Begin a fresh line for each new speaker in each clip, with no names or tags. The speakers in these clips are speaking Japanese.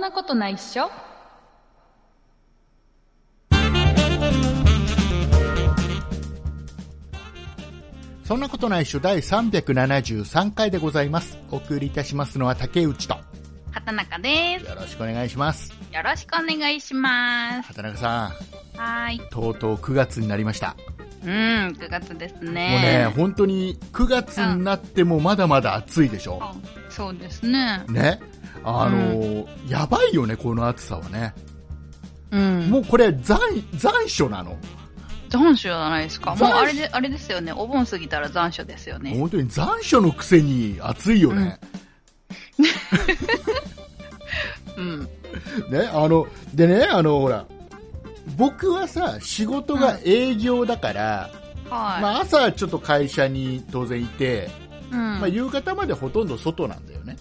なことないっしょ
そんなことないっしょ第373回でございます。お送りいたしますのは竹内と。
畑中です。
よろしくお願いします。
よろしくお願いします。
畑中さ
はーい。
ん、とうとう9月になりました。
うん、9月です
もうね、
ね。
本当に9月になってもまだまだ暑いでしょ。
もうね。そうですね。
ね。あのーやばいよね、この暑さはね。
うん。
もうこれ残、残暑なの。
残暑じゃないですか。もう
残暑
あれで、あれですよね。お盆過ぎたら残暑ですよね。
本当に残暑のくせに暑いよね。
うん。
ね、あの、でね、あの、ほら、僕はさ、仕事が営業だから、ま
は
あ、朝ちょっと会社に当然いて、
い。
まあ、夕方までほとんど外なんだよね、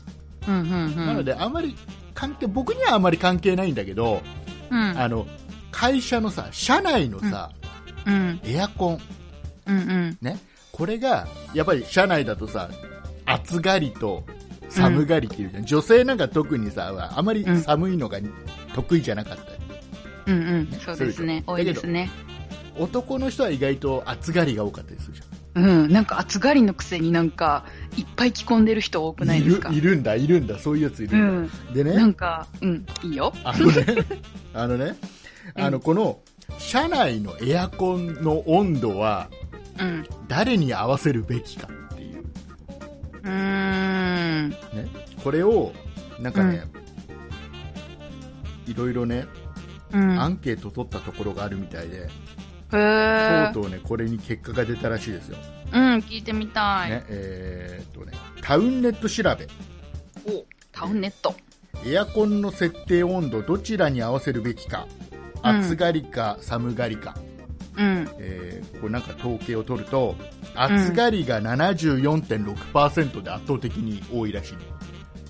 うん。うん、うん、うん。
なのであんまり関係僕にはあんまり関係ないんだけど、
うん、
あの会社のさ社内のさ、
うん、
エアコン
うん、うん。
ねこれがやっぱり社内だとさ暑がりと寒がりっていうじゃん、女性なんか特にさあまり寒いのが得意じゃなかったり、
うんうん、そうですね。
そ
多
うでしょ
いですね。
男の人は意外と暑がりが多かったりするじゃ
うん、なんか暑がりのくせになんか、いっぱい着込んでる人多く
ん
ないですか
るいるんだいるんだそういうやついる
うん
だ、
ん、
でね
なんか、うん、いいよ。
あのね、 あのね、
うん
あの、この、車内のエアコンの温度は、
うん。う
誰に合わせるべきかっていう、
ーん。
ね。これを、なんかね、いろいろね、
うん。
アンケート取ったところがあるみたいで、
へ
と
ー
うとうね、これに結果が出たらしいですよ。
うん、聞いてみたい。
ね、えーっとね、タウンネット調べ。
お、タウンネット。
エアコンの設定温度どちらに合わせるべきか、
うん
暑がりか寒がりか、
うん。
えーこうなんか統計を取ると暑がりが74.6%で圧倒的に多いらしい、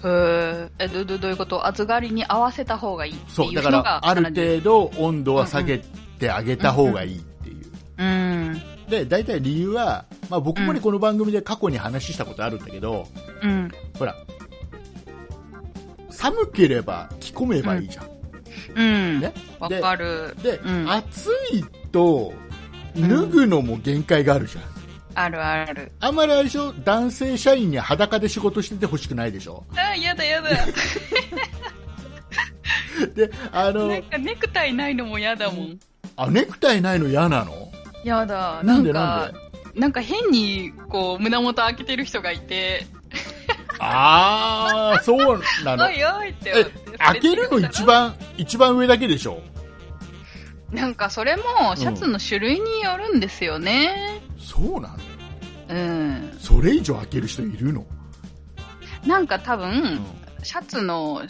へーえ、ど、ど、どういうこと暑がりに合わせた方がいいって
そう
いう
だか
の
ら
が、
ある
度。
程度温度は下げてあげた方がいいっていう、
うん。
で大体理由は、まあ、僕もね
うん
この番組で過去に話したことあるんだけど、
うん。
ほら寒ければ着込めばいいじゃん、
うん
ね。
わ
で
かる。
で、
うん
暑いと脱ぐのも限界があるじゃん、
あるある。
あんまりあれでしょ男性社員に裸で仕事しててほしくないで しょ
あ、やだやだ。
であの
なんかネクタイないのもやだもん。
あ、ネクタイないの嫌なの
やだ。
なんで
か
なんで
なんか変に、こう、胸元開けてる人がいて、
ああ、そうなの
お。いおいって思
え
って。、
開けるの一番、一番上だけでしょ
なんかそれも、シャツの種類によるんですよね。
そうなの
うん。
それ以上開ける人いるの、
なんか多
う
分、
ん
シャツの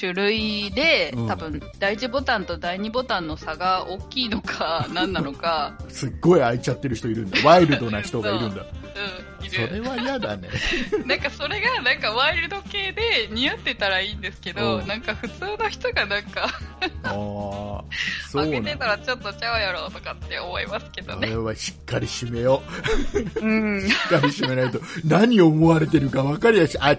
種類で
うん、
多分、第1ボタンと第2ボタンの差が大きいの か、何なのか、
すっごい開いちゃってる人いるんだ。ワイルドな人がいるんだ。
うん、い
それ
る。
は嫌だね。
なんかそれが、なんかワイルド系で似合ってたらいいんですけど、
うん
なんか普通の人がなんか、
ああ、そう
開け
な
て
の
た。らちょっとちゃうやろとかって思いますけど
こ
ね
れ。はしっかり締めよう。
うん。
しっかり締めないと、何を思われてるか分かりやし、あ、違う。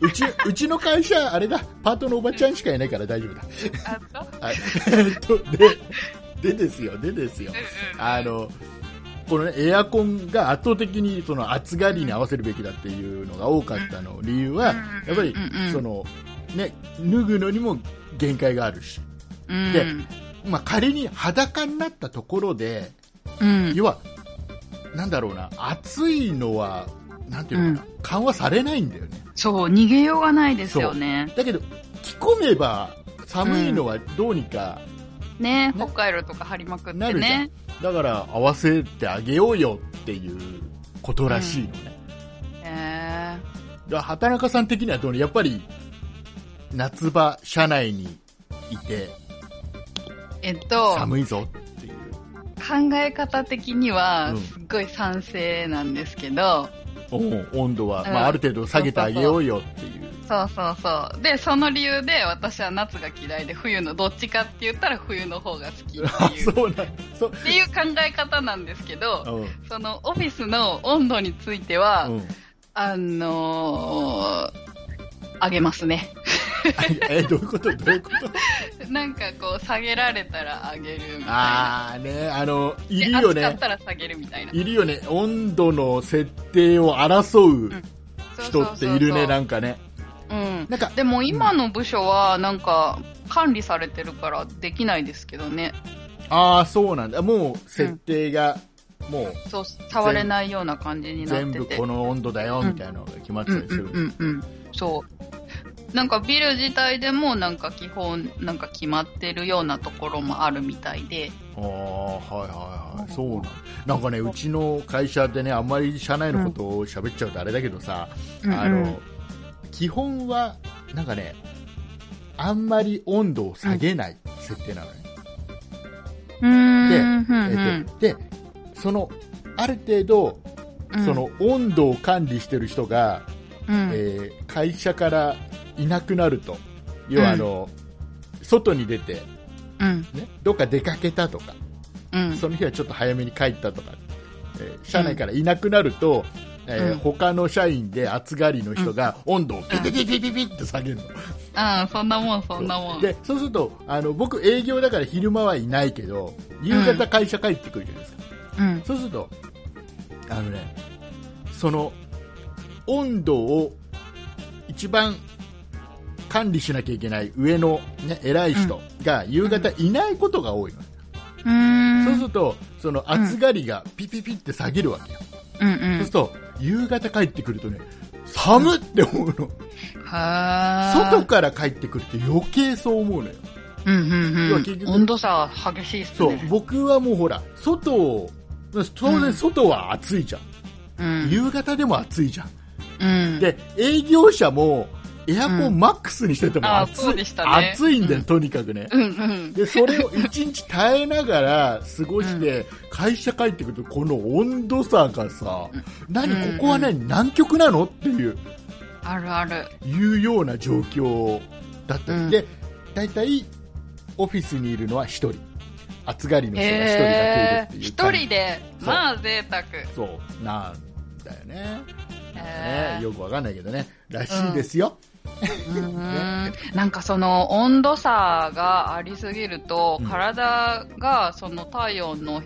うち、うちの会社、あれだ、パートのおばちゃんしかいないから大丈夫だ。
あと、
はい。えっと、で、でですよ、でですよ
う。んうん
あの、このね、エアコンが圧倒的にその暑がりに合わせるべきだっていうのが多かったの理由は、やっぱり
うんうん、
その、ね、脱ぐのにも限界があるし、
うん
でまあ、仮に裸になったところで、
うん。
要は、なんだろうな、暑いのは、なんていうのかな、緩和されないんだよね。
そう、逃げようがないですよね。
だけど、着込めば寒いのはどうにか、
ね
ね
北海道とか張りまくっ
な
て
るじゃん
ね。
だから合わせてあげようよっていうことらしいのね、
へ
だから畑中さん的にはどうねやっぱり夏場車内にいて
ーえっと、
寒いぞっていう
考え方的に
う
は
ん、
すっごい賛成なんですけど、
お温度は、
うん
まあ、ある程度下げてあげようよっていう
そうそうそう。で、その理由で私は夏が嫌いで、冬のどっちかって言ったら冬の方が好き
あ
っていう、っ
そうなんそう
ていう考え方なんですけど、
うん
そのオフィスの温度については、
うん
あのー、あげますね。
えどういうことどういうこと
なんかこう下げられたら上げるみたいな
ああねあのい
で
るよ
暑かっ
ね
たら下げるみたいない
るよね温度の設定を争う
そう
人
そう
って
そうそう
いるねなんかね
うん
なんか
でも今の部署はなんか管理されてるからできないですけどね
ああそうなんだもう設定が、もう
そう触れないような感じになっ
全
て
部
て
この温度だよみたいなのが決まって
うん
たりする、
うんうんうんそうなんかビル自体でもなんか基本なんか決まってるようなところもあるみたいで
ああはいはいはいそうなんなんかねうちの会社でねあんまり社内のことを喋っちゃうとあれだけどさ、あ
うんうん
の基本はなんかねあんまり温度を下げない設定なのね、
うーん
で
うんうん
えっとでそのある程度
うん
その温度を管理してる人が、
うん
えー会社からいなくなると要はあの、外に出て、
うん
ね、どっか出かけたとか
うん
その日はちょっと早めに帰ったとか、えー社内からいなくなると、えー
うん
他の社員で暑がりの人が温度をピピピピピピって下げるの、
ああそんなもんそんなもん
でそうするとあの僕営業だから昼間はいないけど夕方会社帰ってくるじゃないですか、
うん
そうするとあのねその温度を一番管理しなきゃいけない上の、ね、偉い人が夕方いないことが多いの、
うーん
そうするとその暑がりがピピピって下げるわけよ、
うん
そうすると夕方帰ってくるとね寒って思うの
うんはあ
外から帰ってくると余計そう思うのよ
うんうん
要
う
は
ん
結局
温度差は激しいっす
そう
ね
僕はもうほら外を当
う
然
ん
外は暑いじゃん、
うん
夕方でも暑いじゃん、
うん
で営業者もエアコ
う
ン
ん
マックスにしてても
あ
暑い,、
そうでしたね
暑いんだよ、
うん
とにかくね
うんうん
でそれを一日耐えながら過ごして、会社帰ってくるとこの温度差がさ、
う
何
ん
ここは何、南極なのっていう
あるある
いうような状況だったり、
うん
で大体オフィスにいるのは1人暑がりの人が
へえ
1人だけいるっていう
一
感じ
人で
そう
まあ贅沢
そうなんだよね
へ
ね
ー
よくわかんないけどねらしいですよ、
うんなんかその温度差がありすぎると、
うん
体がその体温の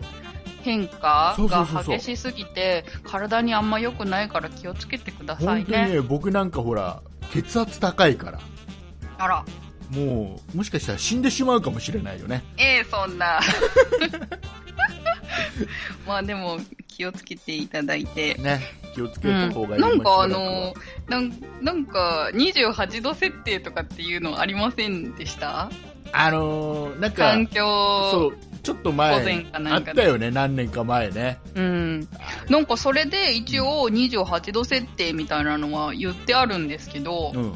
変化
そうそう
が
そうそう
激しすぎて体にあんま良くないから気をつけてくださ
本
い
当に
ね。
ね僕なんかほら血圧高いから
あら、
もうもしかしたら死んでしまうかもしれないよね
ええそんな。 まあでも気をつけていただいて。
ね気をつけ
うん、な
た方がいい、
んかあのなんなんか28度設定とかっていうのありませんでした
あのーなんか
環境
そうちょっと
午前
前
か
あ
な
っ
んか
たよね何年か前ね
うん、なんかそれで一応28度設定みたいなのは言ってあるんですけど、
うん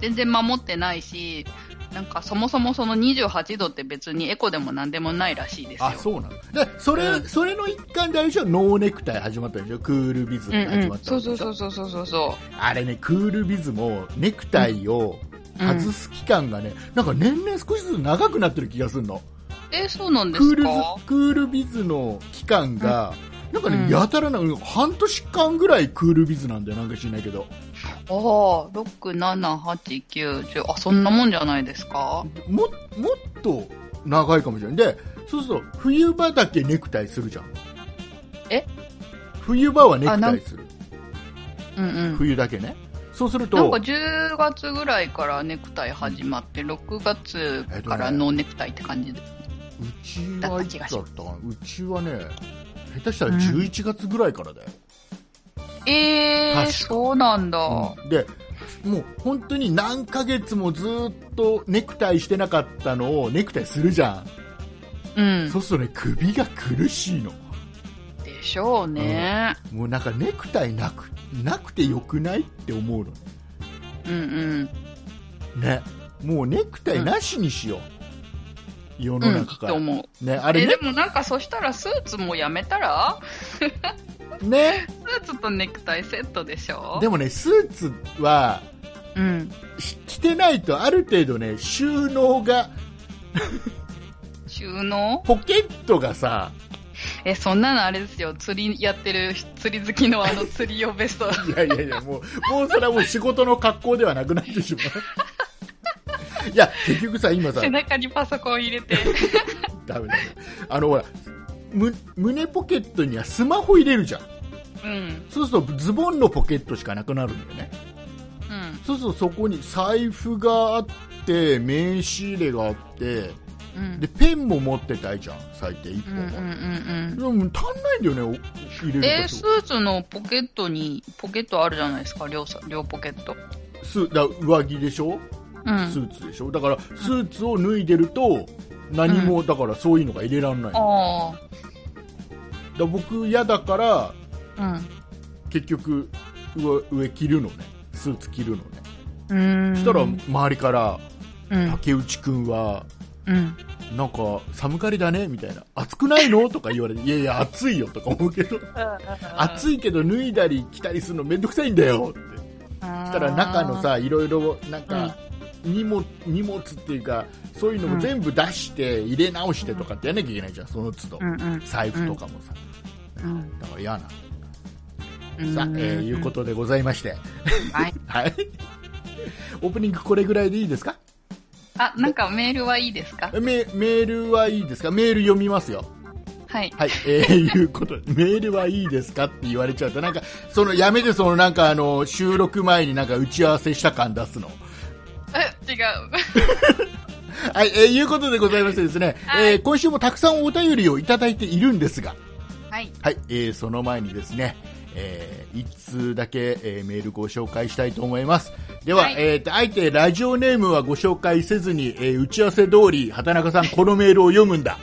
全然守ってないし、なんかそもそもその28度って別にエコでもなんでもないらしいですよ。
あそうなんだでそれ、
うん
それの一環であれでしょノーネクタイ始まったでしょクールビズ
うん
が始
う
ま
ん、
った
そ
わ
う
け
そ
で
う
しょ
そうそうそうそ
あれねクールビズもネクタイを外す期間がね、なんか年々少しずつ長くなってる気がするの
う。え、そうなんで
クー
す
ルズ
か
クールビズの期間が、なんかね、
うん
やたらな半年間ぐらいクールビズなんだよなんか知んないけど
ああ、6、7、8、9、10。あ、そんなもんじゃないですか
ももっと長いかもしれないでそうすると冬場だけネクタイするじゃん
え
冬場はネクタイする
うんうん。
冬だけねそうする
なん
と
か10月ぐらいからネクタイ始まって、6月からノーネクタイって感じで。
うちはいつだったかなうちはね下手したら
うん
11月ぐらいからだよ、
え
確
ー、
か
そうなんだ。
でもう本当に何ヶ月もずっとネクタイしてなかったのをネクタイするじゃん、
うん
そうするとね首が苦しいの
でしょうね。
もうなんかネクタイなくなくてよくないって思うの
うんうん。
ねもうネクタイなしにしよう、世の
うん、
中から、
と思う。
ねあれ
え、
ね
でもなんかそしたらスーツもやめたら
ね
スーツとネクタイセットでしょ
でもねスーツは
うん。
し着てないとある程度ね収納が
収納
ポケットがさ
え、そんなのあれですよ。釣りやってる、釣り好きのあの釣 り用ベスト。
いやいやいや、もう、もうそれはもう仕事の格好ではなくなってしま いや、結局さ、今さ
背、中にパソコン入れて。
ダメだ。あの、ほら、む胸ポケットにはスマホ入れるじゃん。
うん。
そうするとズボンのポケットしかなくなるんだよね。
うん。
そうするとそこに財布があって、名刺入れがあって、
うん。
で、ペンも持ってたいじゃん、最低1
うん
本
うんう
は。
ん
でも足んないんだよね、お入
うん。
れる
え
場
ス
所。
ーツのポケットに、ポケットあるじゃないですか、両さ両ポケット。
すだ上着でしょ、
うん。
スーツでしょだから、スーツを脱いでると、何も、だからそういうのが入れられない。だか
あ
ら僕嫌だから、
あ。
結局、上上着るのね。スーツ着るのね。
うん。うーん。
そしたら、
うん。
周りから、
うん。
竹内くんは、
うん。
なんか、寒がりだねみたいな。暑くないのとか言われて、いやいや、暑いよとか思うけど、暑
い。
いけど脱いだり着たりするのめんどくさいんだよって。そしたら中の、さいろいろなんか荷物,、荷物っていうかそういうのも全部出して入れ直してとかってやんなきゃいけないじゃんその都度、
うんうん。
財布とかもさ
うん
だから嫌な、
うん
さあ、えーいうことでございまして
はい。
はいオープニングこれぐらいでいいですか
あ、なんかメールはいいですか
メメールはいいですかメール読みますよ
はい。
はい、えー、いうことで、メールはいいですかって言われちゃうと、なんか、その、やめて、その、なんか、あの、収録前になんか打ち合わせした感出すの。
え、違う。
はい、えー、いうことでございましてですね、
はい
えー今週もたくさんお便りをいただいているんですが、
はい。
はい、えーその前にですね、えー、一通だけ、えーメールご紹介したいと思います。では、
はい
えーと、あえてラジオネームはご紹介せずに、えー打ち合わせ通り、畑中さん、このメールを読むんだ。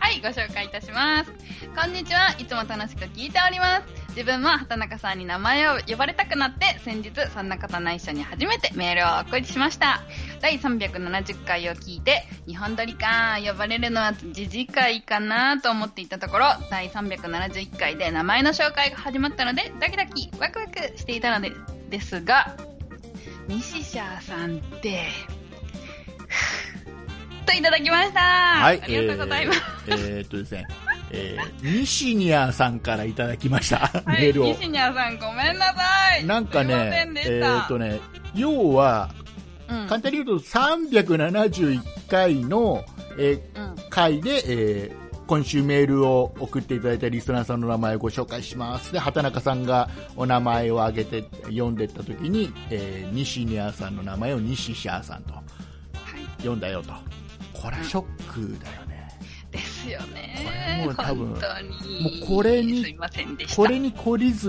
はい、ご紹介いたします。こんにちは。いつも楽しく聞いております。自分も畑中さんに名前を呼ばれたくなって、先日、そんな方内緒に初めてメールをお送りしました。第370回を聞いて、日本撮りか、呼ばれるのは次次回かなと思っていたところ、第371回で名前の紹介が始まったので、ドキドキ、ワクワクしていたのでですが、西社さんって、ふぅといただきました。
はい、
ありがとうございます。
えーえーっとですね、えー、西ニアさんからいただきました、
は
メ
い、
ールを。
西宮さんごめんなさい。
なんか
すいませ
ね
んで、
え
した。
ーっとね、要は、
うん、
簡単に言うと371回の、え
うん
ー回で、えー今週メールを送っていただいたリスナーさんの名前をご紹介します。で、畑中さんがお名前を挙げて読んでった時に、えー西ニアさんの名前を西シャーさんと
はい
読んだよと。これはショックだよね。
ですよね。
これもう多分
本当に。
もうこれに
すいませんでした。
これに懲りず、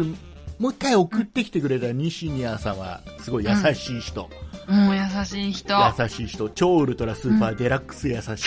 もう一回送ってきてくれた西ニアさんは、すごい優しい人。
もう優しい人。
優しい人。超ウルトラスーパーデラックス優しい人。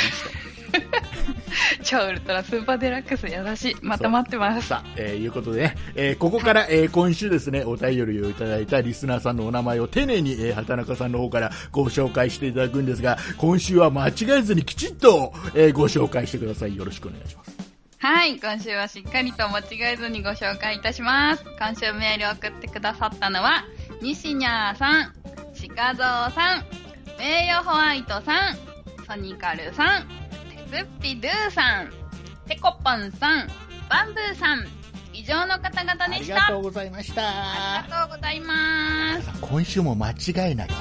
超ウルトラスーパーデラックス優しい。また待ってます。
さあ、えーいうことでね、えーここから、えー今週ですね、お便りをいただいたリスナーさんのお名前を丁寧に、えー畑中さんの方からご紹介していただくんですが、今週は間違えずにきちっと、えーご紹介してください。よろしくお願いします。
はい、今週はしっかりと間違えずにご紹介いたします。今週メールを送ってくださったのは、西宮さん、鹿蔵さん、名誉ホワイトさん、ソニカルさん、テツッピドゥさん、ペコポンさん、バンブーさん、以上の方々
あ
で
り
し
が
た。
とうございまし
あり
た。
がとうございます。
さあ今週も間違えなきゃ。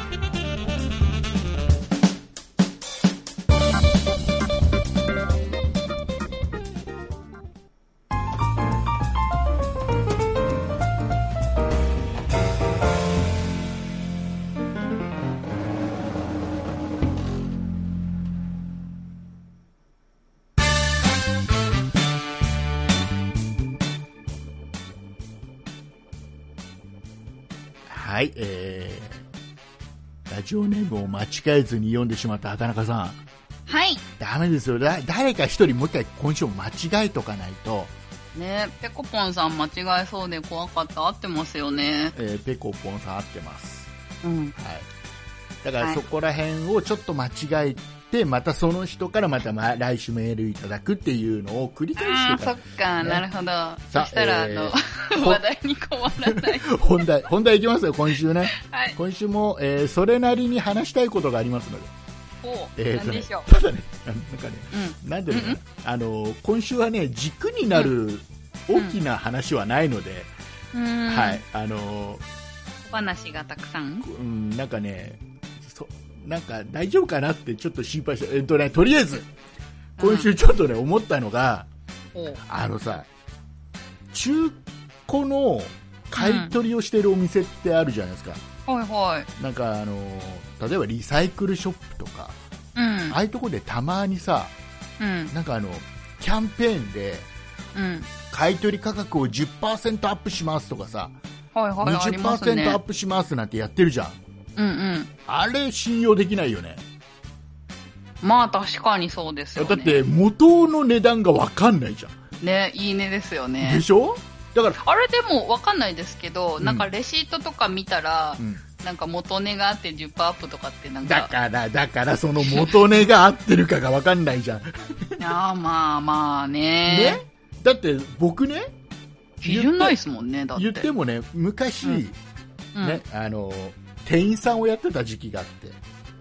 はい、えー、ラジオネームを間違えずに読んでしまった畑中さん。
はい。
ダメですよ。だ誰か一人もう一回今週も間違えとかないと、
ねペコポンさん間違えそうで怖かった。合ってますよね。
えー、ペコポンさん合ってます。
うん。
はい。だから
はい
そこら辺をちょっと間違えて、またその人からまたま来週メールいただくっていうのを繰り
あ
返
あ、
して
そ
た
っか、
ね
なるほど。
さ
そしたら、
えー
あの、話題に困ら ない。
本題、本題いきますよ、今週ね。
はい。
今週も、えーそれなりに話したいことがありますので。
お
えー
何
とね
でしょう。
ただね、なんかね、
う
なんでね、
うんうん
あの今週はね軸になる大きな話はないので、
ん。うん
はい。あの
小話がたくさん
うんなんかねそなんか大丈夫かなってちょっと心配して、えっとね、とりあえず、今週ちょっとね、思ったのが、
おう
あのさ、中古の買い取りをしてるお店ってあるじゃないですか。
はいはい。
なんかあの、例えばリサイクルショップとか、
うん。
ああいうとこでたまにさ、
うん。
なんかあの、キャンペーンで、
うん。
買い取り価格を10%アップしますとかさ、
はいはい。ありますね
20%アップしますなんてやってるじゃん。
うんうん。
あれ信用できないよね。
まあ確かにそうですよね。
だっ。て元の値段がわかんないじゃん。
ね、いいねですよね
で。しょだから、
あれでもわかんないですけど、
うん
なんかレシートとか見たら、なんか元値があって10%アップとかってなん
だ
か、
から、だからその元値が合ってるかがわかんないじゃん。ね
ああまあまあね。
だって僕ね、
基準ないですもんね、だって。
言ってもね、昔、
うんうん
ね、あの、店員さんをやってた時期があって、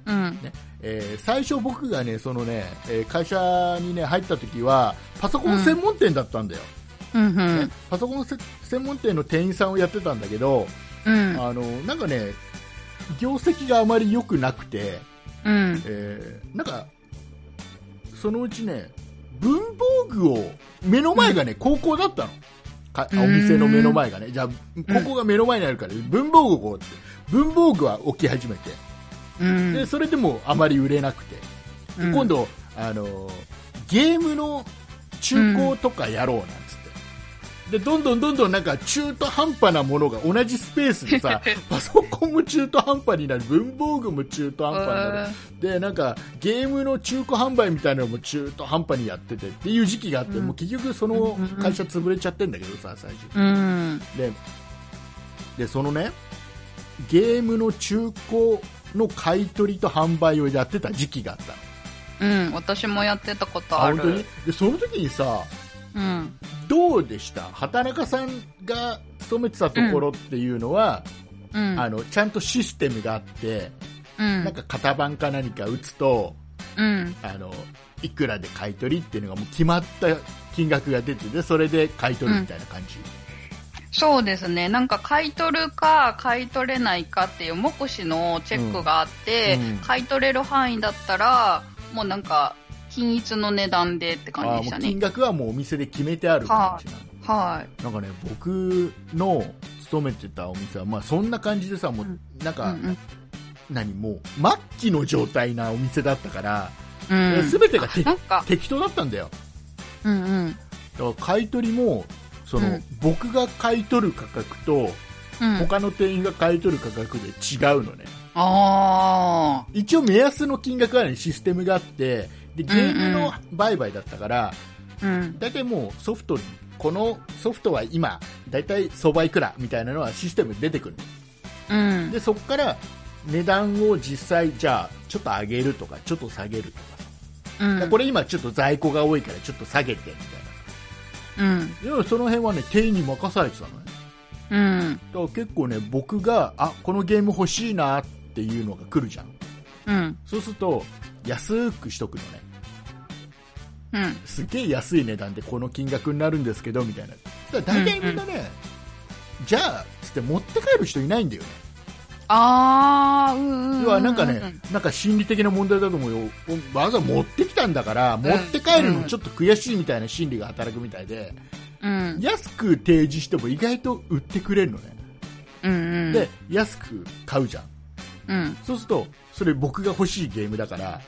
うん。
ねえー最初僕がね、そのね、えー会社にね、入った時は、パソコン専門店だったんだよ。
うんう
ね
ん。
パソコンせ専門店の店員さんをやってたんだけど、
うん。
あのなんかね、業績があまり良くなくて、
うん。
えーなんか、そのうちね、文房具を、目の前がね、高校だったの。か
うん
お店の目の前がね。じゃあ、高校が目の前にあるから、文房具をこうって、文房具は置き始めて、
うん。
でそれでもあまり売れなくて、
うん
今度、あの、ゲームの中古とかやろうなんつって。で、どんどんどんどんなんか中途半端なものが同じスペースで さ、パソコンも中途半端になる、文房具も中途半端になる。で、なんかゲームの中古販売みたいなのも中途半端にやっててっていう時期があって、
うん
もう結局その会社潰れちゃってんだけどさ、最初。
うん。
ででそのねゲームの中古の買い取りと販売をやってた時期があったの
うん。私もやってたことあ
あ
る。
本当にでその時にさ
うん。
どうでした畑中さんが勤めてたところっていうのは、
うん。
あのちゃんとシステムがあって、
うん。
なんか型番か何か打つと
うん。
あのいくらで買い取りっていうのがもう決まった金額が出ててそれで買い取るみたいな感じ、
そうですね。なんか買い取るか買い取れないかっていう目視のチェックがあって、
うんうん
買い取れる範囲だったら、もうなんか均一の値段でって感
あ
じ
ー
でし
も
た
う
ね
金。額はもうお店で決めてある感じなの
は
なんかね、僕の勤めてたお店は、まあ、そんな感じでさ、も
うん
う、なん
い。う
か、
ん
何、もう、末期の状態なお店だったから、
うん。うん
すべてがて
なんか、
適当だったんだよ。
うんうん。
だから、買い取りも、その、
うん
僕が買い取る価格と、
うん。
他の店員が買い取る価格で違うのね。
ああ。
一応、目安の金額はね、システムがあって、で、ゲーム
うん
の売買だったから、
うん。
大体もうソフト、このソフトは今、大体相場いくらみたいなのはシステムで出てくるの。
うん。
でそこから値段を実際じゃあちょっと上げるとかちょっと下げるとか
うん
さこれ今ちょっと在庫が多いからちょっと下げてみたい
うん。
な要はその辺はね店員に任されてたのね
うん。
だから結構ね僕があこのゲーム欲しいなっていうのが来るじゃん
うん。
そうすると安くしとくのね
うん。
すげえ安い値段でこの金額になるんですけどみたいなだから大体みんなね、じゃあつって持って帰る人いないんだよね
ああ、うんうんうんうん。
要はなんかね、なんか心理的な問題だと思うよ、おわざわざ持ってきたんだから、持って帰るのちょっと悔しいみたいな心理が働くみたいで、
うん。
安く提示しても意外と売ってくれるのね、
うんうん。
で安く買うじゃん、
うん、
そうすると、それ僕が欲しいゲームだから、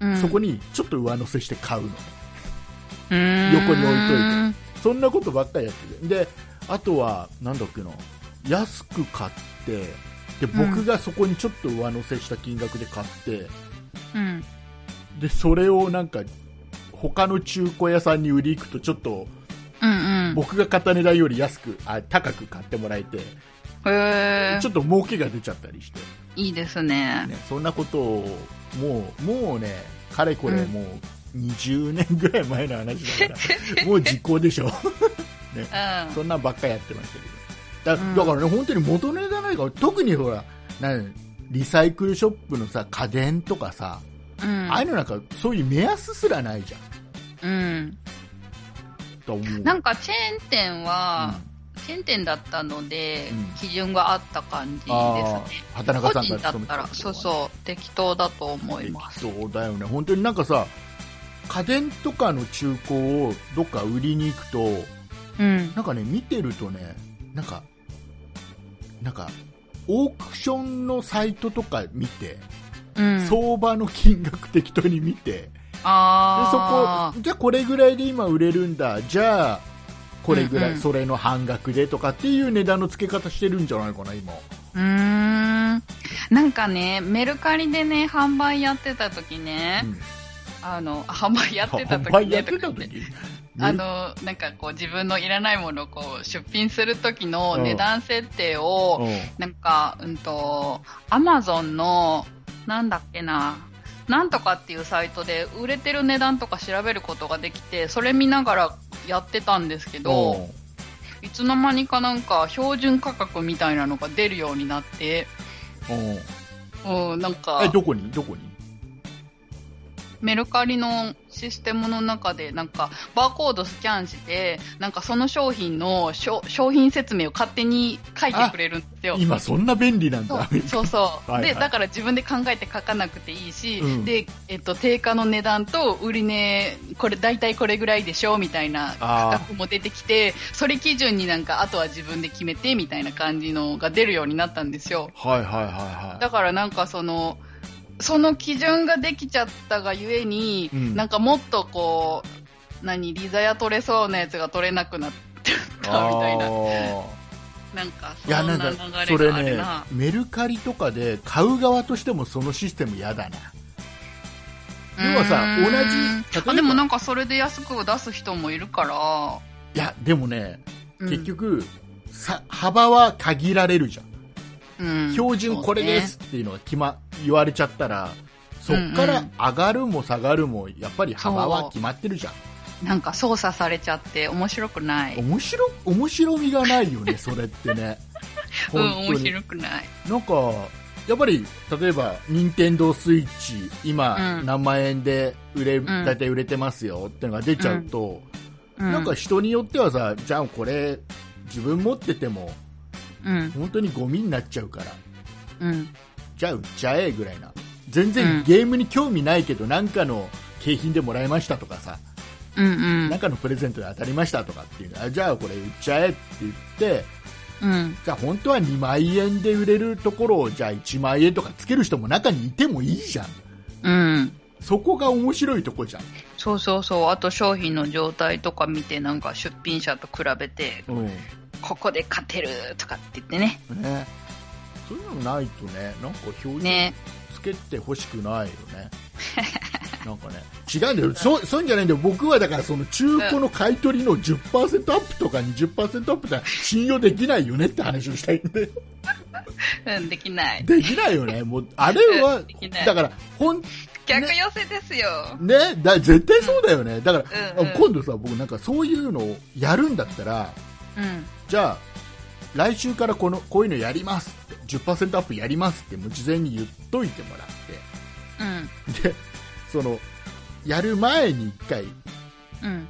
うん。
そこにちょっと上乗せして買うのね、
横に
横に置いといてそんなことばっかりやってて、であとは、なんだっけな、安く買って、で僕がそこにちょっと上乗せした金額で買って。
うん。
でそれをなんか他の中古屋さんに売り行くとちょっと
うんうん。
僕が買った値段より安くあ高く買ってもらえて
へえ
ちょっと儲けが出ちゃったりして、
いいですね。
ね、そんなことをもうもうねかれこれ
うん
もう20年ぐらい前の話だか らもう時効でしょ
うん。
そんなんばっかやってましたけどだ
うん
だからね本当に元値じゃないから特にほらなんリサイクルショップのさ家電とかさ、
うん
ああいうのなんかそういう目安すらないじゃん
うん。
と思う
なんかチェーン店は、チ験店だったので、
うん
基準があった感じです
あ
ね。
あ畑中
個
さん
人
が
だっ
勤めて
たら、そうそう、適当だと思います。
そうだよね本当になんかさ家電とかの中古をどっか売りに行くと
うん。
なんかね見てるとねなんかなんかオークションのサイトとか見て、
うん。
相場の金額適当に見てでそ
あ
こじゃあこれぐらいで今売れるんだじゃあこれぐらい、
うんうん
それの半額でとかっていう値段の付け方してるんじゃないかな今
うーん。なんかね、メルカリでね、販売やってた時ね、
うん
あの、あ販売やってた
販
時
売や
ね、
っ
と
て
か
た
言って
時
あの、なんかこう自分のいらないものをこう出品する時の値段設定を、
うん
なんか、うんと、アマゾンの、なんだっけな、なんとかっていうサイトで売れてる値段とか調べることができて、それ見ながらやってたんですけど、いつの間にかなんか標準価格みたいなのが出るようになって、
うんうん
うん、なん
え
か、
どこにどこに
メルカリのシステムの中で、なんか、バーコードスキャンして、なんかその商品のしょ商品説明を勝手に書いてくれるんですよ。
今そんな便利なん
そ
だ
うそうそう
はいはい
でだから自分で考えて書かなくていいし、
うん
でえっと、定価の値段と売り値これ大体これぐらいでしょみたいな
あー
価格も出てきてそれ基準になんかあとは自分で決めてみたいな感じのが出るようになったんですよ
はいはいはいはい
だからなんかそのその基準ができちゃったがゆえに、
うん
なんかもっとこう何リザヤ取れそうなやつが取れなくなったみたい
あ
な
ー
なんかそ
いや
ん
な
なん
か
流
そ
れ
れ
がある
ね
な
メルカリとかで買う側としてもそのシステム嫌だな要はさ
うーん
同じ例えば
あでもなんかそれで安く出す人もいるか
いやでもね、
ら、
結局さ幅は限られるじゃん、
うん、うん
標準これですっていうのが決ま言われちゃったらそっから上がるも下がるもやっぱり幅は決まってるじゃん
そうねなんか操作されちゃって面白くない
面白面白みがないよねそれってね
うん
本当
面
に
白くない
なんかやっぱり例えば任天堂スイッチ今、
うん
何万円で売れ
ん
大体売れてますよってのが出ちゃうと、
な
なんか、人によってはさじゃあこれ自分持ってても
うん
本当にゴミになっちゃうから
うん、
じゃあ売っちゃえぐらいな全
う
然
ん
ゲームに興味ないけど何かの景品でもらいましたとかさ
うん
何かのプレゼントで当たりましたとかっていうあじゃあこれ売っちゃえって言って
うんうん
じゃあ本当は2万円で売れるところをじゃあ1万円とかつける人も中にいてもいいじゃん
うん
そこが面白いとこじゃん、
そうそうそうあと商品の状態とか見てなんか出品者と比べて
うんね、
ここで勝てるとかって言ってね
そういうのないとねなんか表示
ね
つけてほしくないよね なんかね違うんだよそそういうんじゃないんだよ僕はだからその中古の買い取りの10%アップとか20%アップって信用できないよねって話をしたいん で
うんできない
できないよねもうあれは
うん できない
だから本
逆寄せですよ、
ね、だ絶対そうだよね、だから、
うんうん
今度さ、僕、なんかそういうのをやるんだったら、
うん
じゃあ、来週からこのこういうのやりますって、10%アップやりますって、もう事前に言っといてもらっ
うん
て、でそのやる前に1回、
うん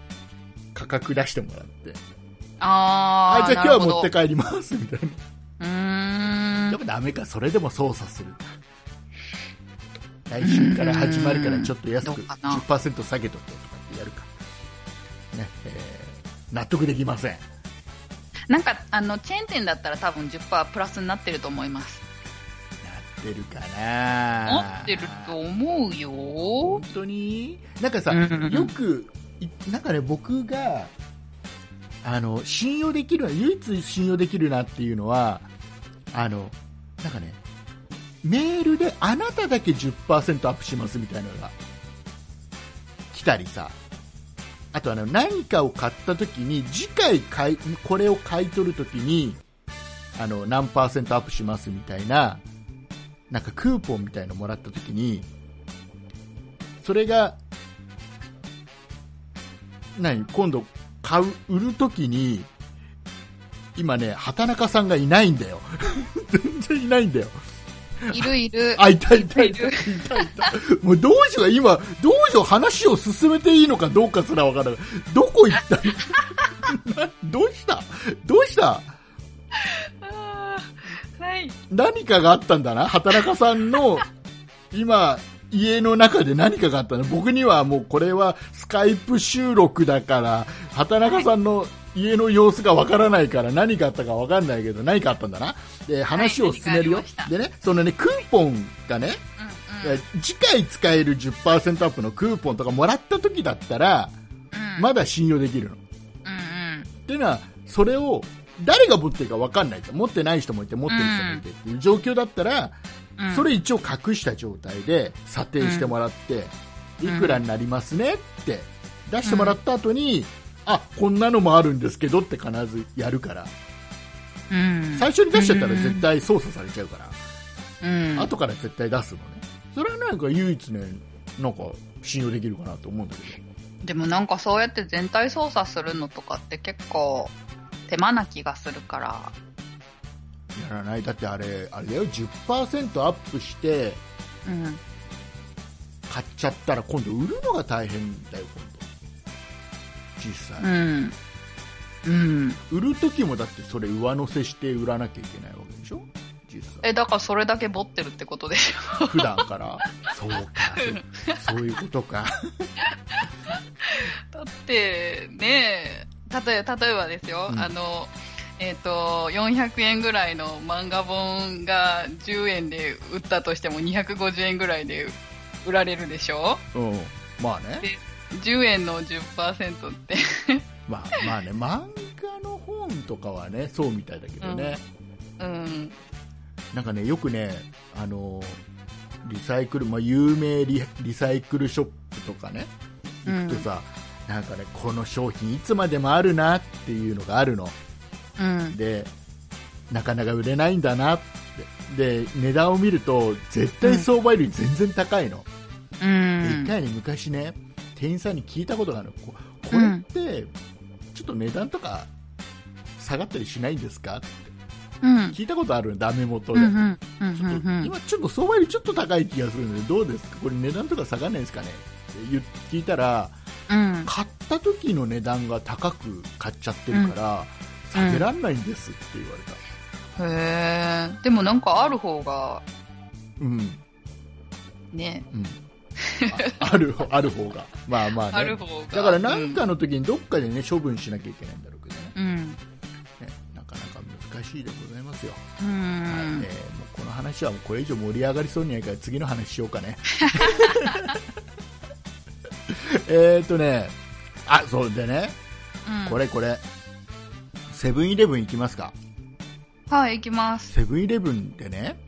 価格出してもらって、
あ
あ
ー
じゃあ
なるほ
今日
ど
持って帰りますみたいな、
うー
やっ
ん
ぱダメか、それでも操作する。来週から始まるからちょっと安
どう
く
かな
10%下げとけとかってやるか、ねえー納得できません。
なんかあのチェーン店だったら多分10%プラスになってると思います
なってるか
な
な
ってると思うよ
本当になんかさ、
うんうんうん
よくいなんかね僕があの信用できる唯一信用できるなっていうのはあのなんかねメールであなただけ10%アップしますみたいなのが来たりさあとあの何かを買った時に次回買いこれを買い取る時にあの何パーセントアップしますみたいななんかクーポンみたいのもらった時にそれが何今度買う売る時に今ね畑中さんがいないんだよ 全然いないんだよ
いるいる
あいたいたい
い
た
る
いたいたもうどうしよう今どうしよう話を進めていいのか どうかすらわからないどこ行ったのなどうしたどうした何かがあったんだな、畑中さんの今、家の中で何かがあったの僕にはもうこれはスカイプ収録だから畑中さんの家の様子がわからないから何かあったかわかんないけど何かあったんだなで話を進めるよ、
何かありました
でねそのねクーポンがね、
うんうん。
次回使える10%アップのクーポンとかもらった時だったら
うん
まだ信用できるの、
うんうん。
っていうのはそれを誰が持ってるか分かんないと持ってない人もいて持ってる人もいてっていう状況だったら、
うん
それ一応隠した状態で査定してもらって、
うん
いくらになりますねって出してもらった後に、あこんなのもあるんですけどって必ずやるから
うん、
最初に出しちゃったら
うん
絶対操作されちゃうから、
うん、
後から絶対出すのねそれはなんか唯一ねなんか信用できるかなと思うんだけど
でもなんかそうやって全体操作するのとかって結構手間な気がするから
やらないだってあれあれだよ10%アップして
うん
買っちゃったら今度売るのが大変だよ今度実
う
際、
んうん
売る時もだってそれ上乗せして売らなきゃいけないわけでしょ実際
えだからそれだけボってるってことで しょ
普段からそうかそうそういうことか
だってねえ例え例えばですよ、
うん
あのえっ、と400円ぐらいの漫画本が10円で売ったとしても250円ぐらいで売られるでしょ
うんまあね
10円の10%って
まあまあね漫画の本とかはねそうみたいだけどね、
うん
なんかねよくねあのリサイクル、まあ、有名リリサイクルショップとかね行くとさ、なんかねこの商品いつまでもあるなっていうのがあるの
うん
でなかなか売れないんだなってで値段を見ると絶対相場より全然高いの、
う
で
ん
一回に昔ね店員さんに聞いたことがあるのここれってちょっと値段とか下がったりしないんですかって
うん
聞いたことあるのダメ元
う
で、
んうんう
ちょっと
ん
今ちょっと相場よりちょっと高い気がするのでどうですかこれ値段とか下がらないですかねって言っ聞いたら
うん
買った時の値段が高く買っちゃってるから、
うん
下げらんないんですって言われた、
へえでもなんかある方が
うん
ね
うん、ああるある方がまあまあね
ある方が
だから何かの時にどっかでね処分しなきゃいけないんだろうけどね
うん
ねなかなか難しいでございますよ、
う
はいえー
ん
もうこの話はもうこれ以上盛り上がりそうにないから次の話しようか ねえーっとねあそうでね
うん
これこれセブンイレブン行きますか
はい行きます
セブンイレブンでね、
うん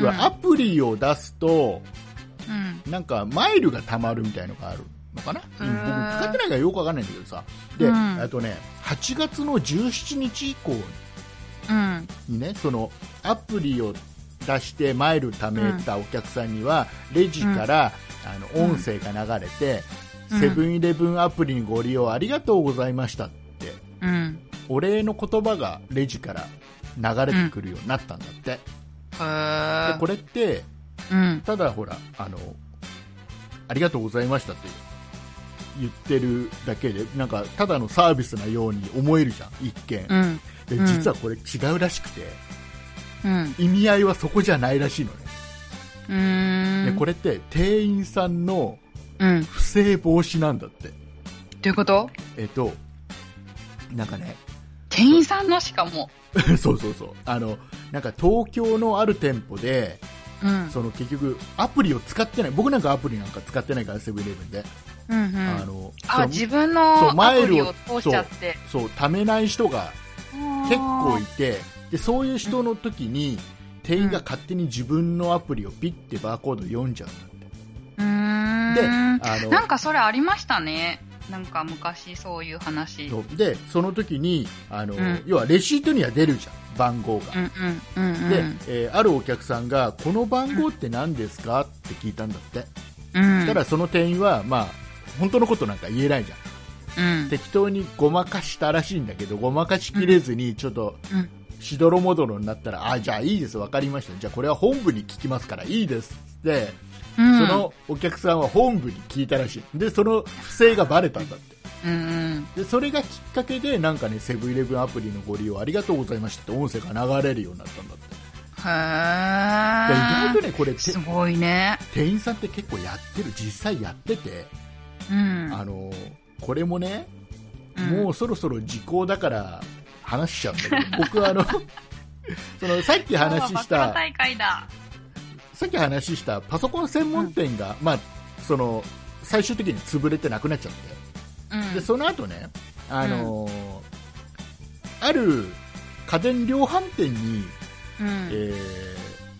アプリを出すと
うん
なんかマイルが貯まるみたいのがあるのかな、
へ
うん
ー
僕使ってないからよくわかんないんだけどさで、
うん
あとね8月の17日以降
うん
にねそのアプリを出してマイル貯めたお客さんには、レジから、あの音声が流れて、
うん
セブンイレブンアプリにご利用ありがとうございましたって
うん
お礼の言葉がレジから流れてくるようになったんだって、
へえ
でこれって
うん
ただほらあのありがとうございましたって言ってるだけでなんかただのサービスなように思えるじゃん一見、
うん
で
うん
実はこれ違うらしくて
うん
意味合いはそこじゃないらしいのね、
うーん
でこれって店員さんの
うん
不正防止なんだって
どういうこと
えっとなんかね
店員さんのしかも
そうそうそうあのなんか東京のある店舗で
うん
その結局アプリを使ってない僕なんかアプリなんか使ってないからセブンイレブンで、
うんう
あ
ん
のそ
あ
の
自分
そう
の
マ
ア
イ
プ
ル
リ
を
を通しちゃって
そう貯めない人が結構いてでそういう人の時に店員が勝手に自分のアプリをピッてバーコード読んじゃうんだっ
うーん
てであの
なんかそれありましたねなんか昔そういう話うん
そうでその時にあの、
うん
要はレシートには出るじゃん番号が、
うんうんうん
で、えーあるお客さんがこの番号って何ですかって聞いたんだって、
うん
そしたらその店員はまあ本当のことなんか言えないじゃん
うん
適当にごまかしたらしいんだけどごまかしきれずにちょっと
うん
しどろもどろになったら、あじゃあいいです、分かりました、じゃあこれは本部に聞きますからいいですって、
うん
そのお客さんは本部に聞いたらしい、でその不正がバレたんだって。
うん
でそれがきっかけでなんかねセブンイレブンアプリのご利用ありがとうございましたって音声が流れるようになったんだっていや
へ
意外
え
とねこれて
すごいね
店員さんって結構やってる実際やってて、
うん
あのこれもね、
うん
もうそろそろ時効だから話しちゃうんだけど 僕はあのそのさっき話
今日はバ
し
クロ
た
大会だ
さっき話したパソコン専門店が、まあ、その最終的に潰れてなくなっちゃって。
うん
でその後ね、あのーある家電量販店に、
うん
え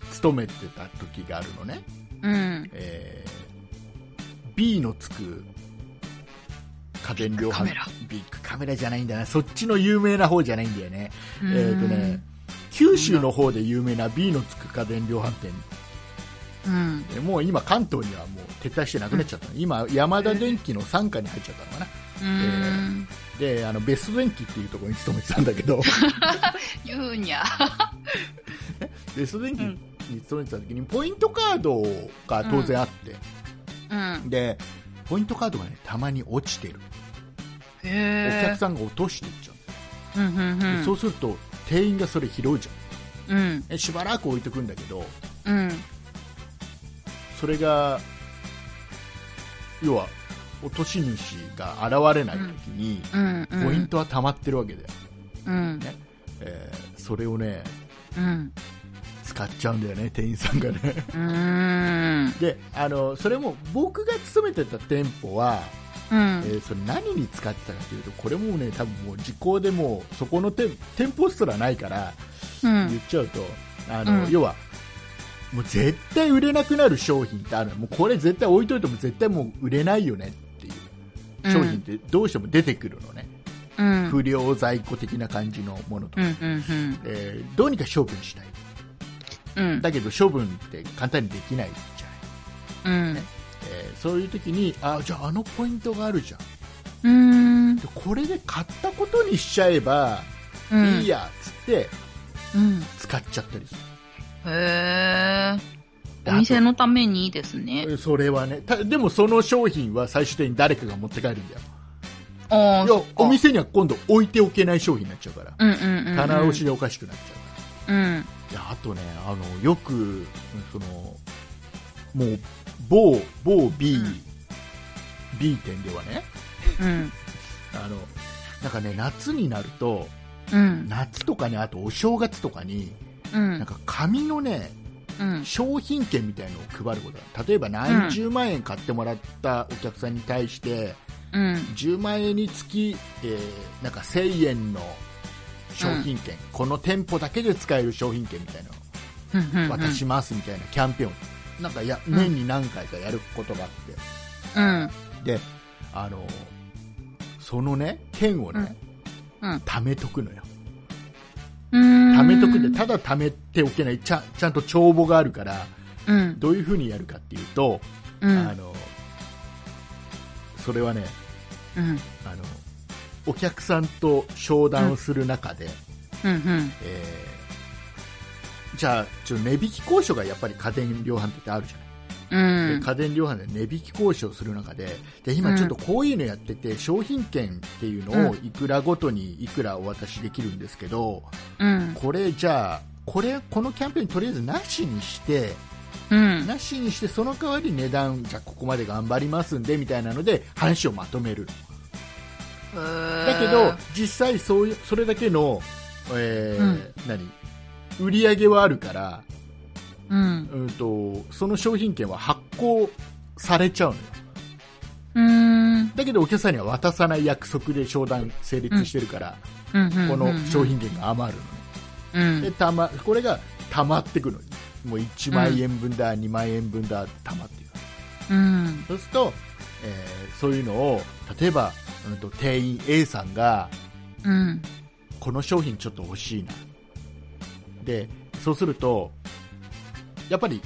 ー勤めてた時があるのね、
うん
えー B のつく家電量販
ビッグカメラ
ビッグカメラじゃないんだなそっちの有名な方じゃないんだよね,、
え
えーとね九州の方で有名な B のつく家電量販店
うん
えーもう今関東にはもう撤退してなくなっちゃったの、今山田電機の傘下に入っちゃったのかな
うん
であのベスト電機っていうところに勤めてたんだけど
言うにゃ
でスト電機に勤めてた時にポイントカードが当然あって、
うん
でポイントカードが、ね、たまに落ちてる、
へ
お客
え
さんが落としていっちゃう、
うんうん
で
うん
そうすると店員がそれ拾うじゃん
うん
えしばらく置いとくんだけど
うん
それが要は落とし主が現れない時に、
うんうん
ポイントは溜まってるわけだよ、
うん
えーそれをね
うん
使っちゃうんだよね店員さんがね
うん
であのそれも僕が勤めてた店舗は
うん
えーそれ何に使ってたかというとこれもね多分もう時効でもうそこの店店舗すらないから
うん
言っちゃうと、あの
うん
要はもう絶対売れなくなる商品ってあるのもうこれ絶対置いといても絶対もう売れないよねっていう商品ってどうしても出てくるのね、
うん
不良在庫的な感じのものと
うん
か、
うんうん
えーどうにか処分したい
うん
だけど処分って簡単にできないじゃない、
うん
えーそういう時にあじゃああのポイントがあるじゃん
うん
でこれで買ったことにしちゃえば
うん
いいやっつって
うん
使っちゃったりする、
へえ
で
お店
あ
のためにいいですね
とそれはねたでもその商品は最終的に誰かが持って帰るんだよ
ああ
いやお店には今度置いておけない商品になっちゃうから
うんうんうんうん
棚卸しでおかしくなっちゃ
うん
うからいやあとねあのよくうんそのもう某某 B,、
うん
B 店ではね
うん
あのなんかね夏になると
うん
夏とかねあとお正月とかに
うん
なんか紙のね
うん
商品券みたいのを配ることが例えば何十万円買ってもらったお客さんに対し
う
て、
ん
10万円につき、えーなんか1000円の商品券、この店舗だけで使える商品券みたいなの
うんうん
を渡しますみたいなキャンペーンをなんかや
ん
年に何回かやることがあ
う
っ
ん
てであのそのね券をね、
うんうん
貯めとくのよ
うん
貯めとくってただ貯めておけないちゃんちゃんと帳簿があるから
うん
どういうふうにやるかっていうと、
う
あ
ん
のそれはね
うん
あのお客さんと商談をする中で、
うん
えーじゃあちょっと値引き交渉がやっぱり家電量販店ってあるじゃない、
うん
で家電量販店で値引き交渉する中でで今ちょっとこういうのやってて、商品券っていうのをいくらごとにいくらお渡しできるんですけど、
うん
これじゃあこれこのキャンペーンとりあえずなしにして、
うん
なしにしてその代わり値段じゃあここまで頑張りますんでみたいなので話をまとめるだけど実際そういうそれだけの、えー
うん
何売り上げはあるから、
うん
うん、とその商品券は発行されちゃうのよ
うん
だけどお客さんには渡さない約束で商談成立してるから、この商品券が余るのね、
うん
でたまこれが溜まってくのもう1万円分だ、2万円分だ溜まっていく
うん
そうすると、えーそういうのを例えば、うん、と店員 A さんが
うん
この商品ちょっと欲しいなでそうするとやっぱり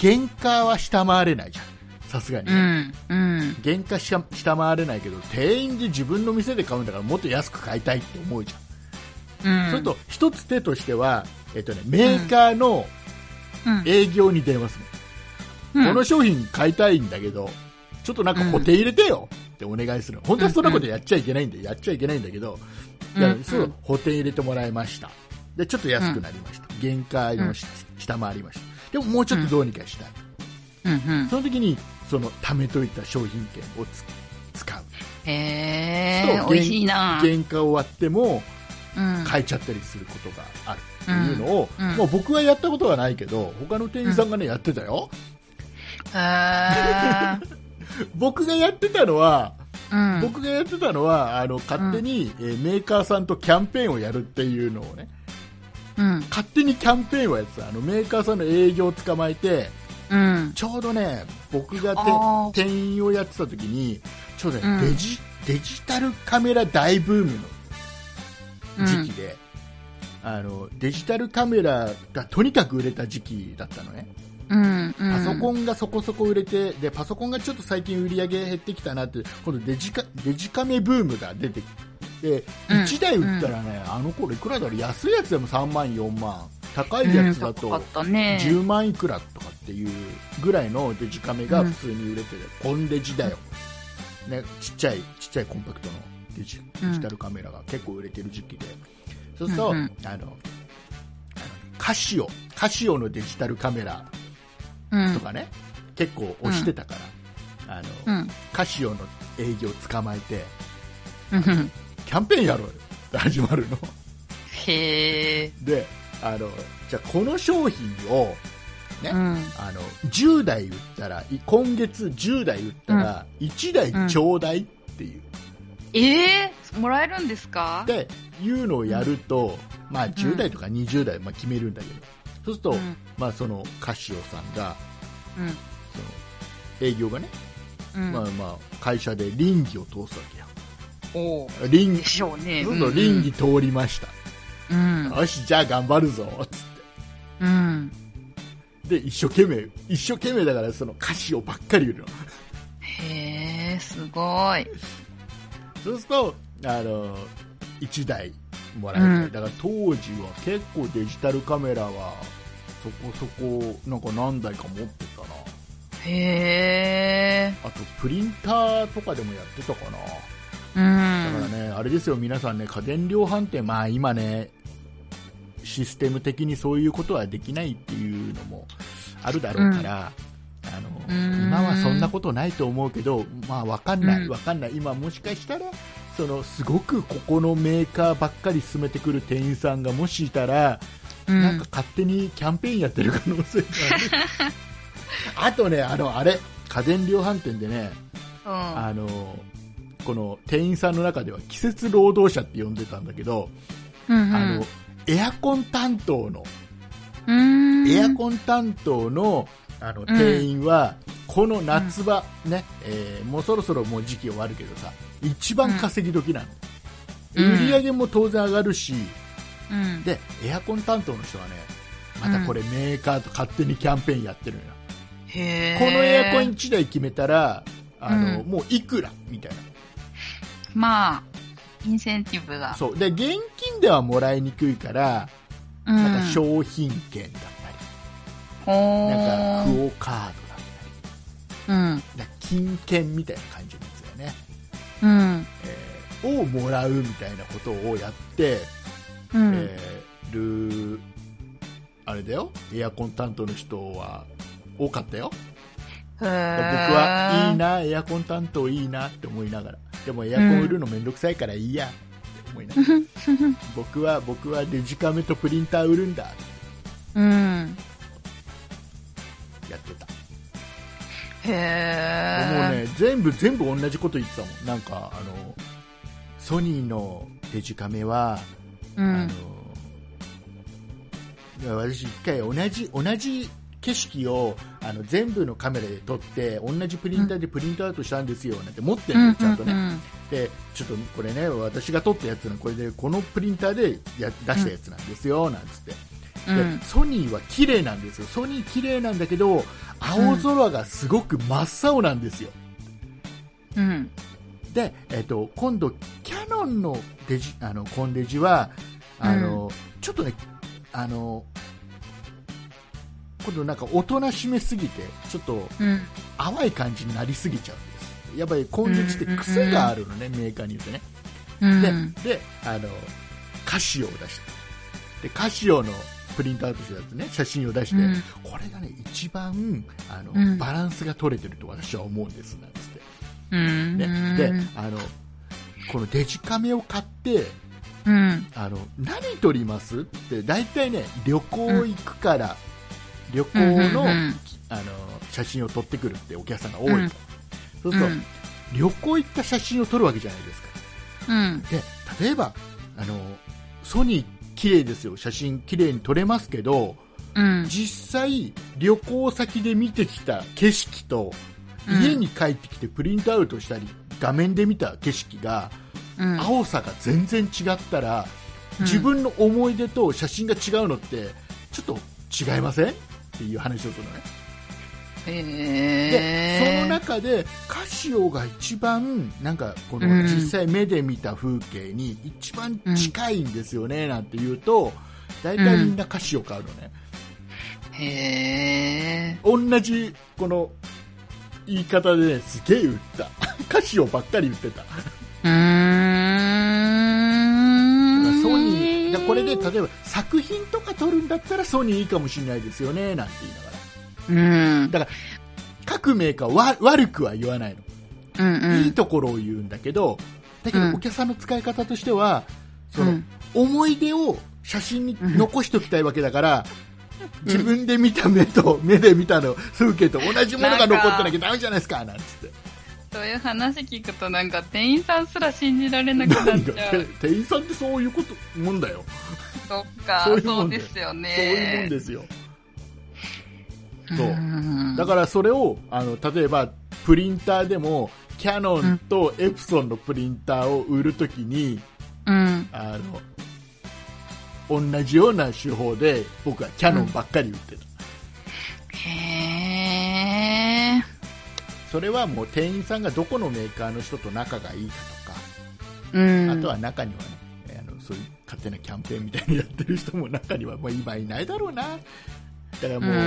原価は下回れないじゃんさすがに、
うんうん
原価しか下回れないけど店員で自分の店で買うんだからもっと安く買いたいって思うじ
う
ゃん、
ん
それと一つ手としては、えっとね、メーカーの
うん
営業に電話する、この商品買いたいんだけど、ちょっとなんか補填入れてよってお願いする。本当はそんなことやっちゃいけないんで、やっちゃいけないんだけど、
うん
いや
うん
そう補填入れてもらいました。でちょっと安くなりました、限界をし下回りましたでももうちょっとどうにかしたい、
うんうん
その時にその貯めといた商品券をつ使う
へえ
そう
美味しいな
原価を割っても
うん
変えちゃったりすることがあるっていうのを、
うんうん
もう僕はやったことはないけど他の店員さんがね、やってたよ
へ
僕がやってたのは
えうん
僕がやってたのはあの勝手に、えーメーカーさんとキャンペーンをやるっていうのをね
うん
勝手にキャンペーンをやってたあのメーカーさんの営業を捕まえて
うん
ちょうどね僕がて
あー
店員をやってた時にちょうど、ね
うん
デジデジタルカメラ大ブームの時期で、あのデジタルカメラがとにかく売れた時期だったのね
うんうん
パソコンがそこそこ売れてでパソコンがちょっと最近売り上げ減ってきたなって今度デジカデジカメブームが出てきて
うん
1台売ったらね、あの頃いくらだろう安いやつでも3万4万高いやつだ
うん高
と
かったね
10万いくらとかっていうぐらいのデジカメが普通に売れてて、コンデジだよ、ね、ちっちゃいちっちゃいコンパクトのデジデジタルカメラが結構売れてる時期で、そうすると、
うんうん
あのあのカシオカシオのデジタルカメラ
うん
とかね、結構押してたから、あ
う
の
ん
カシオの営業捕まえて
うん
キャンペーンやろうよって始まるの
へえ
であのじゃあこの商品をね、
うん
あの10台売ったらい今月10台売ったら1台ちょうだいっていう、
えー、もらえるんですか
でいうのをやると、まあ、10台とか20台、まあ、決めるんだけどそうすると、
うん
まあ、そのカシオさんが
うん
その営業がね、
うん、
まあ、まあ会社で倫理を通すわけよ
おう
倫
でしょうね
どんどん倫理通りました、
うん
よしじゃあ頑張るぞつっ
うん
てで一生懸命一生懸命だからそのカシオばっかり売るの
へえすごい
そうすると、あの、1台もらえたり、
うん
だから当時は結構デジタルカメラはそこそこ、なんか何台か持ってたな。
へえ
あとプリンターとかでもやってたかな。
う
だから
ん
ね、あれですよ、皆さんね、家電量販店、まあ今ね、システム的にそういうことはできないっていうのもあるだろうから、あの
うん
今はそんなことないと思うけど、まあ、わかんな
う
い、
ん
わかんない、今もしかしたら、そのすごくここのメーカーばっかり進めてくる店員さんがもしいたら、
うん
なんか勝手にキャンペーンやってる可能性が ある。あとね、あの、あれ、家電量販店でね、
うん
あのこの店員さんの中では季節労働者って呼んでたんだけど、
うん
あのエアコン担当の、
うん
エアコン担当のあの店員は、この夏場、ねえーもうそろそろもう時期終わるけどさ一番稼ぎ時なの、
うん
売り上げも当然上がるし
うん
でエアコン担当の人はねまたこれメーカーと勝手にキャンペーンやってるのよ、
へえ
このエアコン1台決めたらあの、
うん
もういくらみたいな
まあインセンティブが
そうで現金ではもらいにくいから、
うん
なんか商品券だった
ほ
り、
ー
なんかクオ・カードだった
うん
り、なんか金券みたいな感じのやつだよね、
うん
えーをもらうみたいなことをやって、
うん、
えーるあれだよ、エアコン担当の人は多かったよ、
へ
僕
え
はいいな、エアコン担当いいなって思いながら、でもエアコン売るのめんどくさいからいいやって思いながら、僕は僕はデジカメとプリンター売るんだって
うん
やってた。
へえ
もうね全部全部同じこと言ってたもんなんかあのソニーのデジカメは、
う
あ
ん
のいや私一回同じ同じ景色をあの全部のカメラで撮って同じプリンターでプリントアウトしたんですよなんて持ってるのよちゃんとね、
うん
でちょっとこれね私が撮ったやつのこれでこのプリンターでや出したやつなんですよなんつって、
うんうん
でソニーは綺麗なんですよソニー綺麗なんだけど青空がすごく真っ青なんですよ、
うん
で、えっと今度、キャノンのデジあのコンデジはあの、ちょっとねあの今度なんか大人しめすぎてちょっと
うん
淡い感じになりすぎちゃうんですやっぱりコンデジって癖があるのね、メーカーに言うとね
うん
でであのカシオを出したでカシオのプリントアウトしたやつね写真を出して、
うん
これがね一番あの、
うん
バランスが取れてると私は思うんですなんつって、
うん。
ねで
うん
あのこのデジカメを買って
うん。
あの何撮りますって大体ね旅行行くから、旅行の,、
うんうんうん
あの写真を撮ってくるってお客さんが多いと、
うん
そうすると、旅行行った写真を撮るわけじゃないですか
うん。
で例えばあのソニー綺麗ですよ写真綺麗に撮れますけど
うん。
実際旅行先で見てきた景色と
うん
家に帰ってきてプリントアウトしたり画面で見た景色が
うん。
青さが全然違ったら
うん
自分の思い出と写真が違うのってちょっと違いませんっていう話をするのねでそ
へ
の
ー
中でカシオが一番なんかこの
うん
実際目で見た風景に一番近いんですよねなんて言うと大体みんなカシオ買うのね、
へー
同じこの言い方で、ね、すげえ売った カシオばっかり言ってた
うーん。
ソニーだこれで例えば作品とか撮るんだったらソニーいいかもしれないですよねなんて言いながら
うん。
だから各メーカーは悪くは言わないの
うんう
いい
ん。
ところを言うんだけど、だけ
う
ど
ん
お客さんの使い方としては、そうの
ん
思い出を写真に残しておきたいわけだから、自分で見た 目と目で見たの風景と同じものが残ってなきゃダメじゃないですかなんつって
そういう話聞くとなんか店員さんすら信じられなくなっ
何
ち
が
ゃ
て
う。
店員さんってそういうこともんだよ、
そっか、
そ
そうう
いうもんだ
で
よ
すよ
そういうもん
ね。
ですよ
そう
そうだからそれをあの例えばプリンターでもキャノンとエプソンのプリンターを売るときに、
うん。
あの同じような手法で僕はキャノンばっかり売ってた、
へー
それはもう店員さんがどこのメーカーの人と仲がいいかとか、
うん。
あとは中にはねえーあのそういう勝手なキャンペーンみたいにやってる人も中にはもう今いないだろうなだからもうね
う
あ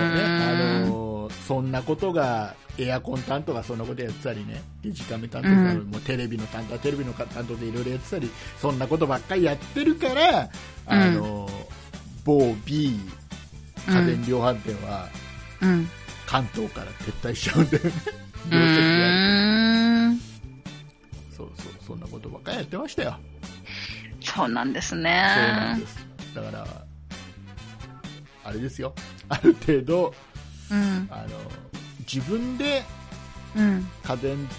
ーん
のそんなことがエアコン担当がそんなことやってたりねデジカメ担当が
うん
もうテレビの担当テレビの担当でいろいろやってたりそんなことばっかりやってるからあの、某 B 家電量販店は
うん。
関東から撤退しちゃうんだよね、
う
業績が悪くて
ーん。
そうそうそんなことばっかりやってましたよ
そうなんです
そうなん
ね
で。すだからあれですよ ある程度
うん。
あの自分で
うん。
家電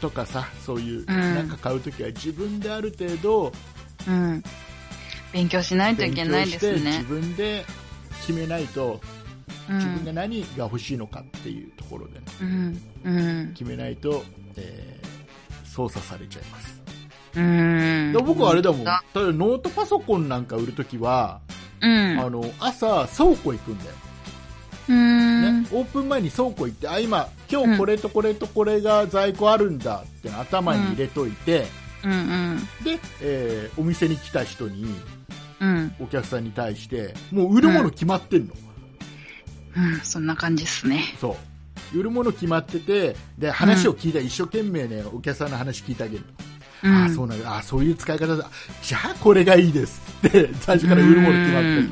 とかさそういう
うん
なんか買うときは自分である程度
うん。勉強しないとい
勉
け
強
ないで
して
す
自
ね。
分で決めないと
う
自分が
ん。
何が欲しいのかっていうところでね
うん。うん。
決めないと、えー操作されちゃいます
うん。
いや僕はあれだもん、
あ
ただノートパソコンなんか売るときは、
うん。
あの朝、倉庫行くんだよ、
う
ね
ん。
オープン前に倉庫行って、あ今、今日これとこれとこれが在庫あるんだっての頭に入れといて、
うん。うん。
でえーお店に来た人に、
うん。
お客さんに対して、もう売るもの決まってんの、
うん。そんな感じですね。
そう売るもの決まってて、で話を聞いたら、一生懸命、ね、お客さんの話聞いてあげるの。
うん。
あそうなんだあそういう使い方だじゃあこれがいいですって最初から売るもの決まってる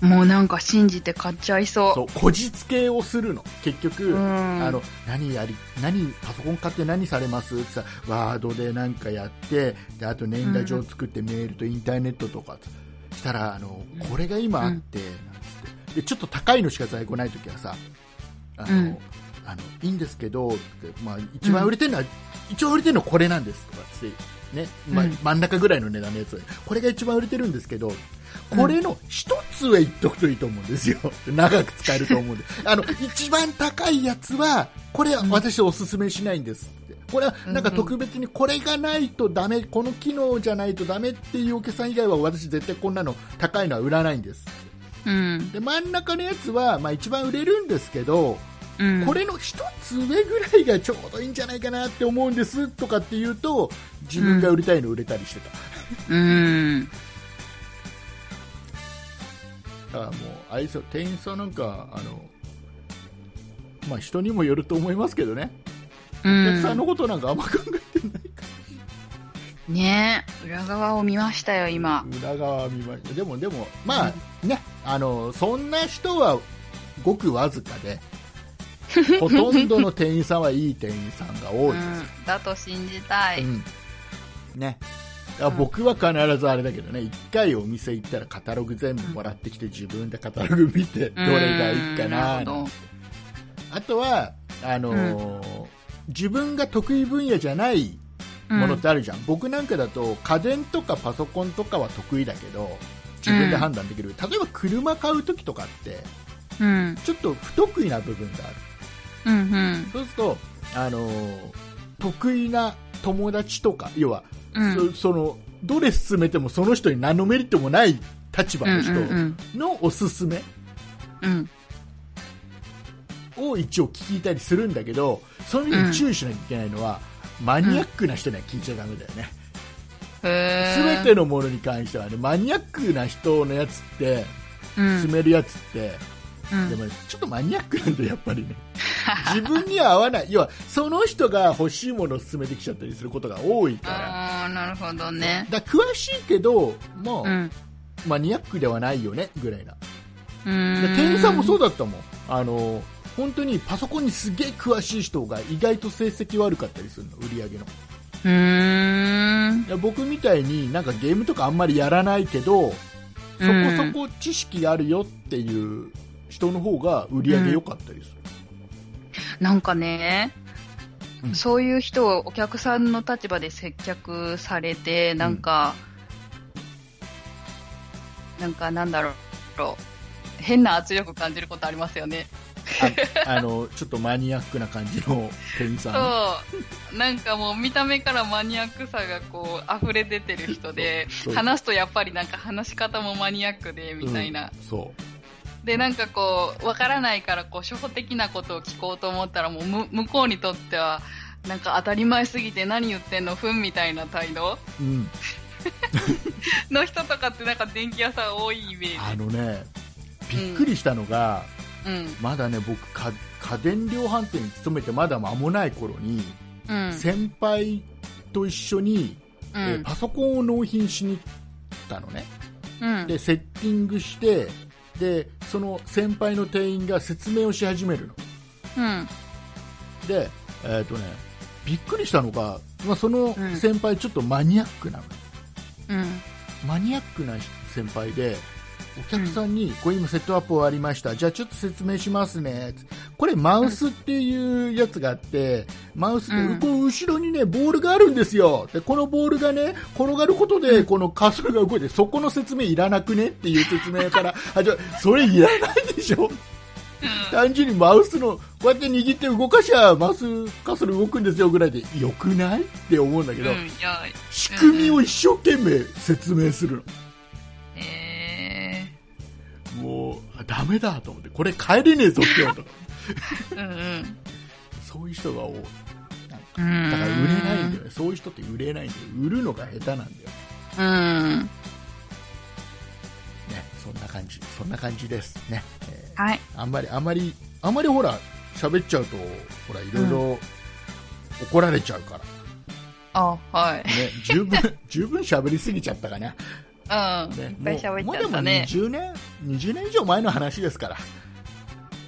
の
もうなんか信じて買っちゃいそう。
そうこじつけをするの結局、
うん
あの何やり何パソコン買って何されますってさワードでなんかやってであと年賀状作ってメールとインターネットとかしたらあの
うん
これが今あって,、なんつってでちょっと高いのしか在庫ない時はさあの、
うん
あのいいんですけどって、まあ、一番売れてるのは、一番売れてるのはこれなんですとかつって。ねまあ
うん
真ん中ぐらいの値段のやつこれが一番売れてるんですけどこれの一つ上いっとくといいと思うんですよ長く使えると 思うんであの一番高いやつはこれは私おすすめしないんですってこれはなんか特別にこれがないとダメこの機能じゃないとダメっていうお客さん以外は私絶対こんなの高いのは売らないんです
うん。
で真ん中のやつは、まあ、一番売れるんですけど
うん。
これの一つ上ぐらいがちょうどいいんじゃないかなって思うんですとかっていうと自分が売りたいの売れたりして
う
た、
ん。
だからもうあれですよ店員さんなんかあの、まあ、人にもよると思いますけどね
う
お客さん
ん。
のことなんかあんま考えてない
ねえ裏側を見ましたよ今
裏側見ましたでもでもまあ、ねあのそんな人はごくわずか でほとんどの店員さんはいい店員さんが多いです、
うん、だと信じたい、
うんね、だから僕は必ずあれだけどね、1回お店行ったらカタログ全部もらってきて、自分でカタログ見て、どれがいいかな、
うんるほど
あとはあのー自分が得意分野じゃないものってあるじゃん、僕なんかだと家電とかパソコンとかは得意だけど、自分で判断できる、例えば車買うときとかって、
うん
ちょっと不得意な部分がある。
うんうん
そうすると、あのー得意な友達とか、要は、
うん
そその、どれ進めてもその人に何のメリットもない立
う
場
ん
の
う
人
ん
のおすすめ
うん
を一応聞いたりするんだけど、その時に注意しなきゃいけないのは、マニアックな人には聞いちゃダメだよね。
へ
す
ー
べてのものに関してはね、マニアックな人のやつって、
うん
進めるやつって、
うん
でもねちょっとマニアックなんだよやっ ぱりね自分には合わない要はその人が欲しいものを勧めてきちゃったりすることが多いから
ああなるほどね
だから詳しいけど、まあ
うん
マニアックではないよねぐらいな
う
で
ーん
店員さんもそうだったもんあの本当にパソコンにすげえ詳しい人が意外と成績悪かったりするの売り上げの
うーん
いや僕みたいになんかゲームとかあんまりやらないけどそこそこ知識があるよっていう人の方が売り上げ良かったりする、
なんかね、
うん
そういう人をお客さんの立場で接客されて、なんか、なんかなんだろう、変な圧力感じることありますよね。
ああのちょっとマニアックな感じの店員さん
そう。なんかもう見た目からマニアックさがこう溢れ出てる人で
そうそう、
話すとやっぱりなんか話し方もマニアックで、みたいな。
うんそう
で、なんかこう、わからないから、こう、初歩的なことを聞こうと思ったら、もうむ、向こうにとっては、なんか当たり前すぎて何言ってんのふんみたいな態度
うん、
の人とかってなんか電気屋さん多いイメージ。
あのねびっくりしたのが、
うん。
まだね僕か家電量販店に勤めてまだ間もない頃に、
うん。
先輩と一緒に、
う
えー
ん。
パソコンを納品しに行ったのね
うん。
でセッティングしてでその先輩の店員が説明をし始めるの
うん。
でえっ、とねびっくりしたのが、まあ、その
うん
先輩ちょっとマニアックなの、
うん。
マニアックな先輩でお客さんに、これ今セットアップ終わりましたじゃあちょっと説明しますねこれマウスっていうやつがあってマウスで、
うん
こう後ろにねボールがあるんですよでこのボールがね転がることでこのカーソルが動いてそこの説明いらなくねっていう説明からあじゃあそれいらないでしょ単純にマウスのこうやって握って動かしゃマウスカーソル動くんですよぐらいでよくないって思うんだけ
うん。
ど、
うん。いや、
仕組みを一生懸命説明するの。
え
もうあダメだと思ってこれ帰れねえぞ今日とか
ー。うんうん。
そういう人が多い
うん。
だから売れないんだよねそういう人って売れないんだよ売るのが下手なんだよね
うん。
そんな感じそんな感じですね、え
はい。
ーあんまりあんまりあんまりほら喋っちゃうとほらいろいろ怒られちゃうから、
あ、はい。
ね、十分十分喋りすぎちゃったかな、
うん。
ね
いっぱい喋
も
っ
う
ちゃっ
も
た
う
ね。
でも20年20年以上前の話ですから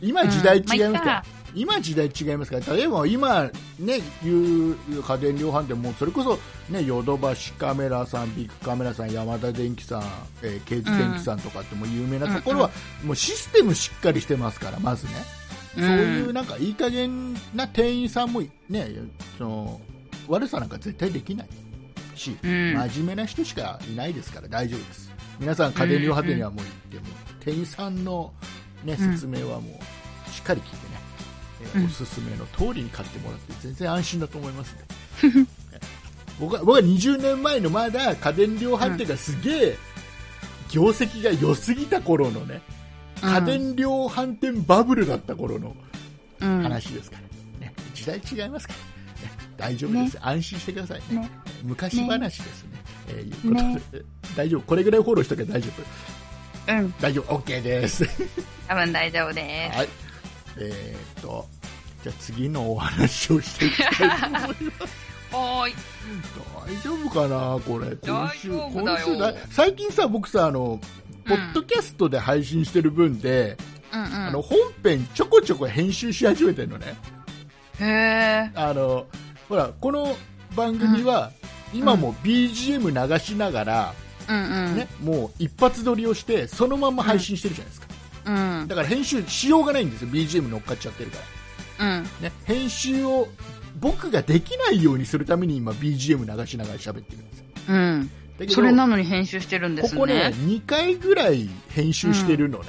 今時代違いますから、
うんまあいっか
今時代違いますから例えば今ねいう家電量販店もそれこそねヨドバシカメラさんビッグカメラさんヤマダ電機さん、えー、ケーズ電機さんとかってもう有名なところは、もうシステムしっかりしてますからまずね、
うん
そういうなんかいい加減な店員さんもねその悪さなんか絶対できないし、
うん
真面目な人しかいないですから大丈夫です皆さん家電量販店にはもう行っても、店員さんの、ね、
うん
説明はもうしっかり聞いてね、えー
うん
おすすめの通りに買ってもらって全然安心だと思います ね僕は僕は20年前のまだ家電量販店がすげえ業績が良すぎた頃のね家電量販店バブルだった頃の
うん
話ですから、ね、時代違いますから、ね、大丈夫です、安心してくださいね
ね
昔話ですねえーいうことで、大丈夫これぐらいフォローしとけば大丈夫
うん。
大丈夫 OK です
多分大丈夫です。
はい。えーっと、じゃあ次のお話をしていきたいと思います。
はーい。
大丈夫かなこれ今週
大丈夫だよ
今週だ最近さ僕さあのポッドキャストで配信してる分で、
うんうん。
あの本編ちょこちょこ編集し始めてるのね
へえ。
あのほらこの番組は、今も BGM 流しなが
うん
ら、
うん。
ねもう一発撮りをしてそのまま配信してるじゃないですか、
うん。
だから編集しようがないんですよ BGM 乗っかっちゃってるか
うん。
ら、ね、編集を僕ができないようにするために今 BGM 流しながら喋ってるんですよ
うん。
だけど
それなのに編集してるんで
こ
すね。
こね、2回ぐらい編集してるのね、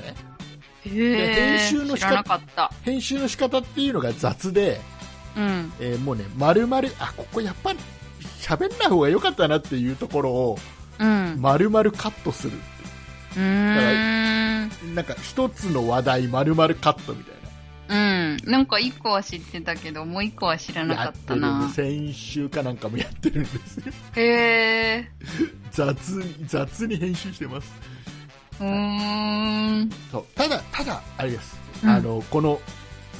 へえ。
編集の仕
知
方
らなかった。
編集の仕方っていうのが雑で、
うん。
えーもうね、丸々、あ、ここやっぱり喋んない方が良かったなっていうところを、
うん。
丸々カットする。
うーん。
なんか、一つの話題丸々カットみたい
うん。なんか一個は知ってたけど、もう一個は知ら
な。
なか
や
っ
っ
てた
るんで
な
す。。先週かなんかもやってるんですよ。
へえ。
雑に、雑に編集してます。
うーん。
そう。ただ、ただ、あれです。
うん
あの、この、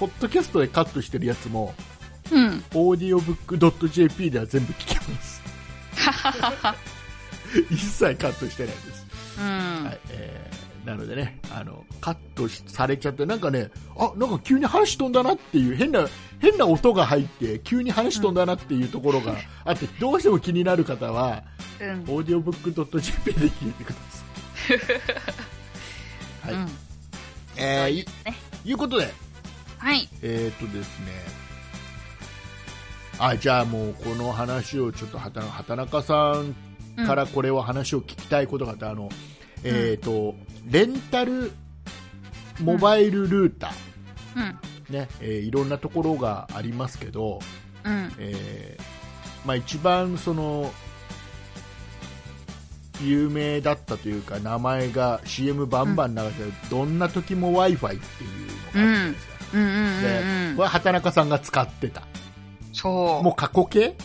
ポッドキャストでカットしてるやつも、
うん。
オーディオブック .jp では全部聞けます。 一切カットしてないです。
うん。
はいえーなのでね、あの、カットしされちゃって、なんかね、あ、なんか急に話飛んだなっていう、変な、変な音が入って、急に話飛んだなっていうところがあって、どうしても気になる方は、
うん。
オーディオブック .jp で聞いてください。
う
はい。
ん
えーい
ね
いうことで、
はい。
えー、とですね、あ、じゃあもうこの話をちょっと畑中畑中さん
うん
からこれを話を聞きたいことがあって、あの、えっ、と、レンタルモバイルルーター、
うん。
ね、えーいろんなところがありますけど、
うん。
えーまあ一番その、有名だったというか、名前が CM バンバン流れて、どんな時も Wi-Fi っていうのがあったじゃないですか。
うんうん
で
うんう
こ
ん。
れ畑中さんが使ってた。
そう。
もう過去形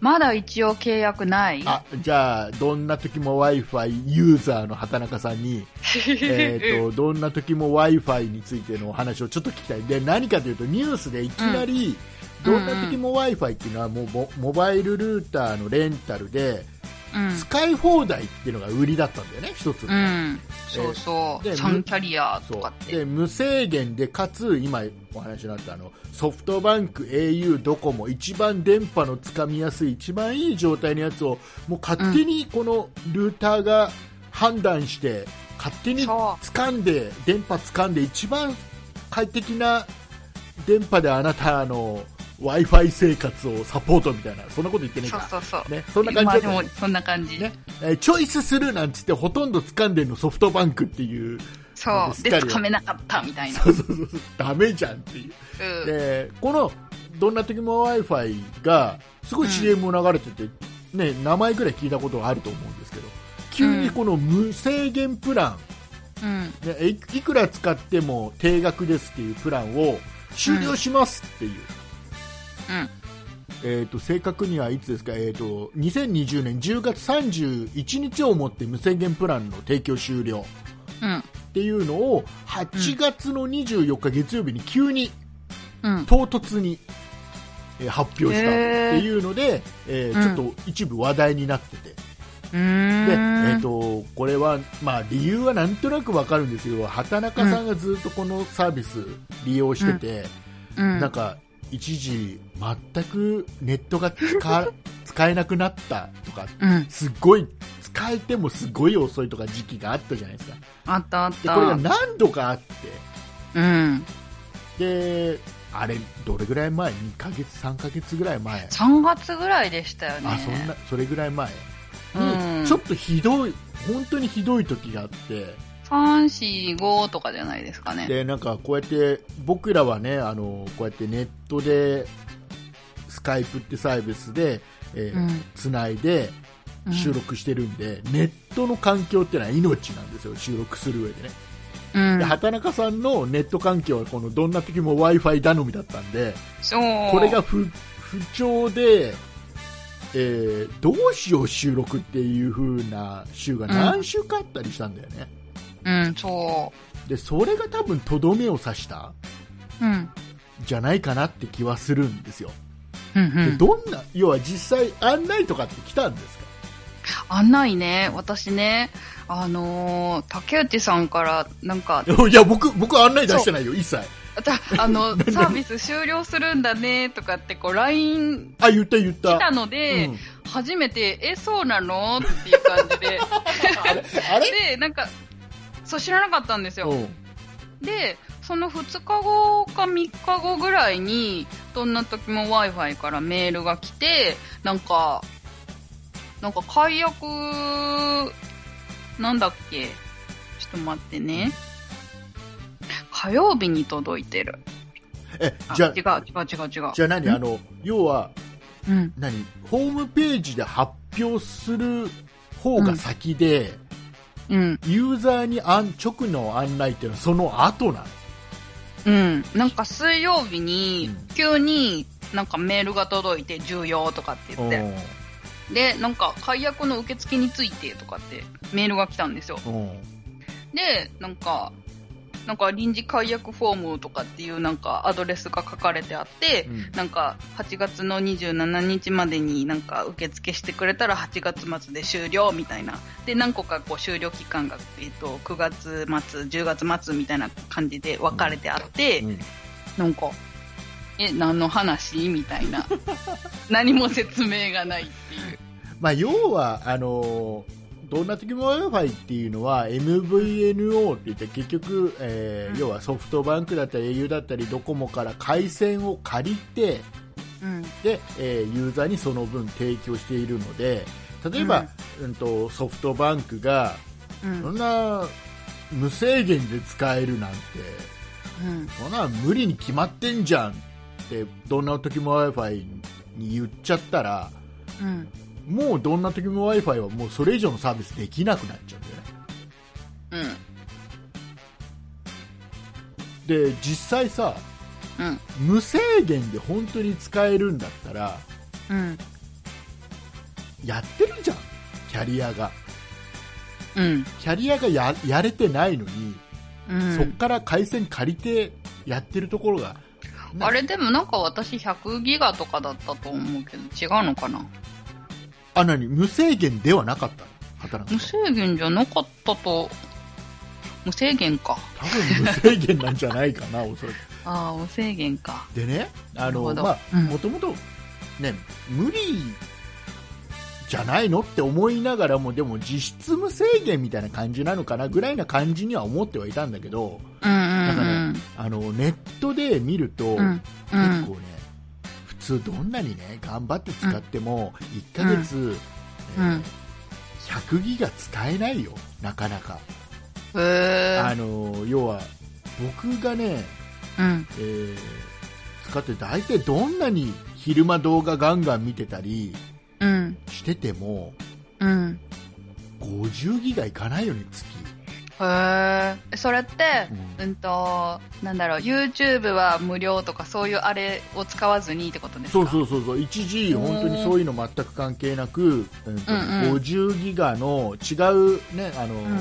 まだ一応契約ない
あ、じゃあ、どんな時も Wi-Fi ユーザーの畑中さんに、えっと、どんな時も Wi-Fi についてのお話をちょっと聞きたい。で、何かというと、ニュースでいきなり、
うん
どんな時も Wi-Fi っていうのはもうモ、モバイルルーターのレンタルで、
うん。
使い放題っていうのが売りだったんだよね、一つ。
うん。そうそう。
で
3キャリア
そ
とかっ
う
て。
で無制限で、かつ今お話になったあのソフトバンク、au、ドコモ一番電波のつかみやすい一番いい状態のやつをもう勝手にこのルーターが判断して、勝手に
そ
掴んで電波掴んで一番快適な電波であなたの w i f i 生活をサポートみたいなそんなこと言ってねえ
そう
か
そうそう。
ね、そんな感
まあ
じ
で
だ
も
ったね、
そんな感じ。
ねえーチョイスするなんつってほとんど掴んでるのソフトバンクっていう。
そ
す
う。
っ
で、
かり
掴めなかったみたいな。
そうそうそうそうダメじゃんっていう
うん。
でこの「どんな時も w i f i がすごい CM も流れてて、ね、名前ぐらい聞いたことがあると思うんですけど急にこの無制限プラ
うん。
ン、ね、いいくら使っても定額ですっていうプランを終了しますっていう、
うん。
えー、と正確にはいつですか、えー、と2020年10月31日をもって無制限プランの提供終了
うん。
っていうのを8月の24日月曜日に急に
うん。
唐突に、えー発表したっていうので、えー
うん
ちょっと一部話題になってて、
う
でえ
ー
ー、
ん。
とこれは、まあ、理由はなんとなくわかるんですけど畑中さんがずっとこのサービス利用してて、
うん
なんか一時全くネットが使 使えなくなったとか
うん。
すっごい使えてもすごい遅いとか時期があったじゃないですか
あったあっ
でこれが
た。
何度かあって
うん。
であれどれぐらい前2ヶ月3ヶ月ぐらい前
3月ぐらいでしたよね。
あそんなそれぐらい前
うん
にちょっとひどい本当にひどい時があって
3、4、5とかじゃないですかね。
でなんかこうやって僕らはねあのこうやってネットでスカイプってサービスで、えー
うん
つないで
うん
収録してるんで、ネットの環境ってのは命なんですよ収録する上でね、
うん
で。畑中さんのネット環境はこのどんな時も w i f i 頼みだったんで
そう。
これが不不調で、えーどうしよう収録っていう風な週が何週かあったりしたんだよね、
うん、そ
でそれが多分とどめを刺した
う。うん。
じゃないかなって気はするんですよ
うんう
で
ん。
どんな要は実際案内とかって来たんですか
案内ね、私ね、あのー竹内さんから、なんか、
いや僕僕案内出してないよ一切
じゃあ の、サービス終了するんだね、とかって、こう、LINE
あ言った言った
来たので、
うん
初めて、え、そうなのっていう感じ で。
あれあれ
で、なんか、そう、知らなかったんですよ。
うん
で、その2日後か3日後ぐらいに、どんな時も Wi-Fi からメールが来て、なんか、なんか解約、なんだっけ。ちょっと待ってね。火曜日に届いてる。
え
あ
じゃ
違う違
あ
う違う違う。
じゃあ何あの要は
うん。
何ホームページで発表する方が先で、
うん。
ユーザーにあん直の案内っていうのはその後なの
うん。なんか水曜日に
うん、
急になんかメールが届いて、重要とかって言って。で、なんか、解約の受付についてとかってメールが来たんですよ。
うんうん
で、なんか、なんか臨時解約フォームとかっていうなんかアドレスが書かれてあって、
うん
なんか8月の27日までになんか受付してくれたら8月末で終了みたいな。で、何個かこう終了期間が、えっと、9月末、10月末みたいな感じで分かれてあって、
うん
なんか、え、何の話みたい な。何も説明がないっていう。
まあ、要はあのーどんな時も Wi-Fi っていうのは MVNO って言って結局、えー
うん
要はソフトバンクだったり au だったりドコモから回線を借りて
うん。
で、えーユーザーにその分提供しているので例えば、うんとソフトバンクが
う
そ
ん。
んな無制限で使えるなんて
うん。
そんな無理に決まってんじゃんってどんな時も Wi-Fi に言っちゃったら
うん。
もうどんな時も Wi-Fi はもうそれ以上のサービスできなくなっちゃうんだよ
う
ね
ん。
で実際さ
うん。
無制限で本当に使えるんだったら
うん。
やってるじゃんキャリアが
うん。
キャリアがややれてないのに、
うん
そっから回線借りてやってるところが
あれでもなんか私100ギガとかだったと思うけど違うのかな
あ何無制限ではなかったの働く
無制限じゃなかったと無制限か
多分無制限なんじゃないかなおそらく
ああ無制限か
でねあの
なるほど
まあ
うん
もともとね無理じゃないのって思いながらもでも実質無制限みたいな感じなのかなぐらいな感じには思ってはいたんだけど
うんう
なんか
ん
ねあのネットで見る
う
と、
んうんう
結
ん
構ね普通どんなにね頑張って使っても1ヶ月、えー
うん
100ギガ使えないよなかなか、
へえ
あの要は僕がね、
うん
えー使って大体どんなに昼間動画ガンガン見てたり
うん
してても
うん
50ギガいかないよね月、
へえそれって
うん
うんとなんだろう YouTube は無料とかそういうあれを使わずにってことですか
そうそうそうそう一時本当にそういうの全く関係なく、うんと
うんうん
50ギガの違うねあの、
ん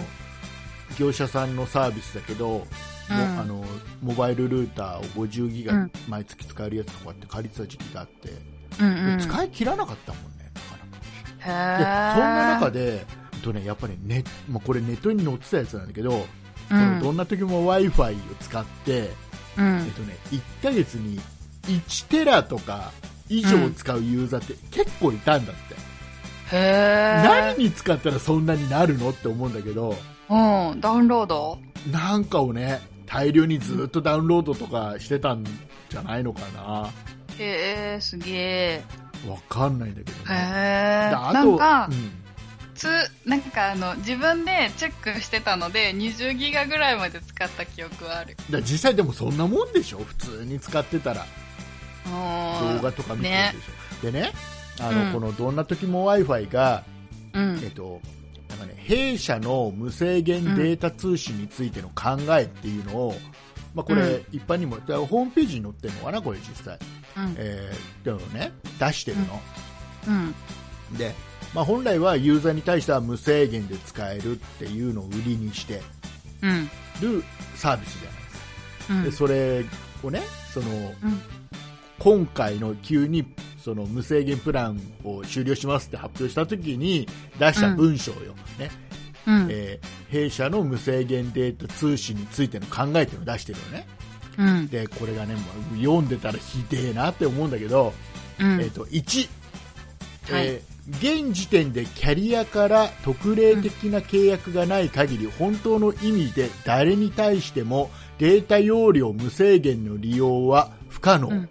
業者さんのサービスだけど、
うん
もあのモバイルルーターを50ギ
う
ガ
ん
毎月使えるやつとかって借りてた時期があって、で
うんうんへ
使い切らなかったもんねなかなか
えそん
でそんな中で、えっとね、やっぱりネ,、まあ、これネットに載ってたやつなんだけど、
う
このど
ん
んな時も w i f i を使って、
う
えっ
ん
とね、1ヶ月に1テラとか以上使うユーザーって結構いたんだって、
へえ
何に使ったらそんなになるのって思うんだけど
うんダウンロード
なんかをね大量にずっとダウンロードとかしてたんじゃないのかな
へえすげえ
わかんないんだけど
へ
ね
え
であと
なんか、
うん
つなんかあの自分でチェックしてたので20ギガぐらいまで使った記憶はある
だから実際でもそんなもんでしょ普通に使ってたら動
動
画とか見てるでしょ、でねあの、
うん
このどんな時も w i f i が
うん
えっと、なんかね、弊社の無制限データ通信についての考えっていうのを、まあこ
う
れ、一般にも、だからホームページに載ってるのかな、これ実際。
うん
えー、っていうのをね、出してるの。
うん
で、まあ本来はユーザーに対しては無制限で使えるっていうのを売りにして
うん
るサービスじゃないですか。
うん
で、それをね、その、
うん
今回の急にその無制限プランを終了しますって発表した時に出した文章よ、ね
うん。
えー弊社の無制限データ通信についての考えっていうのを出してるよね
うん。
でこれがねもう読んでたらひでえなって思うんだけど、
うん
えー、と1、
はい
えー現時点でキャリアから特例的な契約がない限り、本当の意味で誰に対してもデータ容量無制限の利用は不可能、
うん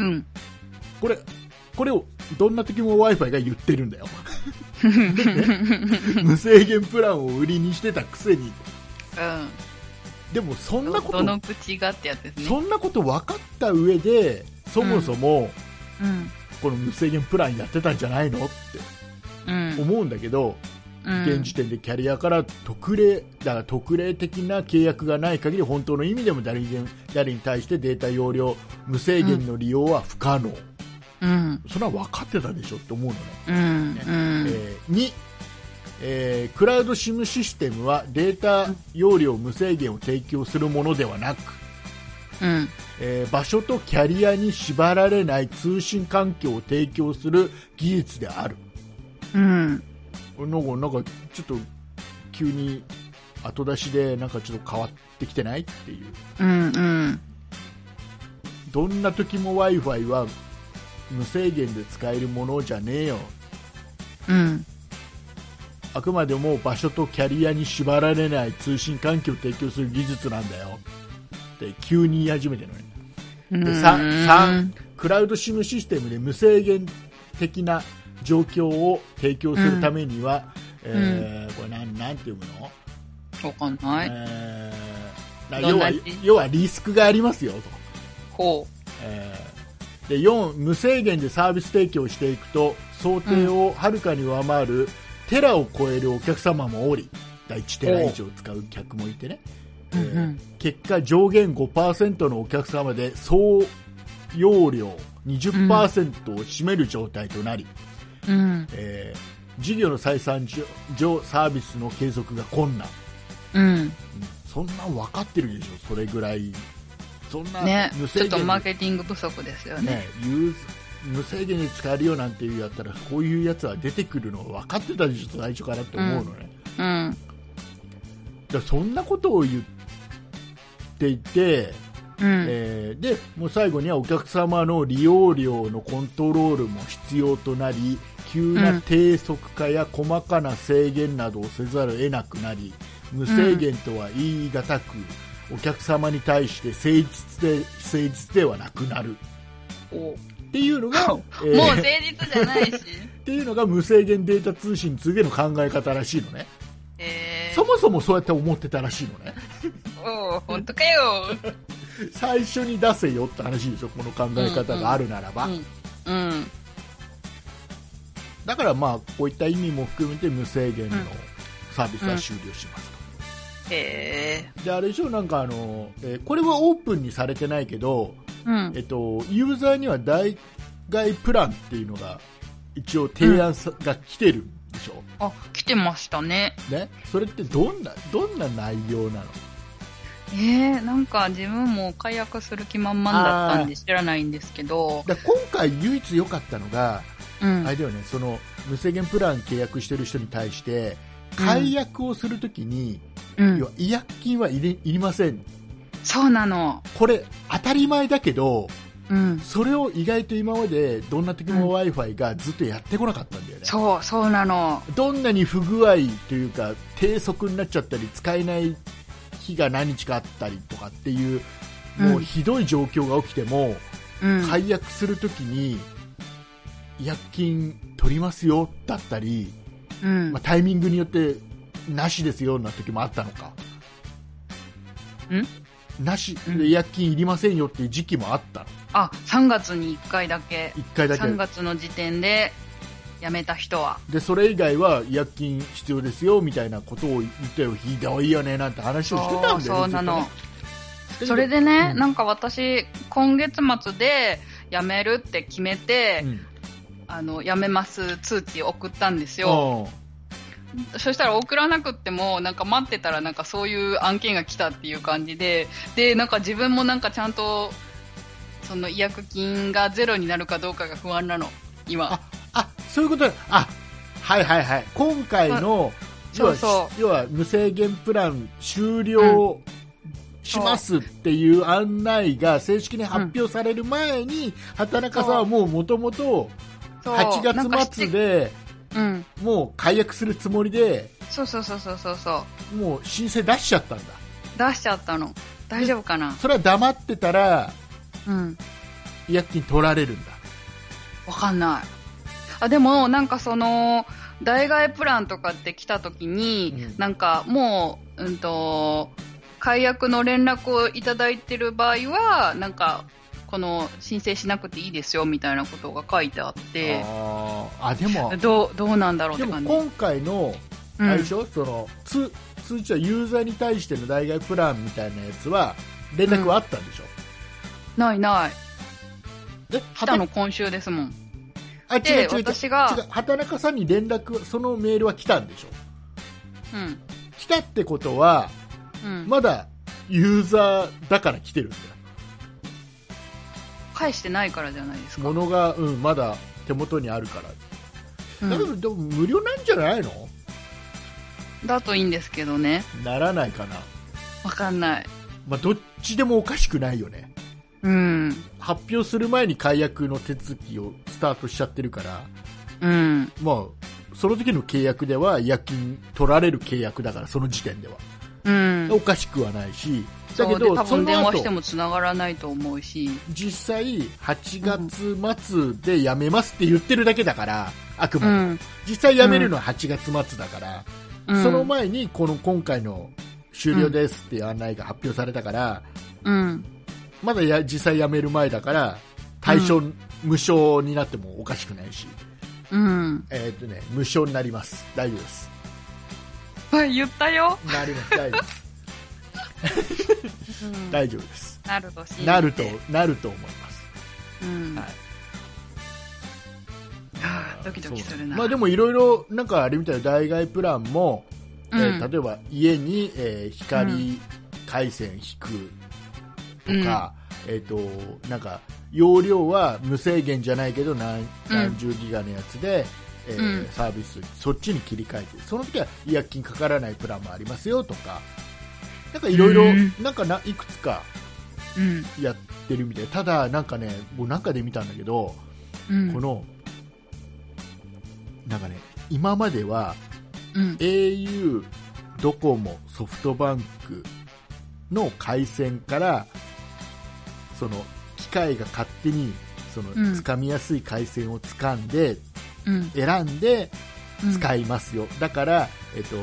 うん。
これこれをどんな時も w i f i が言ってる んだよ無制限プランを売りにしてたくせにでもそ
うんん。
な
ど
こ
どの
と
口がってやつですね。
そんなこと分かった上でそもそも
うん。
この無制限プランやってたんじゃないのって
うん。
思うんだけ
う
ど、
ん
現時点でキャリアから特例だから特例的な契約がない限り本当の意味でも誰にでも誰に対してデータ容量無制限の利用は不可能、
うん。
それは分かってたでしょって思うのね、
うん。うん。
えー2、えークラウド SIM システムはデータ容量無制限を提供するものではなく、
うん。
えー場所とキャリアに縛られない通信環境を提供する技術である
うん。
なんかなんかちょっと急に後出しでなんかちょっと変わってきてないっていう
うん。うん。
どんな時も w i f i は無制限で使えるものじゃねえよ
うん。
あくまでも場所とキャリアに縛られない通信環境を提供する技術なんだよって急に言い始めてるのね
うん
で 3, 3クラウド SIM システムで無制限的な状況を提供するためには、えーこれなんなんて読むの、
わかんない。
えーだ
ど
要
んな
は
字
要はリスクがありますよと、
こ
えーで4無制限でサービス提供していくと想定をはるかに上回るテラを超えるお客様もおりだ1テラ以上使う客もいてね、え
う。う
ー
ん。
結果上限5%のお客様で総容量20%を占める状態となり、
うん。
えー事業の採算上サービスの継続が困難
うん。
そんなん分かってるでしょそれぐらいそんな
ね
無。
ちょ
制
っと
限
マー
で
ケティング不足ですよね。
ねユーズ無制限に使えるよなんていうやったらこういうやつは出てくるの分かってたでしょ最初からって思うのね、
うん。
だからそんなことを言っていて
うん。
えーでもう最後にはお客様の利用量のコントロールも必要となり急な低速化や細かな制限などをせざるを得なくなり無制限とは言い難く、お客様に対して誠実で誠実ではなくなる
こ
っていうのが、え
う。
ー
もう誠実じゃないし。
っていうのが無制限データ通信についての考え方らしいのね
え
そもそもそうやって思ってたらしいのね
ー、おお本当かよ。
最初に出せよって話でしょこの考え方があるならば、
うん。うん。
だからまあこういった意味も含めて無制限のサービスは終了しますと、
へえ。
であれでしょなんかあの、えーこれはオープンにされてないけど、
うん
え。っと、ユーザーには代替プランっていうのが一応提案さが来てるんでしょ、
あ、来てましたね。
ね、それってどんなどんな内容なの
えー、なんか自分も解約する気満々だったんで知らないんですけど。
だから今回唯一良かったのが、
うん
あ。れだよねその無制限プラン契約してる人に対して解約をするときに、
うん
要は違約金はいりいりません
そうなの。
これ当たり前だけど
うん。
それを意外と今までどんな時も w i f i がずっとやってこなかったんだよね、
そう、そうなの。
どんなに不具合というか低速になっちゃったり使えない日が何日かあったりとかっていう
うん
もうひどい状況が起きても、
うん。
解約するときに違約金取りますよだったり、
うん
まあ、。タイミングによってなしですよな時もあったのかなし
うん
違約金いりませんよっていう時期もあったの
あ、3月に1回だけ。
1回だけ
3月の時点で辞めた人は。
でそれ以外は違約金必要ですよみたいなことを言ったよひどいよねなんて話をしてたんだよね
そうそうなの
ずっとね
それでね、
うん
なんか私、今月末で辞めるって決めて、
うん
あの、辞めます通知送ったんですよ。
うん
そしたら送らなくっても、なんか待ってたらなんかそういう案件が来たっていう感じで、で、なんか自分もなんかちゃんと、その違約金がゼロになるかどうかが不安なの今
ああそういうことだあはいはいはい今回の要は
そうそ
要は無制限プラン終了しますっていう案内が正式に発表される前に、畑中さんはもうもともと
そうなん
8
か
月
して
末で
うん
もう解約するつもりで
そうそうそうそうそうそう
もう申請出しちゃったんだ
出しちゃったの大丈夫かな
それは黙ってたら
うん
違約金取られるんだ
わかんないあでもなんかその代替プランとかって来た時に、
うん
なんかもううんと解約の連絡をいただいてる場合はなんかこの申請しなくていいですよみたいなことが書いてあって
あーあでも
どうどうなんだろうっ
で
て
も
感じ
今回の
うん
あれでしょ、その通通知はユーザーに対しての代替プランみたいなやつは連絡はあったんでしょ、
ないない
え
来たの今週ですもん
あ違う
で
違う違う
私が
違う畑中さんに連絡そのメールは来たんでしょ
うん
来たってことは
うん、
まだユーザーだから来てるんだよ
返してないからじゃないですか、
物が、うん、まだ手元にあるから、
うん
だけどでも無料なんじゃないの
だといいんですけどね
ならないかな、
わかんない
まあ、どっちでもおかしくないよね
うん
発表する前に解約の手続きをスタートしちゃってるから
うん
まあ、その時の契約では夜勤取られる契約だからその時点では、
うん
おかしくはないしだ
そ
け
うで
ど
多
そ
分電
の
話して
後
も繋がらないと思うし
実際8月末で辞めますって言ってるだけだからあく
う
まで、
ん、
実際辞めるのは8月末だから、
うん、
その前にこの今回の終了ですっていう案内が発表されたから、
うん
まだや実際辞める前だから対象、無償になってもおかしくないし、
うん
えーっとね、無償になります大丈 夫です
はい言ったよ、
なります大丈夫です
うん、
大丈夫です。
なるとし
なると、なると思います。
うん
はい
はあドキドキするな
まあでもいろいろ、なんかあれみたいな代替プランも、えー
うん
例えば家に、えー光回線引くとか、えっ、と、なんか、容量は無制限じゃないけど何、何十ギガのやつで、えー
うん
サービス、そっちに切り替えて、その時は違約金かからないプランもありますよとか、なんかいろいろ
うん、
なんかないくつか
うん
やってるみたい。ただ、なんかね、僕なんかで見たんだけど、
うん
この、なんかね、今までは
うん
au、ドコモ、ソフトバンクの回線から、その機械が勝手にその
うん
掴みやすい回線を掴んで、
うん
選んで
うん
使いますよ、だから、えっと、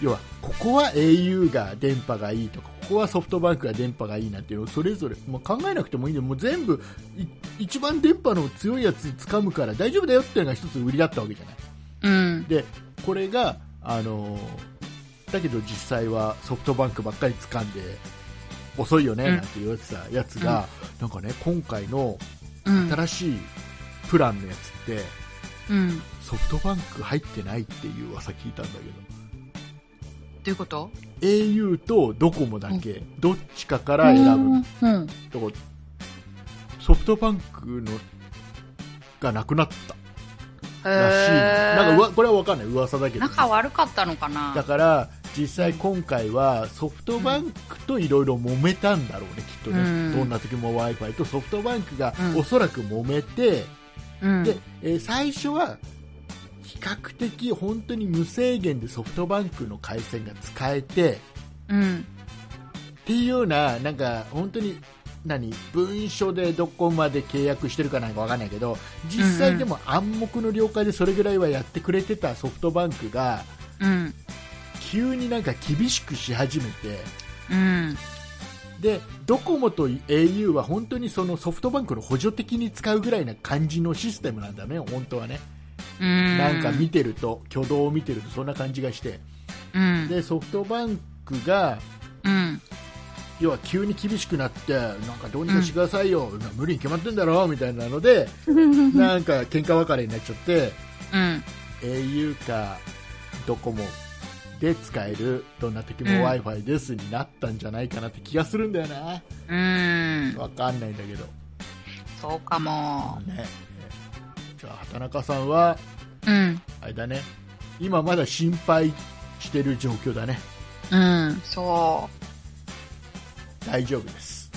要はここは au が電波がいいとかここはソフトバンクが電波がいいなんていうのをそれぞれもう考えなくてもいいのでもう全部い一番電波の強いやつ掴むから大丈夫だよっていうのが一つ売りだったわけじゃない
うん
でこれが、あのーだけど実際はソフトバンクばっかり掴んで遅いよね
うん
なんて言われてたやつが、なんかね今回の
うん
新しいプランのやつって、
うんど
ソフトバンク入ってないっていう噂聞いたんだ
う
け
いうこと
ど au とドコモだけ、どっちかから選ぶ
うん
とこソフトバンクのがなくなったらしい、なんかうわこれは分かんない噂だけどね、
仲悪かったのかな
だから実際今回はソフトバンクといろいろ揉めたんだろうね、きっとね、
うん
どんな時も w i f i とソフトバンクが
うん
おそらく揉めて、
うん
でえー最初は比較的本当に無制限でソフトバンクの回線が使えて
うん
っていうようななんか本当に何文書でどこまで契約してるかなんかわかんないけど実際でも暗黙の了解でそれぐらいはやってくれてたソフトバンクが
うん
急になんか厳しくし始めて
うん
でドコモと au は本当にそのソフトバンクの補助的に使うぐらいな感じのシステムなんだね、本当はね。
うん
なんか見てると、挙動を見てるとそんな感じがして、
うん
でソフトバンクが
うん
要は急に厳しくなってなんかどうにかしてくださいよ、な無理に決まってんだろみたいな のでなんか喧嘩別れになっちゃって
うん
au かドコモで使えるどんな時も
うん
w i f i ですになったんじゃないかなって気がするんだよな
うん
わかんないんだけど
そうかも。
ね、じゃあ畑中さんは
うん。
あれだね今まだ心配してる状況だね
うん。そう。
大丈夫です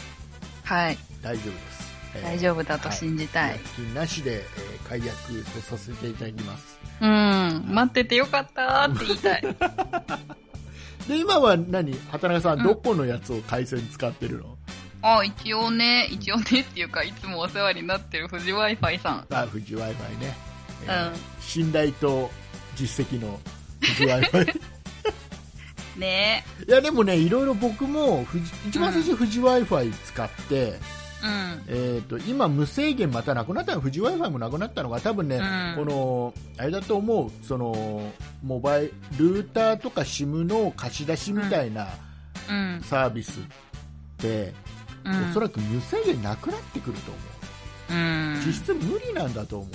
はい。
大丈夫です、えー
大丈夫だと信じたい。
はい薬品なしで、えー解約とさせていただきます
うん。待っててよかったーって言いたい。
で今は何畑中さん、
うん
どこのやつを回線使ってるの
あ、一応ね、一応ねっていうか、いつもお世話になってる富士 Wi-Fi さん。
あ富士 w i f i ね、えー
うん
信頼と実績の富士 w i f i
ね
いやでもねいろいろ僕も富士一番最初富士 w i f i 使って、
うん。
えー、と今、無制限またなくなったの富士 w i f i もなくなったのが多分ね、
うん
このあれだと思うそのモバイルルーターとか SIM の貸し出しみたいな
うん。
サービスって、
うん。
おそらく無制限なくなってくると思
うん
う、。実質無理なんだと思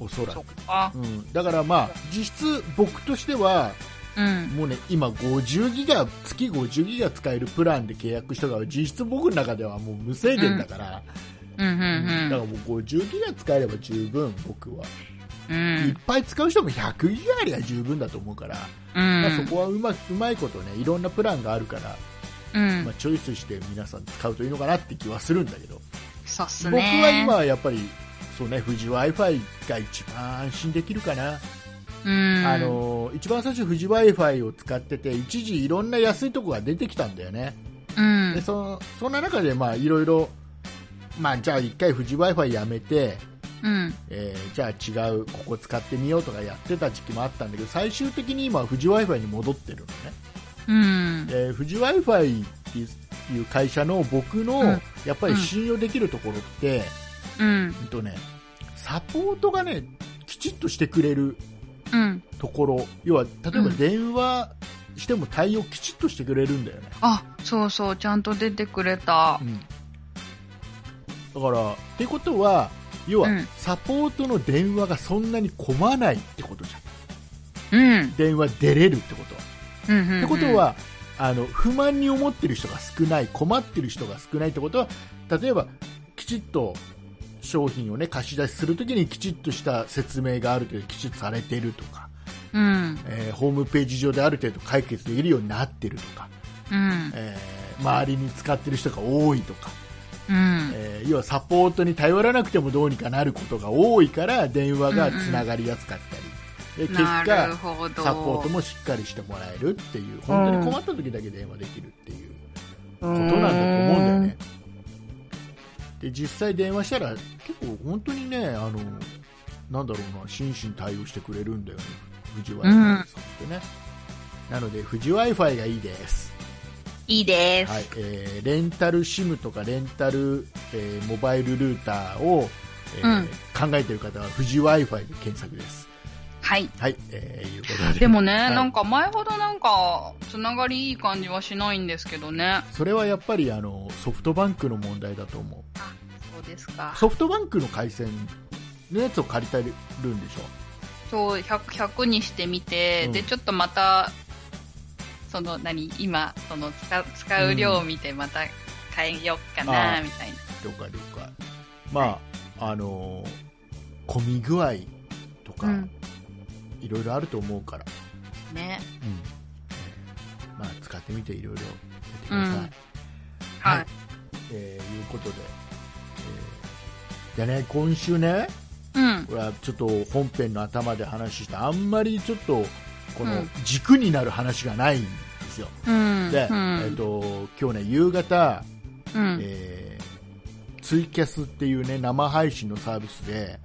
う、おそら
そっ
く。
か。
うん、だからまあ実質僕としては
うん。
もうね今50ギガ月50ギガ使えるプランで契約したから実質僕の中ではもう無制限だから、
うん。う
だ
ん。
か
う
ら
ん。
もう50ギガ使えれば十分、僕は、
う
いっ
ん。
ぱい使う人も100ギガありゃ十分だと思うから、
う
まあ、そ
ん。
こはうまうまいことねいろんなプランがあるから、
うん
まあ、。チョイスして皆さん使うといいのかなって気はするんだけど、
そうっす
僕は
ね。
今はやっぱりそうね富士 w i f i が一番安心できるかな、
うん。
あ、の一番最初、富士 w i f i を使ってて一時いろんな安いとこが出てきたんだよね。
うん。
でそそんな中でまあいろいろ、まあ、じゃあ一回富士 w i f i やめて
うん。
えーじゃあ違うここ使ってみようとかやってた時期もあったんだけど最終的に今は富士 w i f i に戻ってるのね、
うん。
えー、富士 w i f i っていう会社の僕の、
うん
やっぱり信用できるところって、
うん。
うんとね、サポートがねきちっとしてくれる
うん。
ところ要は例えば
うん
電話しても対応きちっとしてくれるんだよね、
あ、そうそう、ちゃんと出てくれた
う。ん、だからってことは要は、
うん
サポートの電話がそんなに混まないってことじゃん
うん。
電話出れるってことは
うんうん。うん
ってこと、は、あの不満に思ってる人が少ない困ってる人が少ないってことは例えばきちっと商品を、ね、貸し出しするときにきちっとした説明がある程度きちっとされてるとか、
うん。
えーホームページ上である程度解決できるようになってるとか、
うん。
えー周りに使ってる人が多いとか、
うん。
えー要はサポートに頼らなくてもどうにかなることが多いから電話がつながりやすかったり。で結
な
果
るほど。
サポートもしっかりしてもらえるっていう本当に困った時だけ電話できるっていう
こと
ことなんだと思うんだよね。で実際電話したら結構本当にねあのなんだろうな真摯に対応してくれるんだよね富士 w i f i さんってね。なので富士 w i f i がいいです。
いいです。
はいえーレンタル SIM とかレンタル、えーモバイルルーターを、えー考えてる方は富士 w i f i で検索です。
はい。
はい、えーいうことで
でもね、
はい
なんか前ほどなんか、つながりいい感じはしないんですけどね。
それはやっぱりあのソフトバンクの問題だと思う
そうですか。
ソフトバンクの回線のやつを借りてるんでしょ
そう、100、100にしてみて、
うん
で、ちょっとまた、その、何、今、その使う、使う量を見て、また変えようか
あ
な、
ー
みたいな。
了解了解まああの混み具合とか、
うん
いろいろあると思うから、
ね。
まあ、使ってみていろいろやってください、
うんはい。
えーいうことで、えーでね今週ね
うん。
これはちょっと本編の頭で話したあんまりちょっとこ
う
の
ん
軸になる話がないんですよ、
うん。
で、
うん
えっと今日ね夕方、
うん
えーツイキャスっていうね生配信のサービスで、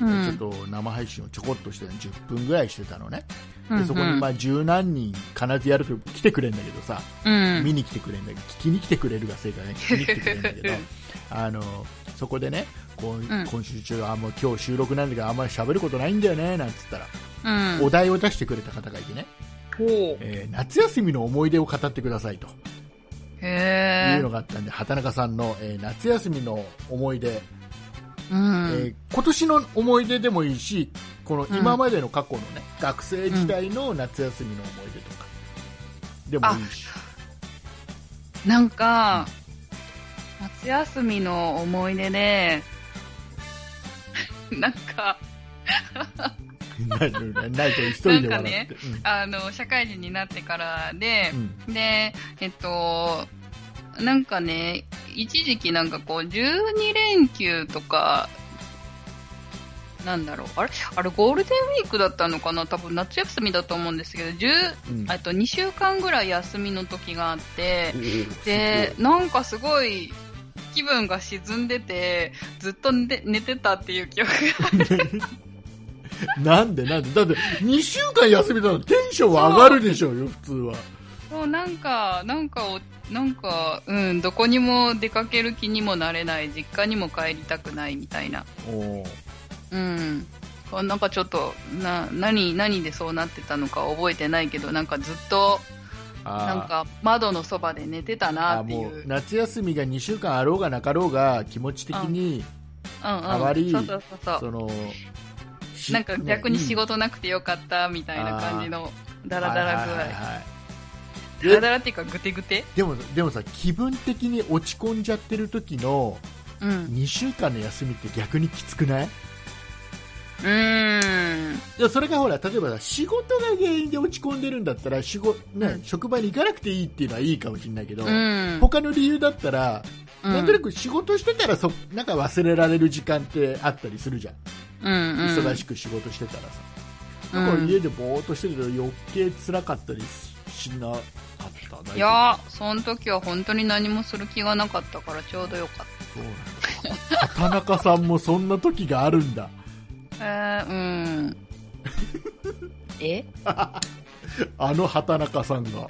うん
ちょっと生配信をちょこっとして10分ぐらいしてたのね、
うんう
で
ん
そこにまあ十何人必ずやると来てくれるんだけどさ、
うん
見に来てくれるんだけど聞きに来てくれるが正解ね聞きに来てくれるんだけど あのそこでねこう
うん
今週中あもう今日収録なんだけどあんまり喋ることないんだよねなんつったら、
うん
お題を出してくれた方がいてね、
ほう
えー夏休みの思い出を語ってくださいと。い
へえ
うの。があったんで、畑中さんの、えー夏休みの思い出、
う
え
ん。
ー今年の思い出でもいいし、この今までの過去のね、学生時代の夏休みの思い出とか、 でもいいし、
なんか、夏休みの思い出で、 なんか、
ないないないと一人で笑って。
あの、社会人になってからで
う、ん
で、えっと、なんかね、一時期なんかこう、12連休とか、なんだろう、あれあれゴールデンウィークだったのかな多分夏休みだと思うんですけど、10、
うんうん
あと2週間ぐらい休みの時があって、で、
す
なんかすごい気分が沈んでて、ずっと寝て寝てたっていう記憶が。
なんでなんでだって2週間休みだとテンションは上がるでしょうよ普通は
もう なんか、なんかを、なんか、うん、どこにも出かける気にもなれない、実家にも帰りたくないみたいな。
おー
うん。こうなんかちょっと、な、何、何でそうなってたのか覚えてないけど、なんかずっと、
あー
なんか窓のそばで寝てたな
あ
ってい
も
う。
う夏休みが2週間あろうがなかろうが気持ち的に
うんうん。
あまり
そうそうそうそう。
そのし
なんか逆に
ね
仕事なくてよかったみたいな感じのダラダラ具合
はいはいはいはい
ダラダラっていうかグテグテ
でもでもさ気分的に落ち込んじゃってる時の
うんう
2週間の休みって逆にきつくない
ーん
いやそれがほら例えばさ仕事が原因で落ち込んでるんだったら仕事、ね
うん
職場に行かなくていいっていうのはいいかもしれないけど、
うん
他の理由だったら、
うん
なんとなく仕事してたらそなんか忘れられる時間ってあったりするじゃん、
うんうん
忙しく仕事してたらさ
うん
だから家でぼーっとしてると余計辛かったりししなかった
いやーその時は本当に何もする気がなかったからちょうどよかっ
そうなんだ畑中さんもそんな時があるんだ
たえー、うん え
あの畑中さんが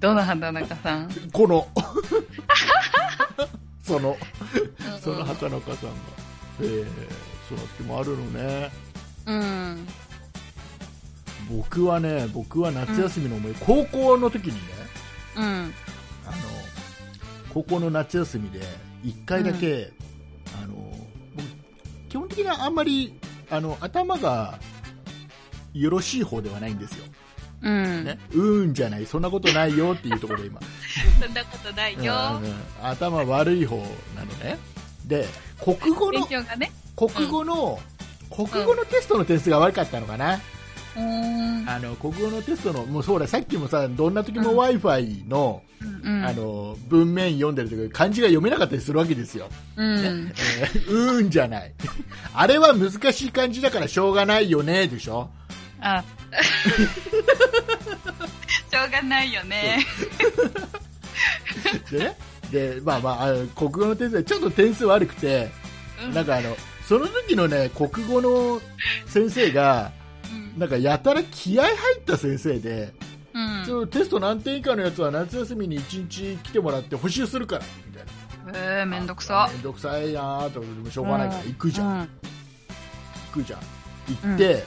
どの畑中さん
この そのその
うん
畑中さんが、えー、その時もあるのね
うん
僕はね僕は夏休みの思い、高校の時にね
うん
あの高校の夏休みで1回だけ、あの僕基本的にはあんまりあの頭がよろしい方ではないんですよ、
うん、
ね、うーんじゃないそんなことないよっていうところで今
そんなことないよ
うんうん頭悪い方なのねで国語
勉
の
強がね
国語の、国語のテストの点数が悪かったのかな、
うーん
あの国語のテストのもうそうださっきもさどんな時も w i f i の,、
うん
あの文面読んでる時漢字が読めなかったりするわけですよ、
うん
えー うーんじゃないあれは難しい漢字だからしょうがないよねでしょ
あしょうがないよね
でねでまあまああの国語のテストでちょっと点数悪くて
うん
なんかあのその時のね国語の先生が
うん
なんかやたら気合入った先生で、
うん
ちょっとテスト何点以下のやつは夏休みに1日来てもらって補習するからみたいな
えー、めんどくさ
めんどくさいなーと思ってでもしょうがないから行くじゃん、行くじゃん行って、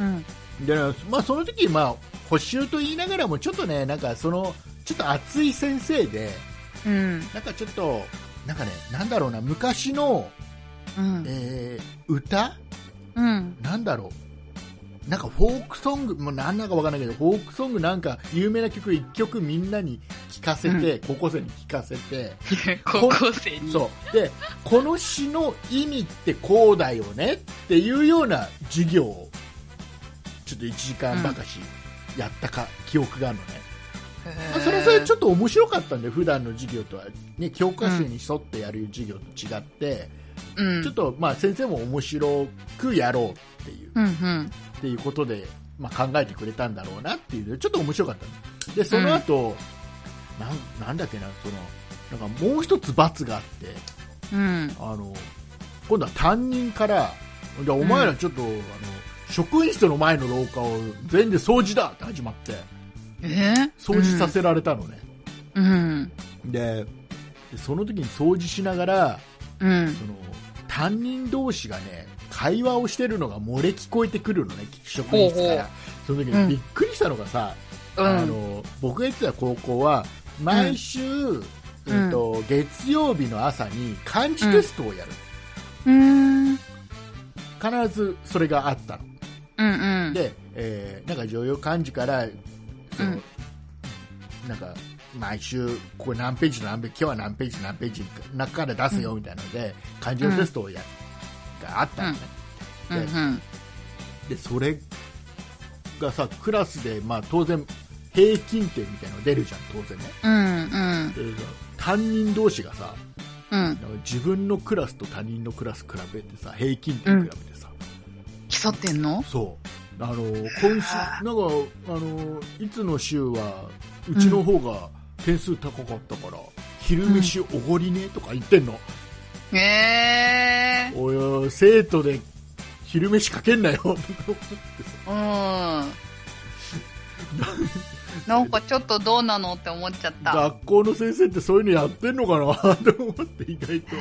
うんうん
でまあ、その時、まあ、補習と言いながらもちょっとねなんかそのちょっと熱い先生で
うん
なんかちょっとなんかねなんだろうな昔の、
うん
えー歌
うん
なんだろうなんかフォークソングもう何なのかわかんないけどフォークソングなんか有名な曲1曲みんなに聞かせて、高校生に聞かせて
高校生に
そうでこの詩の意味ってこうだよねっていうような授業をちょっと1時間ばかしやったか、記憶があるのね、まあそれはそれちょっと面白かったんで普段の授業とは、ね、教科書に沿ってやる授業と違って、
うん
ちょっとまあ先生も面白くやろうっていう
うんうん
っていうことで、まあ、考えてくれたんだろうなっていうのでちょっと面白かったのでその後、なんなんだっけなそのなんかもう一つ罰があって
うん
あの今度は担任からじゃあお前らちょっと、あの職員室の前の廊下を全員で掃除だって始まって
えー
掃除させられたのね、
うん
ででその時に掃除しながら
うん
その担任同士がね会話をしてるのが漏れ聞こえてくるのね職員室から
ほうほう
その時
う
に
ん
びっくりしたのがさ、
う
あ
ん
の僕が行ってた高校は毎週、うんと月曜日の朝に漢字テストをやる、
うん
必ずそれがあったの
うんうん
で、えーなんか常用漢字からその、
うん
なんか毎週これ何ページと何ページ今日は何ページ何ページ中から出すよみたいなので、感情テストをやがあったのね、
うんうん
でそれがさクラスで、まあ、当然平均点みたいなの出るじゃん当然ね、
うんうん
で担任同士がさ
うん
自分のクラスと他人のクラス比べてさ平均点比べてさ、
競ってんの
そうあの今週なんかあのいつの週はうちの方が点数高かったから、昼飯おごりねとか言ってんの、
へえ
おいおい生徒で昼飯かけんなよ
うんなんかちょっとどうなのって思っちゃった
学校の先生ってそういうのやってんのかな と思って意外と
へ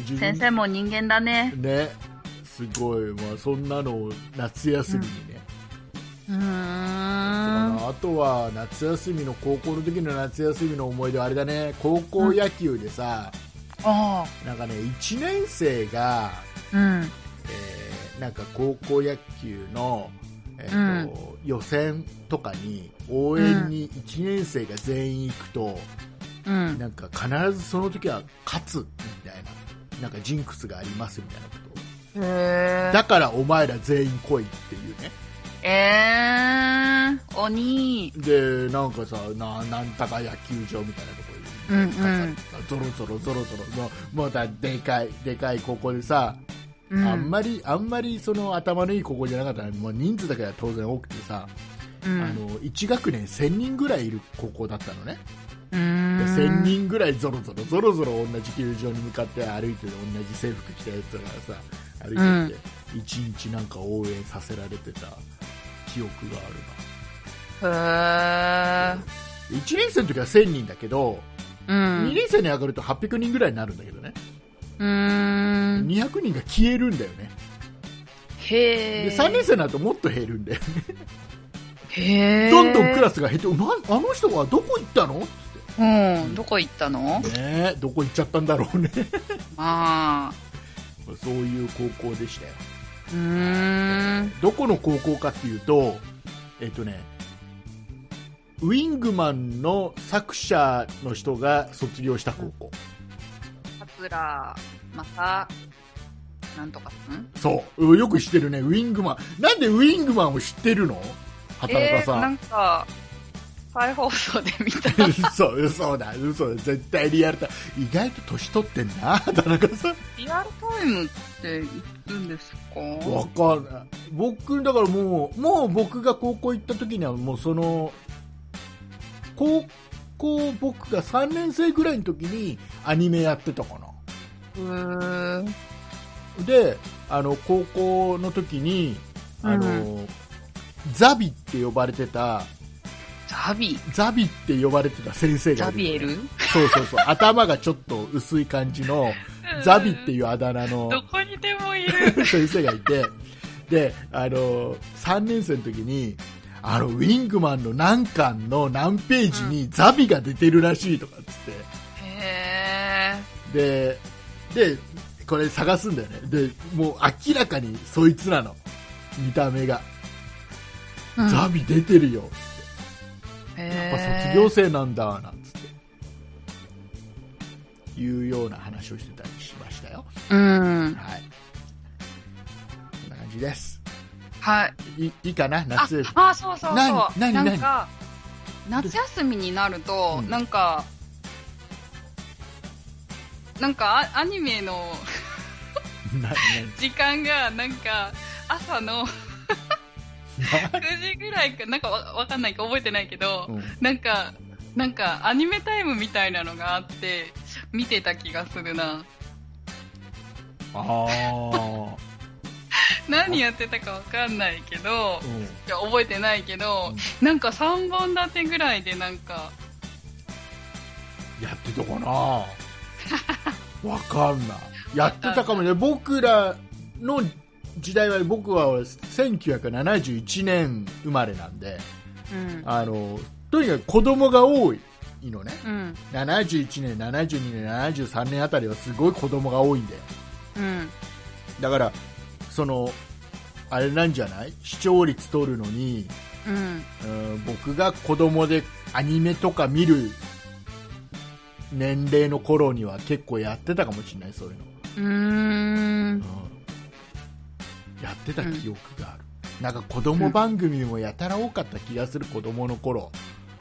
自
え
分
先生も人間だね
ねすごい、まあ、そんなのを夏休みにね、
うーん
あとは夏休みの高校の時の夏休みの思い出はあれだね高校野球でさ、
ああ
なんかね1年生が、
うん
えーなんか高校野球の、えーと予選とかに応援に1年生が全員行くと、
うん
なんか必ずその時は勝つみたいななんかジンクスがありますみたいなこと
へえ
だからお前ら全員来いっていうね
えー、鬼
でなんかさななんたか野球場みたいなとこ
う
ろ
んう
に、
ん
ゾロゾロゾロゾロもうもうだでかいでかい高校でさ、
うん
あんまりあんまりその頭のいい高校じゃなかったらもう人数だけは当然多くてさ、
うん
あの1学年1000人ぐらいいる高校だったのね、
う
で
ーん
1000人ぐらいゾロゾロゾロゾロ同じ球場に向かって歩いてる同じ制服着たやつらがさ歩いてて、一日なんか応援させられてた記憶があるな。
へえ
1年生の時は1000人だけど、
う
2
ん
年生に上がると800人ぐらいになるんだけどね、
うーん
200人が消えるんだよね、
へえ
で3年生になるともっと減るんだよね、
へえ
どんどんクラスが減って、なんあの人はどこ行ったのっ
うんどこ行ったの
つって、ねえ、どこ行っちゃったんだろうね、
まあ
そういう高校でしたよ、
うーん
どこの高校かっていうと、えっとね、ウィングマンの作者の人が卒業した高校、
桂正なんとかさん
そう、よく知ってるね、ウィングマン、なんでウィングマンを知ってるの畑中さ
えー、
ん
なんか再放送で見た
嘘嘘だ嘘だ絶対リアルタイム意外と年取ってんな 田中さん
リアルタイムっていつんですか
わかんない僕だからもうもう僕が高校行った時にはもうその高校僕が3年生ぐらいの時にアニメやってたかな
うーん
であの高校の時にあの、
う
ザビって呼ばれてた
ザビ
ザビって呼ばれてた先生が
ザ
いるの
ビエル
そうそうそう頭がちょっと薄い感じのザビっていうあだ名の
どこにでもいる
先生がいて、で、あの、3年生の時に、あの、ウィングマンの何巻の何ページにザビが出てるらしいとかっつっ
へえ
て、で、で、これ探すんだよね。で、もう明らかにそいつなの。見た目が。ザビ出てるよ。やっぱ卒業生なんだ、なんつって。いうような話をしてたりしましたよ。
うん
はい。こんな感じです。
はい
いいいかな
あ
夏。
あそうそうそう
何何
なんか夏休みになると、
うん
なんかなんかアアニメの
なな
時間がなんか朝の9時ぐらいかなんかわわかんないか覚えてないけど、
うん
なんかなんかアニメタイムみたいなのがあって見てた気がするな
ああ、
何やってたかわかんないけど
うん、
いや覚えてないけど、なんか3本立てぐらいでなんか
やってた かなわかんないやってたかもね僕らの時代は僕は1971年生まれなんで
うん
あのとにかく子供が多いのね
うん
71年72年73年あたりはすごい子供が多いんだよ
うん
だからそのあれなんじゃない視聴率取るのに
うん。
うん僕が子供でアニメとか見る年齢の頃には結構やってたかもしれないそういうの、
うーん。
うんやってた記憶がある、なんか子供番組もやたら多かった気がする子供の頃、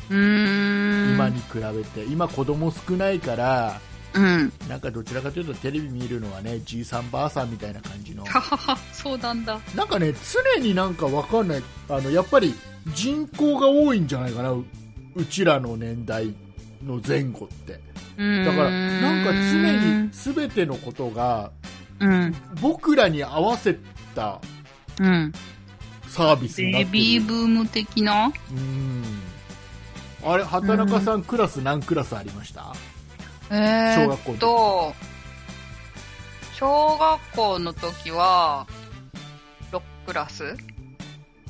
うーん。
今に比べて今子供少ないから
うん。
なんかどちらかというとテレビ見るのはねじいさんばあさんみたいな感じの
ははは、そうなんだ。
なんかね常になんかわかんないあのやっぱり人口が多いんじゃないかなううちらの年代の前後ってだ
だ
からなんか常に全てのことが
うん。
僕らに合わせた
うん。
サービスにな
ベ
って
ビー
る
ブーム的な
うんあれ畑中さんクラス何クラスありました
え
小
ー、
学校
っと、小学校の時は、6クラス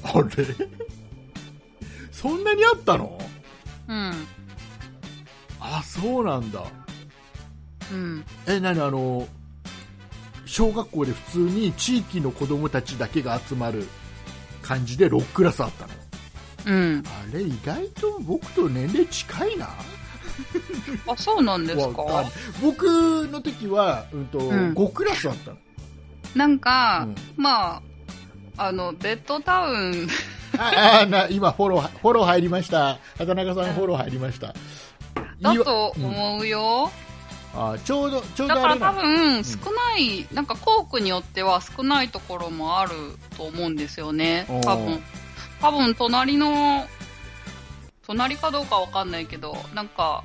あれ そんなにあったの
うん。
あそうなんだ
うん。
え何あの小学校で普通に地域の子供たちだけが集まる感じで6クラスあった
う
の
ん。
あれ意外と僕と年齢近いな
あ、そうなんですか
わかん僕の時は、うんと
ん
5クラスあったの、
なんか、
うん
まあ、あの、ベッドタウン、
ああな今フォローフォロー入りました畑中さんフォロー入りました
だ
いわ
と思うよ。
あちょうどちょう
だ
ど
か
あ
ら
れ
多
だ
分、少ない、なんか校区によっては少ないところもあると思うんですよね。
おー
多分。多分、隣の、隣かどうかわかんないけど、なんか、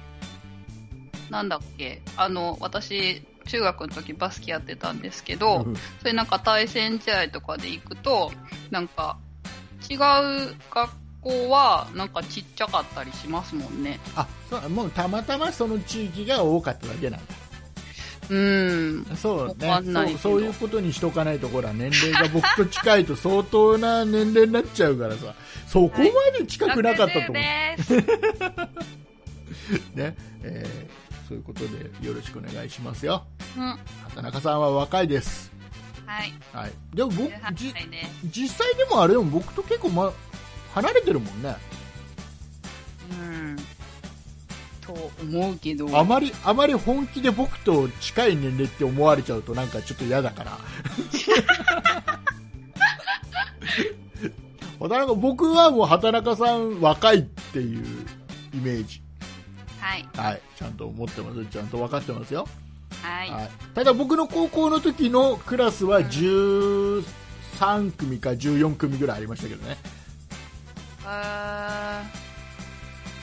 なんだっけ、あの、私、中学の時バスケやってたんですけど、
うん
それなんか対戦試合とかで行くと、なんか、違う学校は、なんかちっちゃかったりしますもんね。
あそうもうたまたまその地域が多かっただけなんだ
うん。
そう
わ
ね
かんないけ
そ
ど
うそういうことにしとかないところは年齢が僕と近いと相当な年齢になっちゃうからさそこまで近くなかったと思う、ね
学生です
えーそういうことでよろしくお願いしますよ
うん。は
畑中さんは若いです、
い。
はい、でも僕
18
じ
歳です。
実際でもあれでも僕と結構、ま、離れてるもんね
うん。と思うけど。
あまりあまり本気で僕と近い年齢って思われちゃうとなんかちょっと嫌だから 畑中僕はもう畑中さん若いっていうイメージ
はい。
はいちゃんと思ってますちゃんと分かってますよ、
はい。
はい、ただ僕の高校の時のクラスは13組か14組ぐらいありましたけどね
え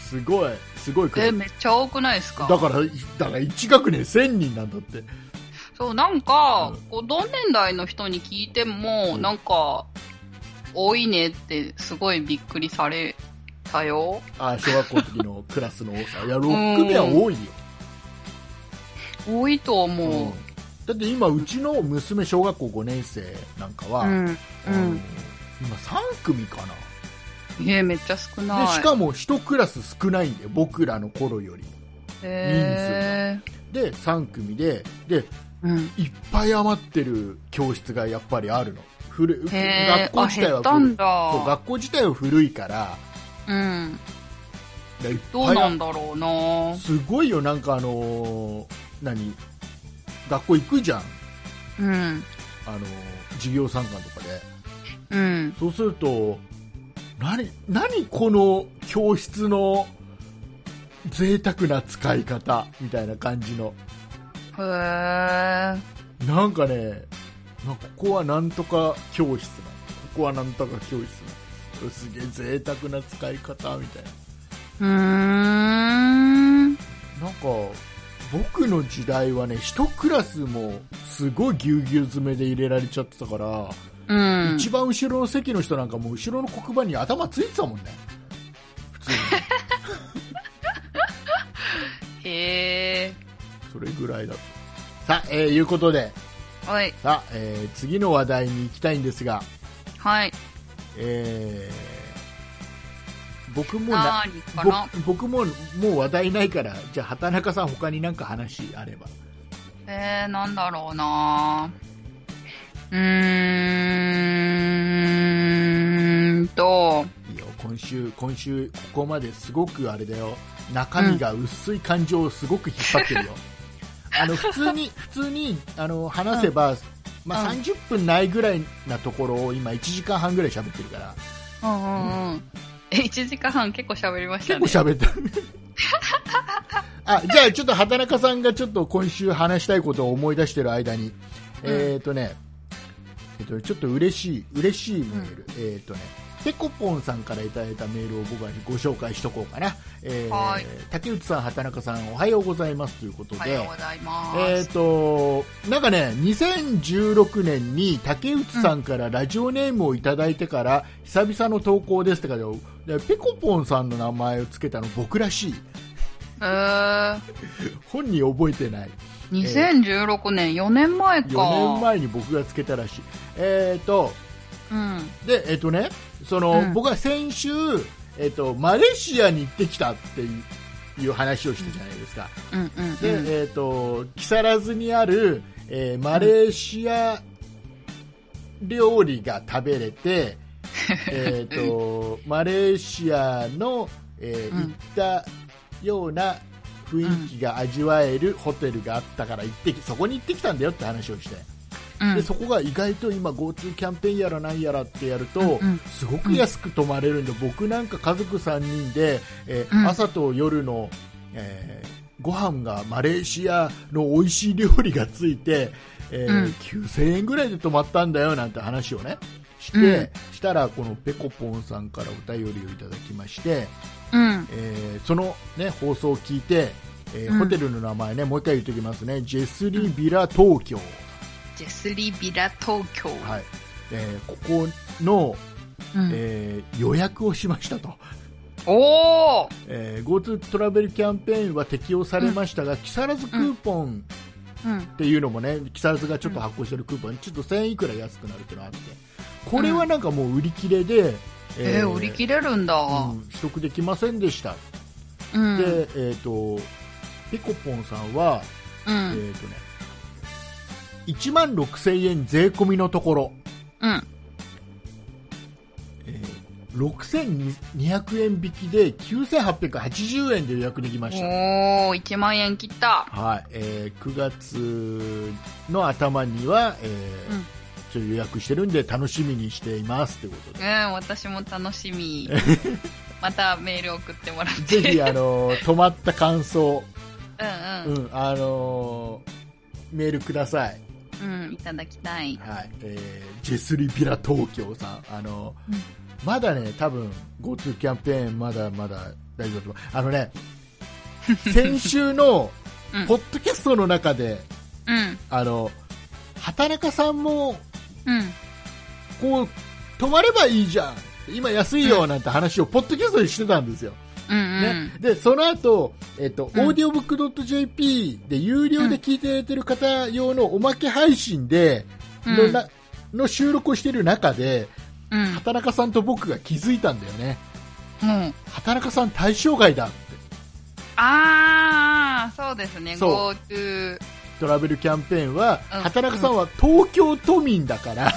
すごいすごいク
ー、
ラ
え、
ス
めっちゃ多くないですか
だからだから1学年1000人なんだって
そう、なんか、
うん
こう同年代の人に聞いても、
うん
なんか、多いねってすごいびっくりされたよ。
あ小学校の時のクラスの多さいや6組は多いよ
多いと思う。
だって今うちの娘小学校5年生なんかは、
うん。
あの今3組かな、
えー、めっちゃ少ない。
でしかも1クラス少ないんで僕らの頃よりも
え
で3組でで
ー、うん。
いっぱい余ってる教室がやっぱりあるの古い
へー、
学校
あ、
自体
減
は
った
古い
んだ。
そう学校自体は古いから
うん。
だいっぱい
どうなんだろうな
すごいよなんかあのー何学校行くじゃん
うん。
あのー授業参観とかで
うん。
そうすると、何、何この教室の贅沢な使い方みたいな感じの。
へー。
なんかね、なここはなんとか教室なの。ここはなんとか教室なの。すげえ贅沢な使い方みたいな。
うーん。
なんか、僕の時代はね、一クラスもすごいぎゅうぎゅう詰めで入れられちゃってたから、
うん。
一番後ろの席の人なんかもう後ろの黒板に頭ついてたもんね。普通に。
へえ。
それぐらいだと。さあ、えーいうことで、
はい。
さあ、えー次の話題に行きたいんですが、
はい。
えー僕も
な
な、
ーにかな
僕僕ももう話題ないから、じゃあ畑中さん他になんか話あれば。
えー、なんだろうなうーんと、
いいよ、今週今週ここまですごくあれだよ中身が薄い感情をすごく引っ張ってるよ、 あの普通に普通にあの話せば、まあ、
うん
30分ないぐらいなところを今1時間半ぐらい喋ってるから
うんうんうん。え、1時間半結構喋りまし
結
た
構
ね。
喋ってる あじゃあちょっと畑中さんがちょっと今週話したいことを思い出してる間に、えっ、とね、えっとちょっと嬉しい嬉しいメール、えっ、とねペコポンさんからいただいたメールを僕はご紹介しとこうかな、えー
はい
竹内さん、畑中さんおはようございますということ
おは
で、
ようございます。
えっ、となんかね2016年に竹内さんからラジオネームをいただいてから、久々の投稿ですってかででペコポンさんの名前をつけたの僕らしい
えー、
本人覚えてない
2016年、4年前か。
4年前に僕がつけたらしいえっ、と
うん。
でえっ、とねその、
うん
僕は先週えっ、とマレーシアに行ってきたっていういう話をしたじゃないですか、
うんうん
で、
うん。
えっ、と、木更津にある、えーマレーシア料理が食べ れて、えっと、マレーシアの、えー
うん
行ったような雰囲気が味わえるホテルがあったから行ってき、そこに行ってきたんだよって話をして。
うん
で、そこが意外と今 GoTo キャンペーンやらなんやらってやると、
うんうん
すごく安く泊まれるんで、僕なんか家族3人で、えー
うん
朝と夜の、えーご飯がマレーシアの美味しい料理がついて、えー
うん
9000円ぐらいで泊まったんだよなんて話をねして、
う
したらこのぺこぽんさんからお便りをいただきまして、
うん。
えーその、ね、放送を聞いて、えー
うん
ホテルの名前ねもう一回言っておきますねジェスリービラ東京。
ジェスリビラ東京。
はいえーここの、
うん
えー予約をしましたと、
おー
えー GoTo トラベルキャンペーンは適用されましたが、木更津クーポン
うん。
っていうのもね木更津がちょっと発行してるクーポン、ちょっと1000円いくら安くなるっていうのがあってこれはなんかもう売り切れで、
えー、売り切れるんだ。
うん取得できませんでした、
うん。
で、えっとピコポンさんは、
う
え
ん。
ーとね、1万6000円税込みのところ
うん。
えー6200円引きで9880円で予約できました、
おー、1万円切った。
はいえー9月の頭には、えー
うん
ちょっと予約してるんで楽しみにしていますということ
う
で。
ん、私も楽し み。またメール送ってもらって。
ぜひ、あの ー泊まった感想、
うん
うんあのーメールください、
うん。うん、いただきたい。
はいえージェスリビラ東京さん、あのー
うん
まだね、多分 GoTo キャンペーン、まだまだ大丈夫だと思うあのね先週の
うん
ポッドキャストの中で、
うん。
あの畑中さんも
うん。
こう泊まればいいじゃん今安いよなんて話をポッドキャストでしてたんですよ、
うん
ねでその後、えっと
うん
オーディオブックドット JP で有料で聞いていただいてる方用のおまけ配信で、
うん
のなの収録をしてる中で
うん。うん。
畑中さんと僕が気づいたんだよね
うん。
畑中さん対象外だって
あー、そうですね。
そ
GoTo。
トラベルキャンペーンは、
うん
畑中さんは東京都民だから、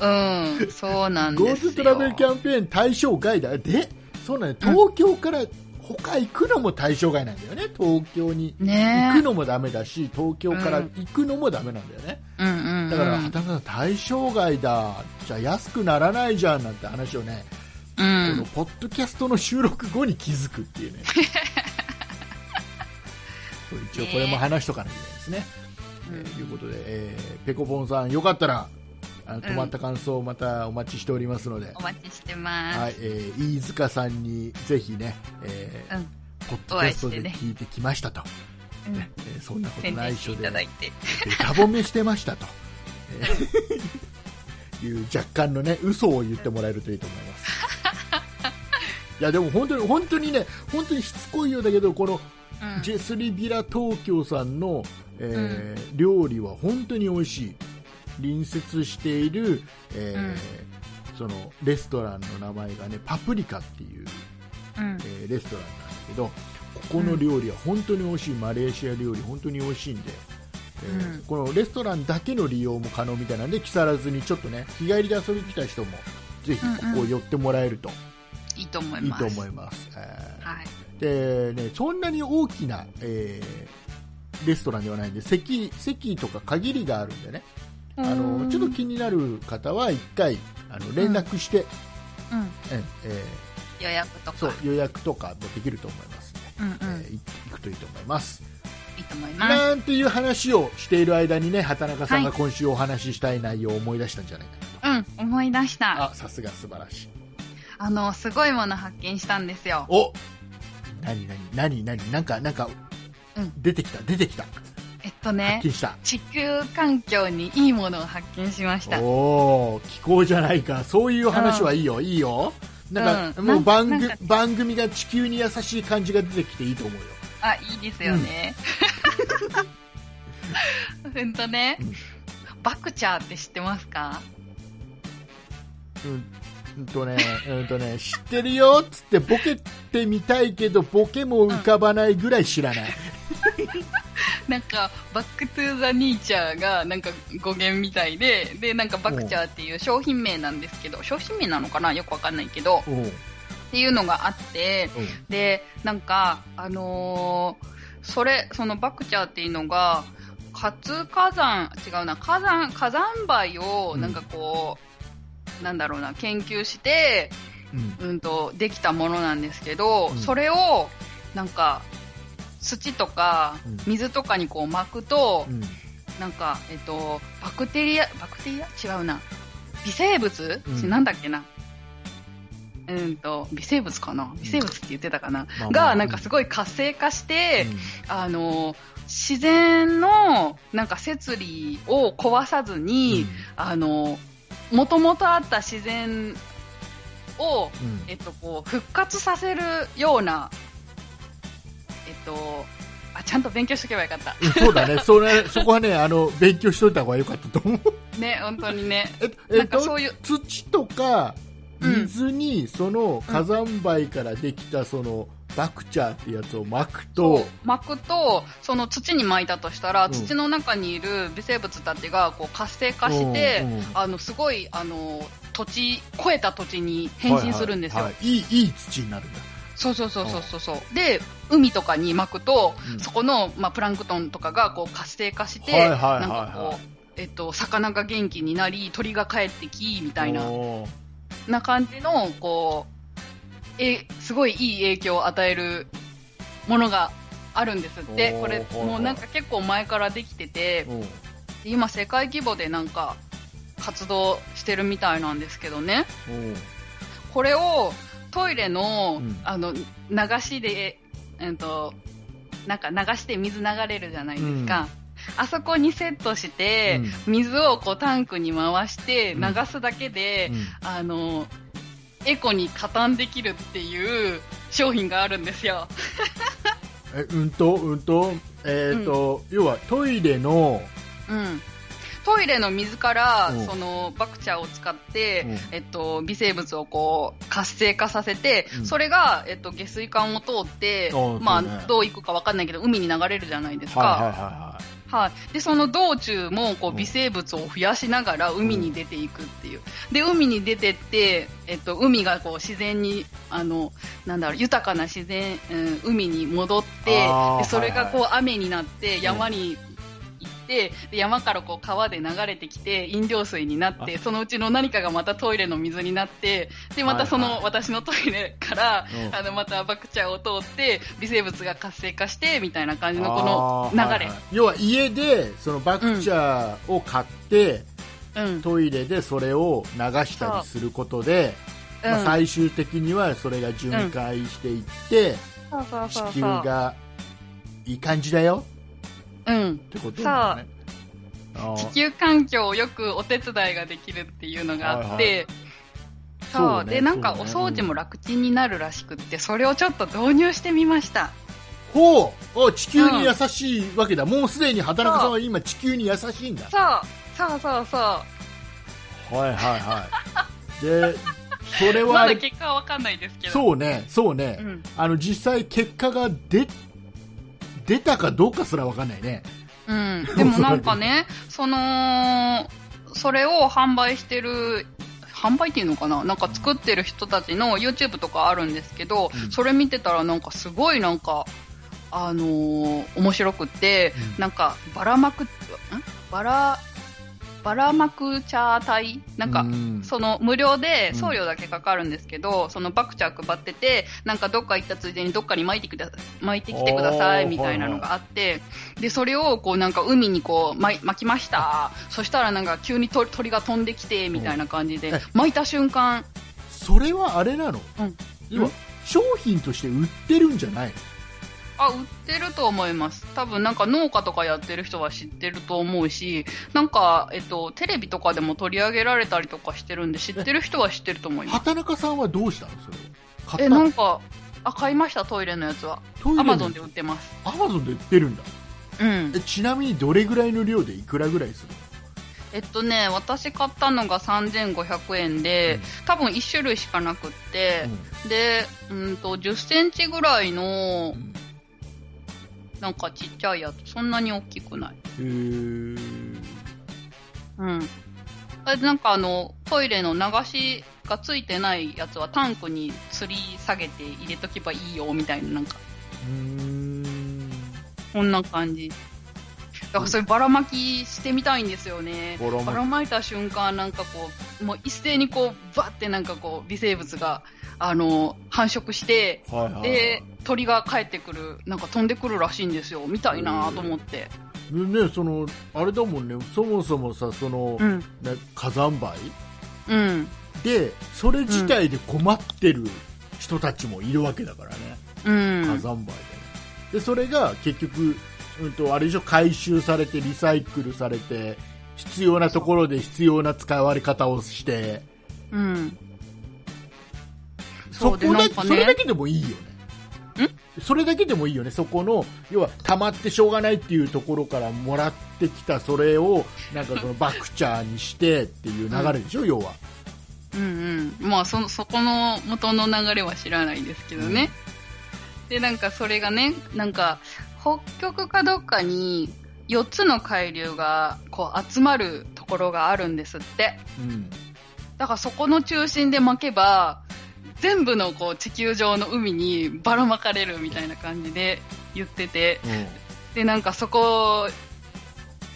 うん。そうなんですよ。
GoTo トラベルキャンペーン対象外だでそうなんだ
うん
東京から他行くのも対象外なんだよね東京に行
ね
くのもダメだし東京から行くのもダメなんだよね、
え。うんうんうん。
だから畑中さん対象外だじゃあ安くならないじゃんなんて話をね、
う
この
ん。
ポッドキャストの収録後に気づくって いうねそう一応これも話しとかなきゃいけないですね、えーということで、えーペコポンさんよかったらあの
ん
泊まった感想をまたお待ちしておりますので、
お待ちしてます。
はい、えー飯塚さんにぜひね、えー
うん
ポッドキャスト
お会いして
で
ね
聞いてきましたと、
うん
ねえーそんなこと
宣
ない
伝
っ
し
してょ
い
で、
ただい
で
て。
ダボめしてましたと、えーいう若干のね、嘘を言ってもらえるといいと思います。いやでも本当に本当にね、本当にしつこいようだけど、この
うん
ジェスリビラ東京さんの、えー料理は本当に美味しい隣接している、えー
うん
そのレストランの名前がねパプリカっていう、
うん
え。ーレストランなんだけどここの料理は本当に美味しいマレーシア料理本当に美味しいんで、えー
うん
このレストランだけの利用も可能みたいなんで木更津にちょっとね日帰りで遊びに来た人もぜひここを寄ってもらえると、
いいいと思い
いい
ます。
と思います、え
はい。
ーでね、そんなに大きな、えーレストランではないんで席席とか限りがあるんでねあのちょっと
うん、
気になる方は1回あの連絡して、ええ
予約と
ー
か。
そう予約とかもできると思いますね、
うんうん。
えーい行くといいと思います、
いいと思います。
なんていう話をしている間にね畑中さんが
は
今週お話ししたい内容を思い出したんじゃないかなと、
うん、思い出した。あ
あさすが素晴らしい
の、すごいもの発見したんですよ。
お何何何何なんかなんか、
うん
出てきた出てきた
えっとね
発、見した
地球環境にいいものを発見しました。
おお気候じゃないかそういう話はいいよ、いいよなんか、
うん
もう番
な
組
んか
番組が地球に優しい感じが出てきていいと思うよ
あ、いいですよね。 ほんとね
うん、
バクチャーって知ってますか
うんうんとね、 うんとね、知ってるよっつってボケてみたいけど、ボケも浮かばないぐらい知らない。
なんか、バックトゥーザニーチャーがなんか語源みたいで、で、なんかバクチャーっていう商品名なんですけど、商品名なのかなよくわかんないけど、
うん、うん、
っていうのがあって、で、なんか、あのーそれ、そのバクチャーっていうのが、活火山、違うな、火山、火山灰を、なんかこう、なんだろうな、研究して、
うん。
うんと、できたものなんですけど、
うん
それを、なんか、土とか
うん、
水とかにこう巻くと、
うん、
なんか、えっと、バクテリア、バクテリア違うな。微生物、
うん
なんだっけな。うんと、微生物かな微生物って言ってたかな、
まあまあ
が、なんかすごい活性化して、
うん
あの、自然の、なんか摂理を壊さずに、あの、もともとあった自然を、
うんうん
えっと、こう、復活させるような、えっと、あ、ちゃんと勉強しとけばよかった。
うんそうだね、それそこはね、あの勉強しといた方が良かったと思う。
ね、本当にね。
えっとえ
な
っ
んかそ
と
ういう、
土とか
うん
水にその火山灰からできたそのバクチャーってやつを巻く
そ
と、
う巻くと、その土に巻いたとしたら、
うん
土の中にいる微生物たちがこう活性化して、
うんうん
あの、すごい、あの、土地、超えた土地に変身するんですよ。
はいはいはいいいいい土になるんだ。
そうそうそうそうそうそう。で、海とかに巻くと、
うん
そこの、まあ、プランクトンとかがこう活性化して、
はいはいはいはい
なんかこう、えっと、魚が元気になり、鳥が帰ってき、みたいな、
おー
な感じの、こう、え、すごいいい影響を与えるものがあるんですって。
おー
これ、
ほいほい
もうなんか結構前からできてて、
うん
で今世界規模でなんか活動してるみたいなんですけどね。
うん
これをトイレの、
うん
あの、流しで、えっと、なんか流して水流れるじゃないですか。あそこにセットして、水をこうタンクに回して
う
流
ん
すだけで、
うん
あの、エコに加担できるっていう商品があるんですよ。
えうんと、うんと、えっ、と、要はトイレの、
うん。トイレの水から
うん、
その、バクチャーを使って
うん、
えっと、微生物をこう、活性化させて
う、ん
それが、えっと、下水管を通って
あー、
ま
そうね
あ、どう行くかわかんないけど、海に流れるじゃないです
はいはい
か。
は
はい。で、その道中も、こ
う
う、
ん
微生物を増やしながら、海に出ていくっていう。で、海に出てって、えっと、海がこう、自然に、あの、なんだろう、豊かな自然、うん海に戻って
あー、
でそれがこう、雨になって、
ん
山に行って、で山からこう、川で流れてきて、飲料水になって、そのうちの何かがまたトイレの水になって、で、またそ
はいは
の、
い
私のトイレから
う、ん
あの、またバクチャーを通って、微生物が活性化して、みたいな感
い。
じのこの流れ。
あーはいはい要は家で、そのバクチャーを買って、
うん。
トイレでそれを流したりすることで、まあ、
うん
最終的にはそれが巡回していって、
そうそうそうそう
地球がいい感じだよ
うん
ってことなんだね。あー
地球環境をよくお手伝いができるっていうのがあって、
はい
そう
そうね
でなんか
そう
お掃
ね
除も楽ちんになるらしくってそれをちょっと導入してみました
ほうお地球に優しいわけだ、もうすでに畑中さんは今地球に優しいんだ
そうそうそうそう
はいはいはいでそれは
ま
あ
だ
れ
結果はわかんないですけど
そうねそうね、
うん
あの実際結果が出出たかどうかすらわかんないね
うん、でもなんかねそのそれを販売してる販売っていうのかななんか作ってる人たちの YouTube とかあるんですけど、
うん
それ見てたらなんかすごいなんか、あのー面白くって、
うん
なんかばらまく、んばら、ばらまくチャー隊なんか、
うん
その無料で
うん
送料だけかかるんですけど、そのバクチャー配ってて、なんかどっか行ったついでにどっかに巻いてくだ巻いてきてください
おー
みたいなのがあって、で、それをこうなんか海にこう巻い巻きました。そしたらなんか急に鳥鳥が飛んできてみたいな感じ
うん
で、巻いた瞬間、
それはあれなの、
うん
要は
うん
商品として売ってるんじゃないの
あ、売ってると思います。多分なんか農家とかやってる人は知ってると思うし、なんか、えっと、テレビとかでも取り上げられたりとかしてるんで、知ってる人は知ってると思います。
畑中さんはどうしたのそれ買
え、
ったの
なんか、あ、買いました、トイレのやつは。
トイレ
ア
の
マゾンで売ってます。
アマゾンで売ってるんだ
うん
え。ちなみにどれぐらいの量でいくらぐらいする
えっとね、私買ったのが3500円で、多分1種類しかなくって、
の、
で、うんと、10センチぐらいの
う、ん
なんかちっちゃいやつ、そんなに大きくない。
うんへ
うん。あなんかあの、トイレの流しがついてないやつはタンクに吊り下げて入れとけばいいよ、みたいな、なんか、
ーうーん
こんな感じ。だからそればらまきしてみたいんですよね。
ばらまき
ばらまいた瞬間、なんかこう、もう一斉にこう、バってなんかこう、微生物が、あの、繁殖して、
はいはい、
で、鳥が帰ってくる、なんか飛んでくるらしいんですよ。見たいなと思って。
ねそのあれだもんねそもそもさその、
うん。
ね火山灰
うん。
でそれ自体で困ってる人たちもいるわけだからね、
うん。
火山灰で,、でそれが結局、うん、とあれ以上回収されてリサイクルされて必要なところで必要な使われ方をして
うん。
そこ
で
だ
なんか
それだけでもいいよねそれだけでもいいよねそこの要は溜まってしょうがないっていうところからもらってきたそれをなんか そのバクチャーにしてっていう流れでしょ、要は
うんうん。まあ、その、そこの元の流れは知らないですけどね。で、なんかそれがね、なんか、北極かどっかに4つの海流がこう集まるところがあるんですって。
うん
だからそこの中心で巻けば、全部のこう地球上の海にばらまかれるみたいな感じで言ってて、で、なんかそこ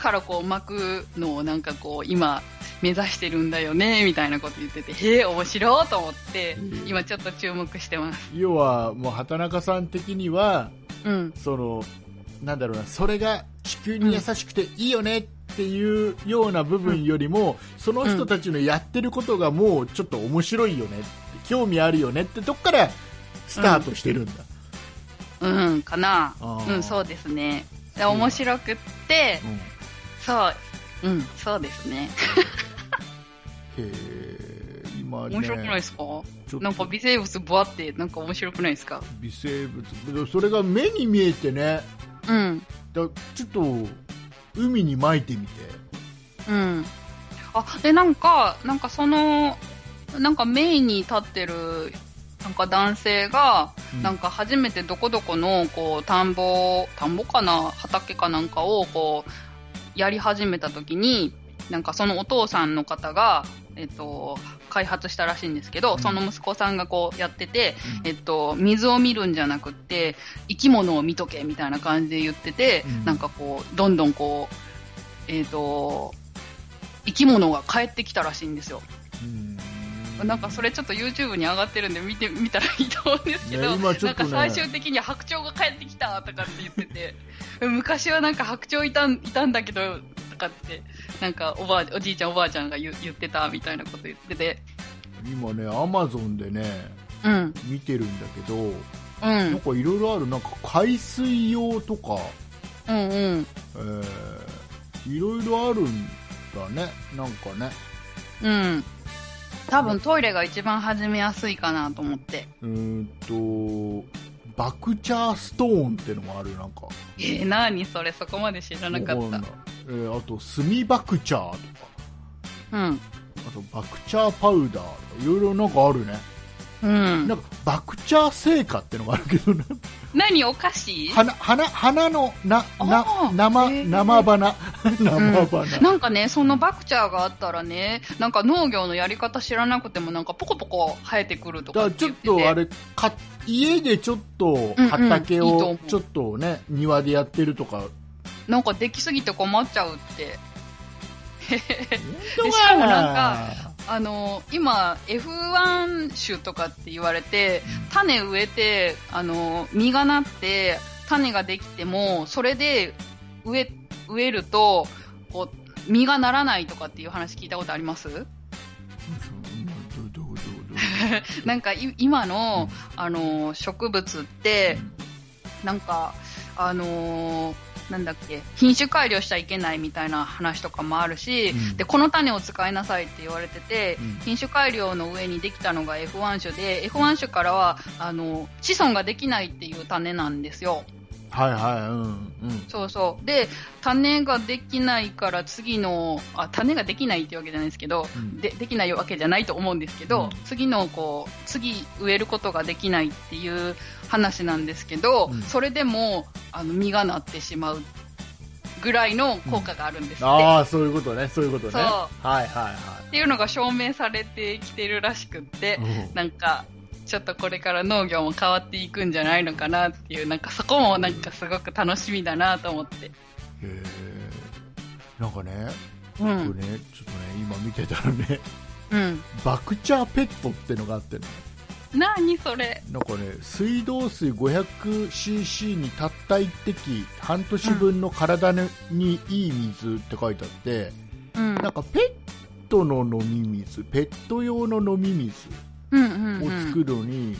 からこう巻くのをなんかこう今目指してるんだよね、みたいなこと言ってて、へえ、面白いと思って
う、ん
今ちょっと注目してます。
要はもう畑中さん的には
うん。
そのなんだろうなそれが地球に優しくていいよねっていうような部分よりも、その人たちのやってることがもうちょっと面白いよねって興味あるよねってとこからスタートしてるんだ、
うん、かな
あ。ー
うん、そうですね。で
そう
面白くって、
うんへ
そう、うん、そうですね。
え今ね
面白くないですか
ちょっと
なんか微生物ぶわって、なんか面白くないですか
微生物それが目に見えてね
うん。
だちょっと海に撒いてみて
うん。あ、で、なんか、なんかその、なんかメインに立ってる、なんか男性が、
うん
なんか初めてどこどこの、こう、田んぼ、田んぼかな畑かなんかを、こう、やり始めた時に、なんかそのお父さんの方が、えっと、開発したらしいんですけど、
うん
その息子さんがこうやってて、
うん
えっと、水を見るんじゃなくって、生き物を見とけみたいな感じで言ってて、
うん
なんかこう、どんどんこう、えっ、と、生き物が帰ってきたらしいんですよ。
うん
なんかそれちょっと YouTube に上がってるんで見てみたらいいと思うんですけど、
ね今ちょ
な
っ
んか
とね
最終的に白鳥が帰ってきたとかって言ってて、 昔はなんか白鳥いたんいたんだけど、とかって、なんかおばあ、おじいちゃんおばあちゃんが言う言ってたみたいなこと言ってて、
今ねアマゾンでね
うん、
見てるんだけど、
う
なん
ん、
かいろいろあるなんか海水用とか
うん、うん、
えーいろいろあるんだねなんかね
うん。多分トイレが一番始めやすいかなと思って。
うーんとバクチャーストーンってのもあるなんか
えー、なにそれ、そこまで知らなか
わ
っ
かん
た
ない。えーあと炭バクチャーとか
うん。
あとバクチャーパウダーとかいろいろなんかあるね
うん
な。んかバクチャー成果ってのがあるけどね
何お菓子
花花花のなな
あー
な生
へー
生花生花、
うんなんかね、そのバクチャーがあったらね、なんか農業のやり方知らなくても、なんかポコポコ生えてくるとか
だ
っ
から
て
ち
言っ
ょって
て。
とあれか家でちょっと
うん
畑
いいと思
を
う
ちょっとね、庭でやってるとか
なんかできすぎて困っちゃうって。
し
かもなんかあの、今、F1 種とかって言われて、種植えて、あの、実がなって、種ができても、それで植え、植えると、こう、実がならないとかっていう話聞いたことあります
どうどうどうど う
なんかい今の、あの、植物って、なんか、あのーなんだっけ、品種改良しちゃいけないみたいな話とかもあるし、
うん
で、この種を使いなさいって言われてて、
うん
品種改良の上にできたのが F1 種で、F1 種からは、あの、子孫ができないっていう種なんですよ。
はいはいうんうん
そうそう。で、種ができないから次の、あ、種ができないってわけじゃないですけど、
うん
でできないわけじゃないと思うんですけど、
うん
次のこう次植えることができないっていう話なんですけど、
うん
それでもあの実がなってしまうぐらいの効果があるんですって、っ
ああそういうことねそういうことね
そう
はいはいは
ていうのが証明されてきてるらしくって
い、う ん
なんかちょっとこれから農業も変わっていくんじゃないのかなっていうなんかそこもなんかすごく楽しみだなと思って、
へえなんかね
う
僕
ん
ねちょっとね今見てたらね
うん、
バクチャーペットってのがあってね
何それ
なんかね水道水 500cc にたった1滴半年分の体にいい水って書いてあって、
うん
なんかペットの飲み水ペット用の飲み水
うんうんう
を
ん
作るのに、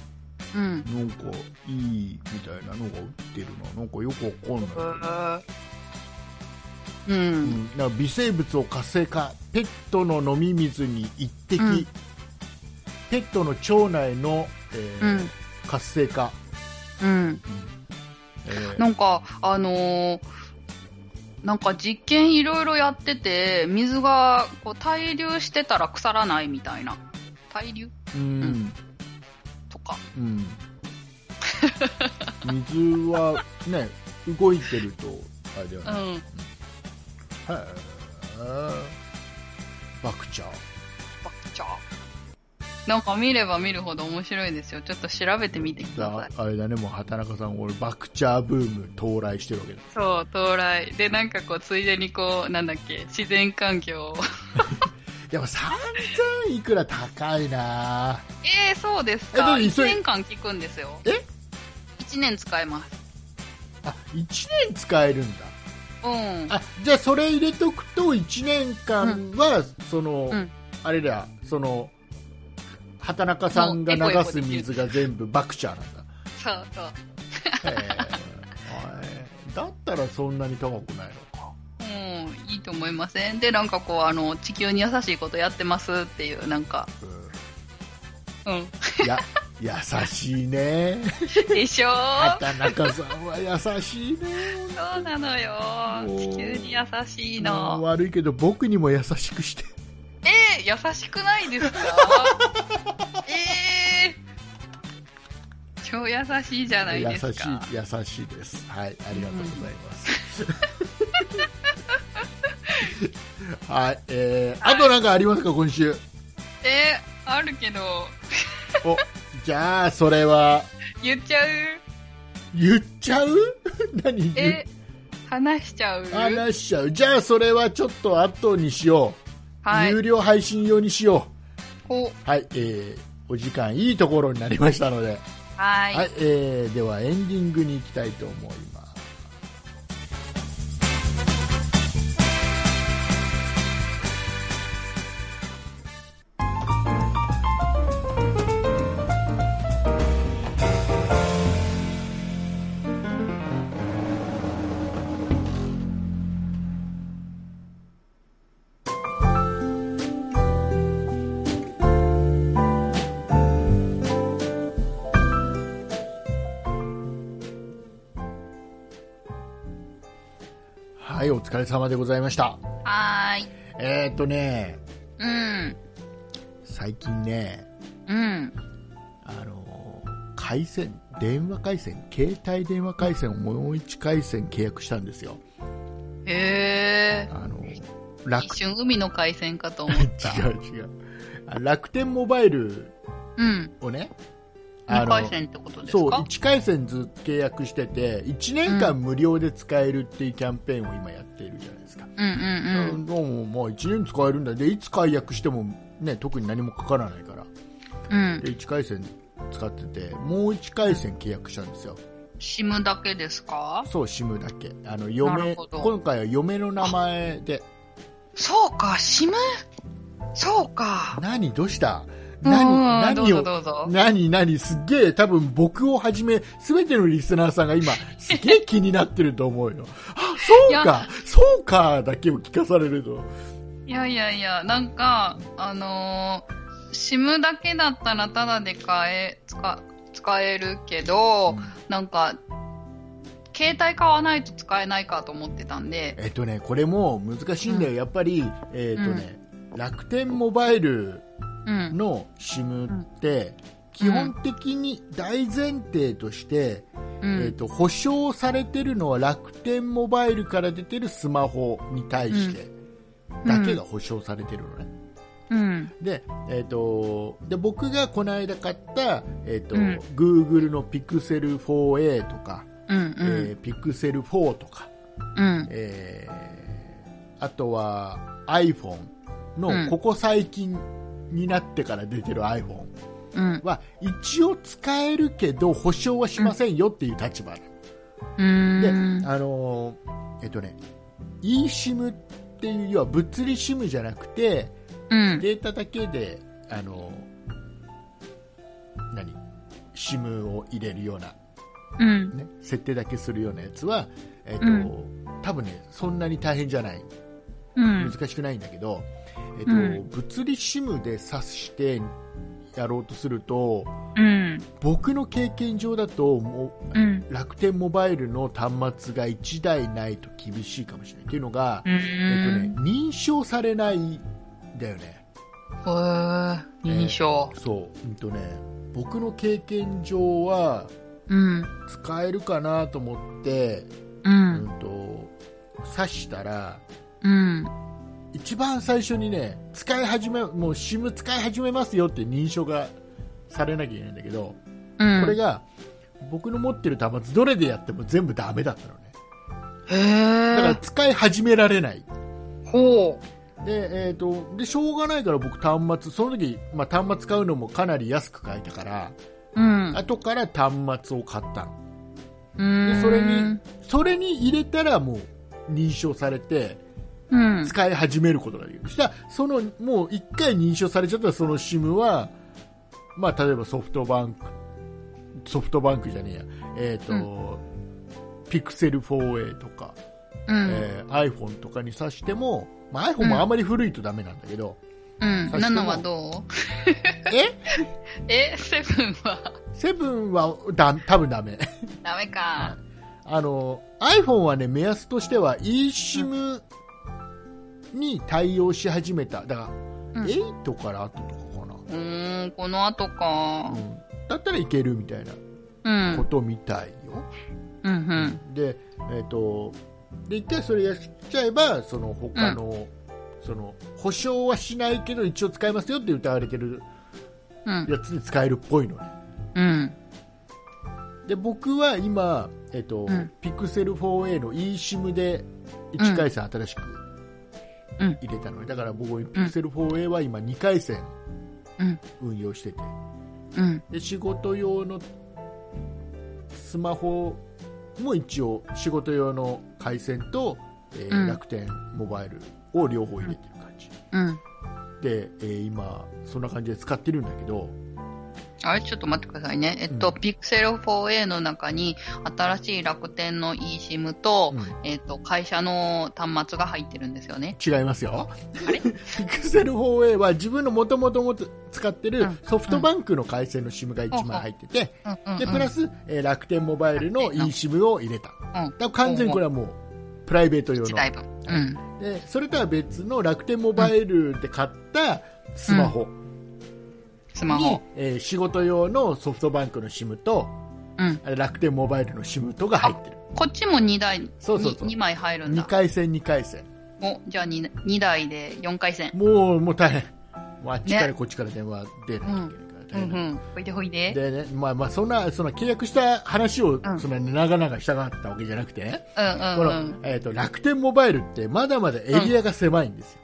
うん
なんかいいみたいなのが売ってるななんかよくわかんないけど、
う
うん
ん、
なんか微生物を活性化ペットの飲み水に1滴、
うん
ペットの腸内の、え
う
ー
ん、
活性化、
うん。
えー
なんか、あのーなんか実験いろいろやってて、水がこう滞留してたら腐らないみたいな。滞留
うん
とか。
うん 水はね動いてるとあれだよ
う
ね、
ん。
へーバクチャー
バッチャなんか見れば見るほど面白いですよ。ちょっと調べてみてくださ
だ
い。
あれだねもう畑中さん俺バクチャーブーム到来してるわけだ
そう、到来。で、なんかこう、ついでにこう、なんだっけ、自然環境を。
でも3000いくら高いな
えー、そうです
えだっ
か。
てそ
1
れ
年間聞くんですよ。
え
?1 年使えます。
あ1年使えるんだ
うん。
あじゃあそれ入れとくと1年間は、その、
うん
あれだその畑中さんが流す水が全部バクチャー なんだ
そうそう。
へーだったらそんなに高くないの か
うん、いいと思いませんで、なんかこう、あの、地球に優しいことやってますっていう、なんか、
う
うん。
んいや優しいね
でしょー
畑中さんは優しいね
そうなのよ
おー
地球に優しい
うん
の。
悪いけど僕にも優しくして
えー、優しくないです かえー、超優しいじゃない
優
で
し
すか。
い優しいですはいありがとうござい ます、はいえー、あとなんかありますか今週
えー、あるけど、
おじゃあそれは
言っちゃう
言っちゃう 何言
えー、
う
話しちゃう
話しちゃうじゃあそれはちょっと後にしよう、
はい
有。料配信用にしよ
こう
うはいえーお時間いいところになりましたので、
は。
はいいえー、ではエンディングに行きたいと思いますはいお疲れ様でございました
はーい。
えっ、ー、とね
うん。
最近ね
うん。
あの回線電話回線携帯電話回線をもう1回線契約したんですよ
へえ。
あの
一
楽
瞬海の海鮮かと 思った。
違う違うあ楽天モバイル
うん。
をね
二
あの
回戦ってことです
そう
か
1回戦ずっと契約してて1年間無料で使えるっていうキャンペーンを今やっているじゃないですか、
うんうんうん。
どうもまあ1年使えるんだでいつ解約しても、ね、特に何もかからないから
うん。
で1回戦使っててもう1回戦契約したんですよ
シムだけですか
そう SIM だけあの
な
嫁
るほど
今回は嫁の名前で
そうか、シムそうか。
何どうした
うん
何
どう
何
ぞ
を
どうぞ。
何何すっげえ多分僕をはじめ全てのリスナーさんが今すげえ気になってると思うよ。あ、そう
いや
かそうかだけを聞かされると。
いやいやいや、なんか、あのー、シムだけだったらタダで買え、使、使えるけど、なんか、携帯買わないと使えないかと思ってたんで、
えっとね、これも難しいんだよ。やっぱり、えっとね、楽天モバイル
うん。
の SIM って、基本的に大前提として、
う
えっ
ん。
と、保証されてるのは楽天モバイルから出てるスマホに対してだけが保証されてるのね。
うん。
で、えっ、と、で、僕がこの間買った、えっ、と、
うん
Google の Pixel 4a とか、
うん。う
え
ん。
ー Pixel 4とか、
うん。
えーあとは iPhone
うん
の、ここ最近になってから出てる iPhone
うん。
は、一応使えるけど、保証はしませんよっていう立場なの
う
で、
ん。
あのーえっ、とね、eSIM っていう、要は物理 SIM じゃなくて、
うん。
データだけで、あの、何 ?SIM を入れるような、
うん。
ね、設定だけするようなやつは、えっ、と、多分ね、そんなに大変じゃない。
うん。
難しくないんだけど、えっ、と、
うん
物理 SIM で挿してやろうとすると、
うん。
僕の経験上だと、もう、
うん。
楽天モバイルの端末が1台ないと厳しいかもしれない。っていうのが、
うん。
えっ、とね、認証されないんだよね。
へー認証。
そう、うんとね、僕の経験上は
うん。
使えるかなと思って、
う。
うんんと、刺したら、
うん。
一番最初にね、使い始め、もう SIM 使い始めますよって認証がされなきゃいけないんだけど、
うん。
これが僕の持ってる端末どれでやっても全部ダメだったのね。
へ
だから
え。
使い始められない。
ほ
で、えっ、と、で、しょうがないから僕端末、その時、まあ端末買うのもかなり安く買えたから、
う。うん。
後から端末を買ったの。
で
でそれに、それに入れたらもう認証されて
うん。
使い始めることができる、そしたらそのもう1回認証されちゃったらその SIM は、まあ、例えばソフトバンクソフトバンクじゃねえや、えーと
う
ピクセル 4A とか、
うん。
えー iPhone とかに挿しても、まあ、iPhone もあんまり古いとダメなんだけど、
うん。
さしても
7はどう
え
え、セブンは
セブンはだ多分ダメ
ダメか。
あの iPhone はね目安としては eSIM に対応し始めただから
うん
8から後とかかな、
うーん、この後か
う。ん、だったらいけるみたいな
うん。う
こ
ん
とみたいよ、
うん。
でえっ、とで一回それやっちゃえばその他の、その保証はしないけど一応使えますよって歌われてる
うん。
やつで使えるっぽいのね
うん。
で僕は今、えっ
う
と
ん
ピクセル 4a の eSIM で1回戦新しく
うん
入れたのね、だから僕ピクセル 4a は今2回戦
うん。
運用してて、
うん。
で仕事用のスマホも一応仕事用の回線と、えー
うん
楽天モバイルを両方入れてる感じ、
うん。
で、えー今そんな感じで使ってるんだけど
あれちょっと待ってくださいね。えっと、
うん
ピクセル 4A の中に、新しい楽天の eSIM と、
うん
えっと、会社の端末が入ってるんですよね。
違いますよピクセル 4a は自分のもともと使って
う
る
ん
ソフトバンクの回線の SIM が1枚入ってて、
うんうん、うん。
でプラス、えー楽天モバイルの eSIM を入れただか
うん。
ら完全にこれはもうプライベート用の
1台分。うん。
でそれとは別の楽天モバイルで買ったスマホに、
スマホ。
えー仕事用のソフトバンクの SIM と、
うん。
あれ楽天モバイルの SIM とが入ってる
こっちも2台、
そうそうそう
2枚入るん
2
だ。
回戦2回戦
お、じゃあ 2, 2台で4回戦。
もうもう大変もうあっちから
ね
こっちから電話出ないといけないか
う
ら、
んうん。おいでおいで。
でねまあ、まあそんなその契約した話を
うん
そんなに長々したかったわけじゃなくてね、
うん
こ
うんう
の
ん。
えー、と楽天モバイルってまだまだエリアが狭いんですよ、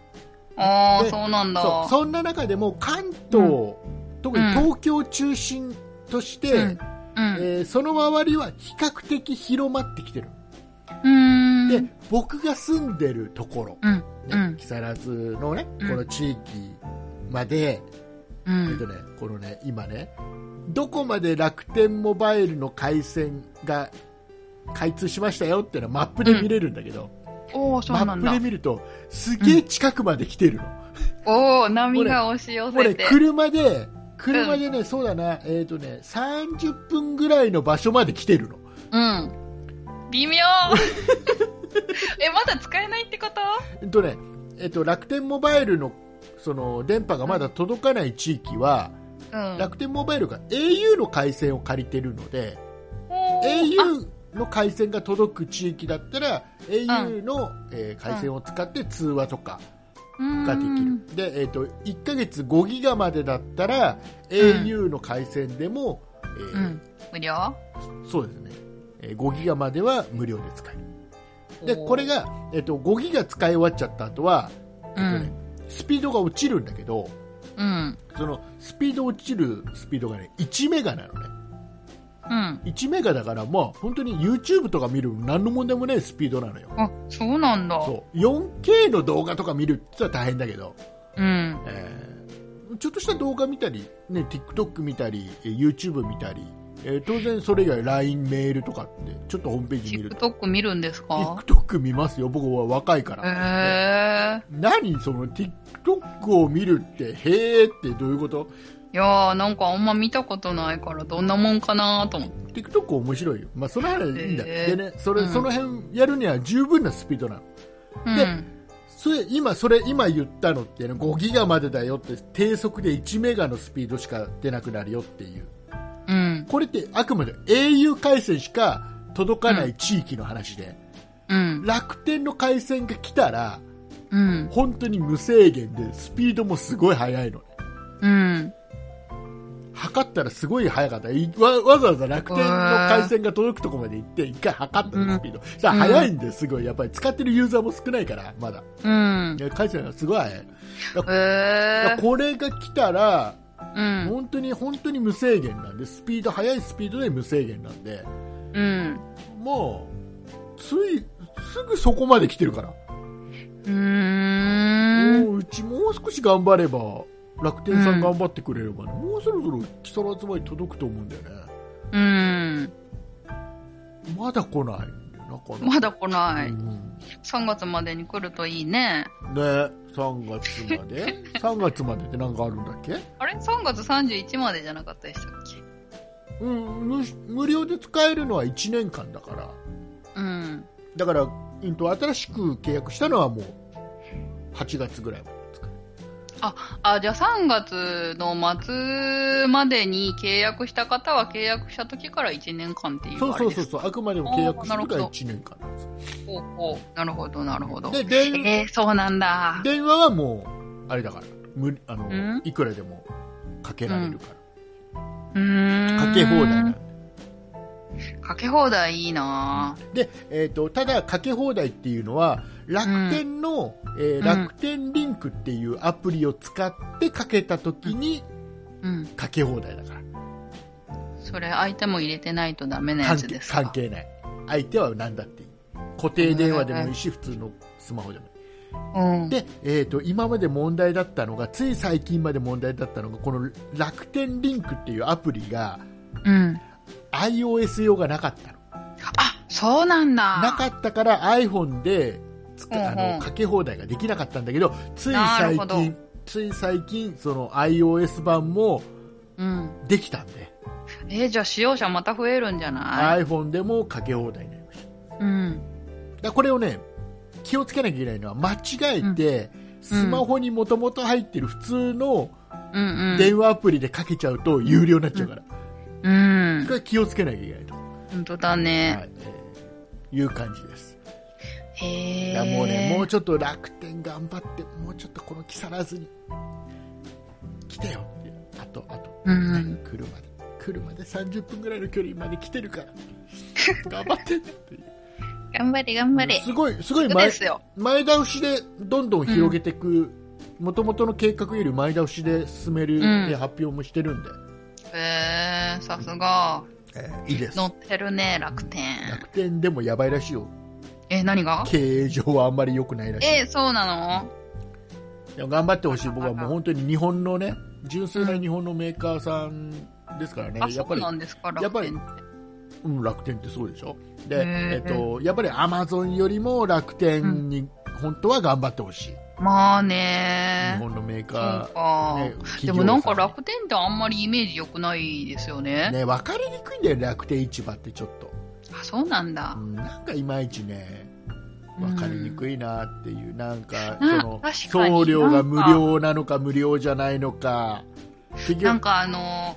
ああ、
で
そうなんだ。
そうそんな中でも関東、特に東京を中心として、
うんうん。
えーその周りは比較的広まってきてる、
うーん。
で僕が住んでるところ、
うん。う
ね
ん。
木更津の、ね、
うん
この地域まで、
う
えっと
ん。
ね、このね今ねどこまで楽天モバイルの回線が開通しましたよっていうのはマップで見れるんだけど、
おお、そ
マ
うなん
ップ
だ
で。見るとすげえ近くまで来てるの、
おお、波が押し寄
これ
せて。
車で車でね、そうだなえっ、とね30分ぐらいの場所まで来てるの
うん。微 妙え、まだ使えないってこと
えっとね、えっと、楽天モバイルのその電波がまだ届かない地域は、
うん。
楽天モバイルが au の回線を借りてるので、
おー
au の回線が届く地域だったら、au の、えー回線を使って通話とかができる、
うん
で、えっと1ヶ月5ギガまでだったら、au の回線でも、え
う
ー
ん。無料
そうですね、えー5ギガまでは無料で使えるで
おー
これが、えっと5ギガ使い終わっちゃった後は、えっと
う
ね
ん。
スピードが落ちるんだけど
うん。
そのスピード落ちるスピードがね1メガなのね
うん。
1メガだからまあ本当に YouTube とか見る何の問題もないスピードなのよ
あ、そうなんだ。
そう 4K の動画とか見るって言ったら大変だけど、
うん。
えーちょっとした動画見たり、ね、TikTok 見たりえー YouTube 見たり、えー当然それ以外 LINE メールとかってちょっとホームページ見ると
TikTok 見るんですか
TikTok 見ますよ僕は若いから、
へえ。
何その TikTok を見るってへーってどういうこと
いやー、なんかあんま見たことないから、どんなもんかなーと思って。
TikTok 面白いよ、まあ、その辺はいいんだ、
へー
でねそれ、
うん
その辺やるには十分なスピードなの
うん。
それ今それ今言ったのって、ね、5ギガまでだよって低速で1メガのスピードしか出なくなるよっていう
うん。
これってあくまで au 回線しか届かない地域の話で、
うん。
楽天の回線が来たら
うん。
本当に無制限でスピードもすごい速いのね
うん。
測ったらすごい速かったいわわざわざ楽天の回線が届くとこまで行って一回測ったのスピード、さあ
うん
速いんですごいやっぱり使ってるユーザーも少ないからまだ
うん
い。や回線がすごい速いだか
へ
らこれが来たら
ー。うん。
本当に本当に無制限なんでスピード速いスピードで無制限なんで
うん。
もうついすぐそこまで来てるから、
うーん。
もううちもう少し頑張れば楽天さ
うん
ん頑張ってくれれば、ねもうそろそろ木更津まで届くと思うんだよね
うん。
まだ来ないんだよなこの
まだ来な
う
い。
ん
3月までに来るといいね。
ね3月まで 3月までって何かあるんだっけ
あれ ?3 月31までじゃなかったでしたっけ
うん無無料で使えるのは1年間だから
うん。
だから、うん、と新しく契約したのはもう8月ぐらいまで使える
あ、じゃあ3月の末までに契約した方は契約した時から1年間っていう
そう
あ
そ
れ
う
で
そう
す
そうあくまでも契約する
あーな
か
るほ
ら
ど
1年間なんですよ
ほうほうなるほど、なるほど。
で電
えー、そうなんだ。
電話はもうあれだから無あの、
ん
いくらでもかけられるから、
うーん。
かけ放題なんで
かけ放題いいなぁ
で、えー、とただかけ放題っていうのは楽天の、えー
うん
楽天リンクっていうアプリを使ってかけた時に
うん。
かけ放題だから、
それ相手も入れてないとダメなや
関
つ
係
ですか
関係ない相手は何だっていい固定電話でもいいし普通のスマホでもいい
うん。
で、えー、と今まで問題だったのがつい最近まで問題だったのがこの楽天リンクっていうアプリが
うん。
iOS 用がなかったの
あ、そうなんだ。
なかったから iPhone でつくあ
うんう
の
ん
かけ放題ができなかったんだけどつい
なる
最
ほど
近つい最近その iOS 版も
うん。
できたんで、
えーじゃあ使用者また増えるんじゃない
iPhone でもかけ放題になりましただか
うん。
らこれをね気をつけなきゃいけないのは間違えて、スマホにもともと入ってる普通の
うんうん。
電話アプリでかけちゃうと有料になっちゃうから、
うん
こ。れ気をつけなきゃいけないと、は
本当だ
い
ね。
えーいう感じです。
へえ。
いやもうね、もうちょっと楽天頑張って、もうちょっとこの木更津に来てよってあと、あと、
うん
車で、車で30分ぐらいの距離まで来てる から、頑張ってっていう
頑張れ、頑張れ。
すごい、すごい
そうで
前
すよ。
前倒しでどんどん広げていく、もともとの計画より前倒しで進め
う
る
ん
って発表もしてるんで、
へえ、さすが。
えーいいです
乗。ってるね、楽天。
楽天でもやばいらしいよ。
え、何が
経営上はあんまり良くないらしい。
え、そうなの
でも頑張ってほしい、僕はもう本当に日本のね、純粋な日本のメーカーさんですからね、
あ、
や
そ
っぱ
う
り
な、んですか、
やっ
楽
ぱり
天って。
うん、楽天ってそうでしょ、
へ
で
ー
えっと、やっぱりアマゾンよりも楽天に本当は頑張ってほしい、
まあ
日
ね。
本のメー
そ
カ
う
ー、
か。
ね、
でもなんか
企業
楽天ってあんまりイメージ良くないですよ
さ
ね。
んね、分かりにくいんだよ、楽天市場ってちょっと、
あ、そうなんだ
う。んなんかいまいちね、分かりにくいなっていう、なんか
うん
そ
確かに
の送料が
なん
無
か
料なのか、無料じゃないのか、結局
なんかあの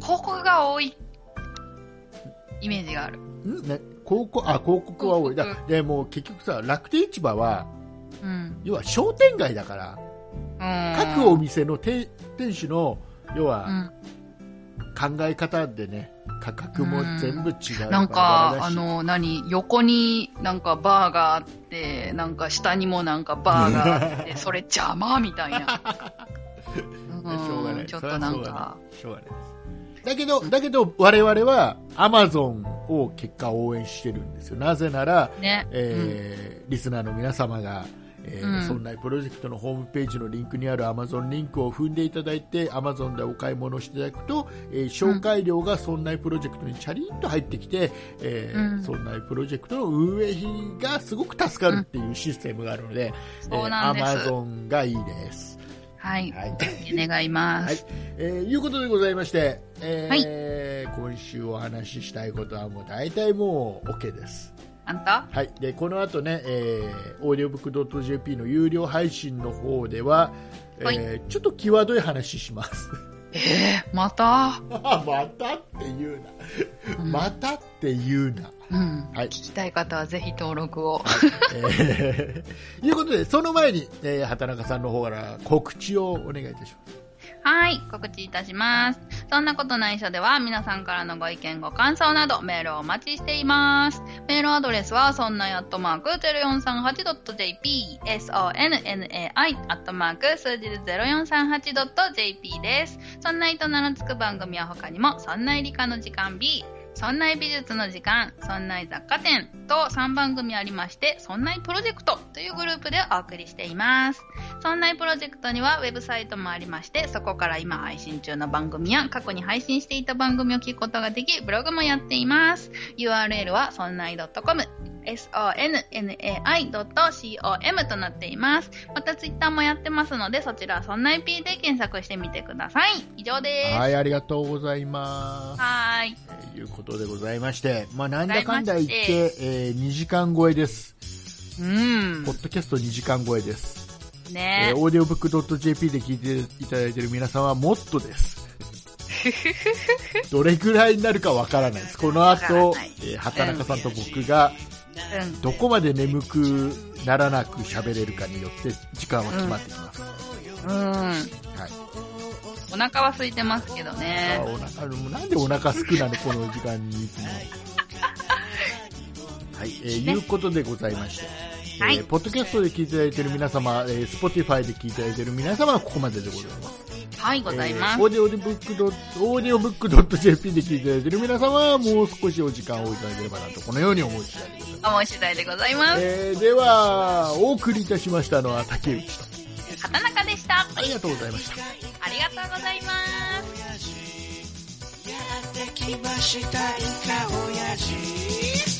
ー、広告が多いイメージがある。
んね、広告あ広告は多いだ
広
でもう結局さ楽天市場は
うん。
要は商店街だから各
各
お店の店店主の要
う
は
ん、
考え方でね価格も全部違う
なんか、
バ
あ
ラバラだし
の、何、横になんかバーがあって、なんか下にもなんかバーがあ って、それ邪魔みたいな。うん
しょうがない
ちょっとなん
それは
か、
しょうがないですだけどだけど我々はアマゾンを結果応援してるんですよなぜなら、
ね。
えーリスナーの皆様が、えー
うん
そんなプロジェクトのホームページのリンクにある Amazon リンクを踏んでいただいて Amazon でお買い物していただくと、えー紹介料がそんなプロジェクトにチャリンと入ってきて、えー
うん
そんなプロジェクトの運営費がすごく助かるっていうシステムがあるの
うん
で、え
そう
ー
なんです
Amazon がいいです。
はい。
はい
願いま
はい
す。、
えーいうことでございまして、えー今週お話ししたいことはもう大体もう OK です。
あんた
はい、でこの後ね、えー、オーディオブックドット JP の有料配信の方では、え
はい
ーちょっと際どい話します。
えー、また
またって言うな。またって言うな。
うん。
はい
聞きたい方はぜひ登録を。
えー いうことで、その前に、えー畑中さんの方から告知をお願いいたします。
はい、告知いたします。そんなことないしょでは、皆さんからのご意見、ご感想など、メールをお待ちしています。メールアドレスは、そんなやっとマーク 0438.jp、sonnai アットマーク数字で 0438.jp です。そんないと名の付く番組は他にも、そんない理科の時間 B、そんない美術の時間、そんない雑貨店と3番組ありまして、そんないプロジェクトというグループでお送りしています。そんないプロジェクトにはウェブサイトもありまして、そこから今配信中の番組や過去に配信していた番組を聞くことができ、ブログもやっています。URL はそんない .com、sonnai.com となっています。またツイッターもやってますので、そちらはそんない P で検索してみてください。以上です。
はい、ありがとうございます。
はーい。
ということでございまして、まあ、なんだかんだ言って、え2時間超えです。
うん
ポ。ッドキャスト2時間超えです。
ね
えー、オーディオブックドット JP で聞いていただいている皆さんはもっ とです。どれぐらいになるかわからないです。この
わ
後
からない、
えー畑中さんと僕が
うん。
どこまで眠くならなく喋れるかによって時間は決まってきます。
うん。
はい。
お腹は空いてますけど
あ
ね。
お腹もうなんでお腹すくなのこの時間にいつも。はい、えー
ね
いうことでございまして、
はい
えーポッドキャストで聞いていただいている皆様、えー、Spotify で聞いていただいている皆様はここまででございます。
はい、ございま
え
す
ー。オーディオブックドットオーディオブックドット JP で聞いていただいている皆様はもう少しお時間をいただければなとこのように思う次第でございま、
思い次第でございますす。
えーではお送りいたしましたのは竹内と
畑中でした。
ありがとうございました
ありがとうございます。
やってきましたイカオヤジ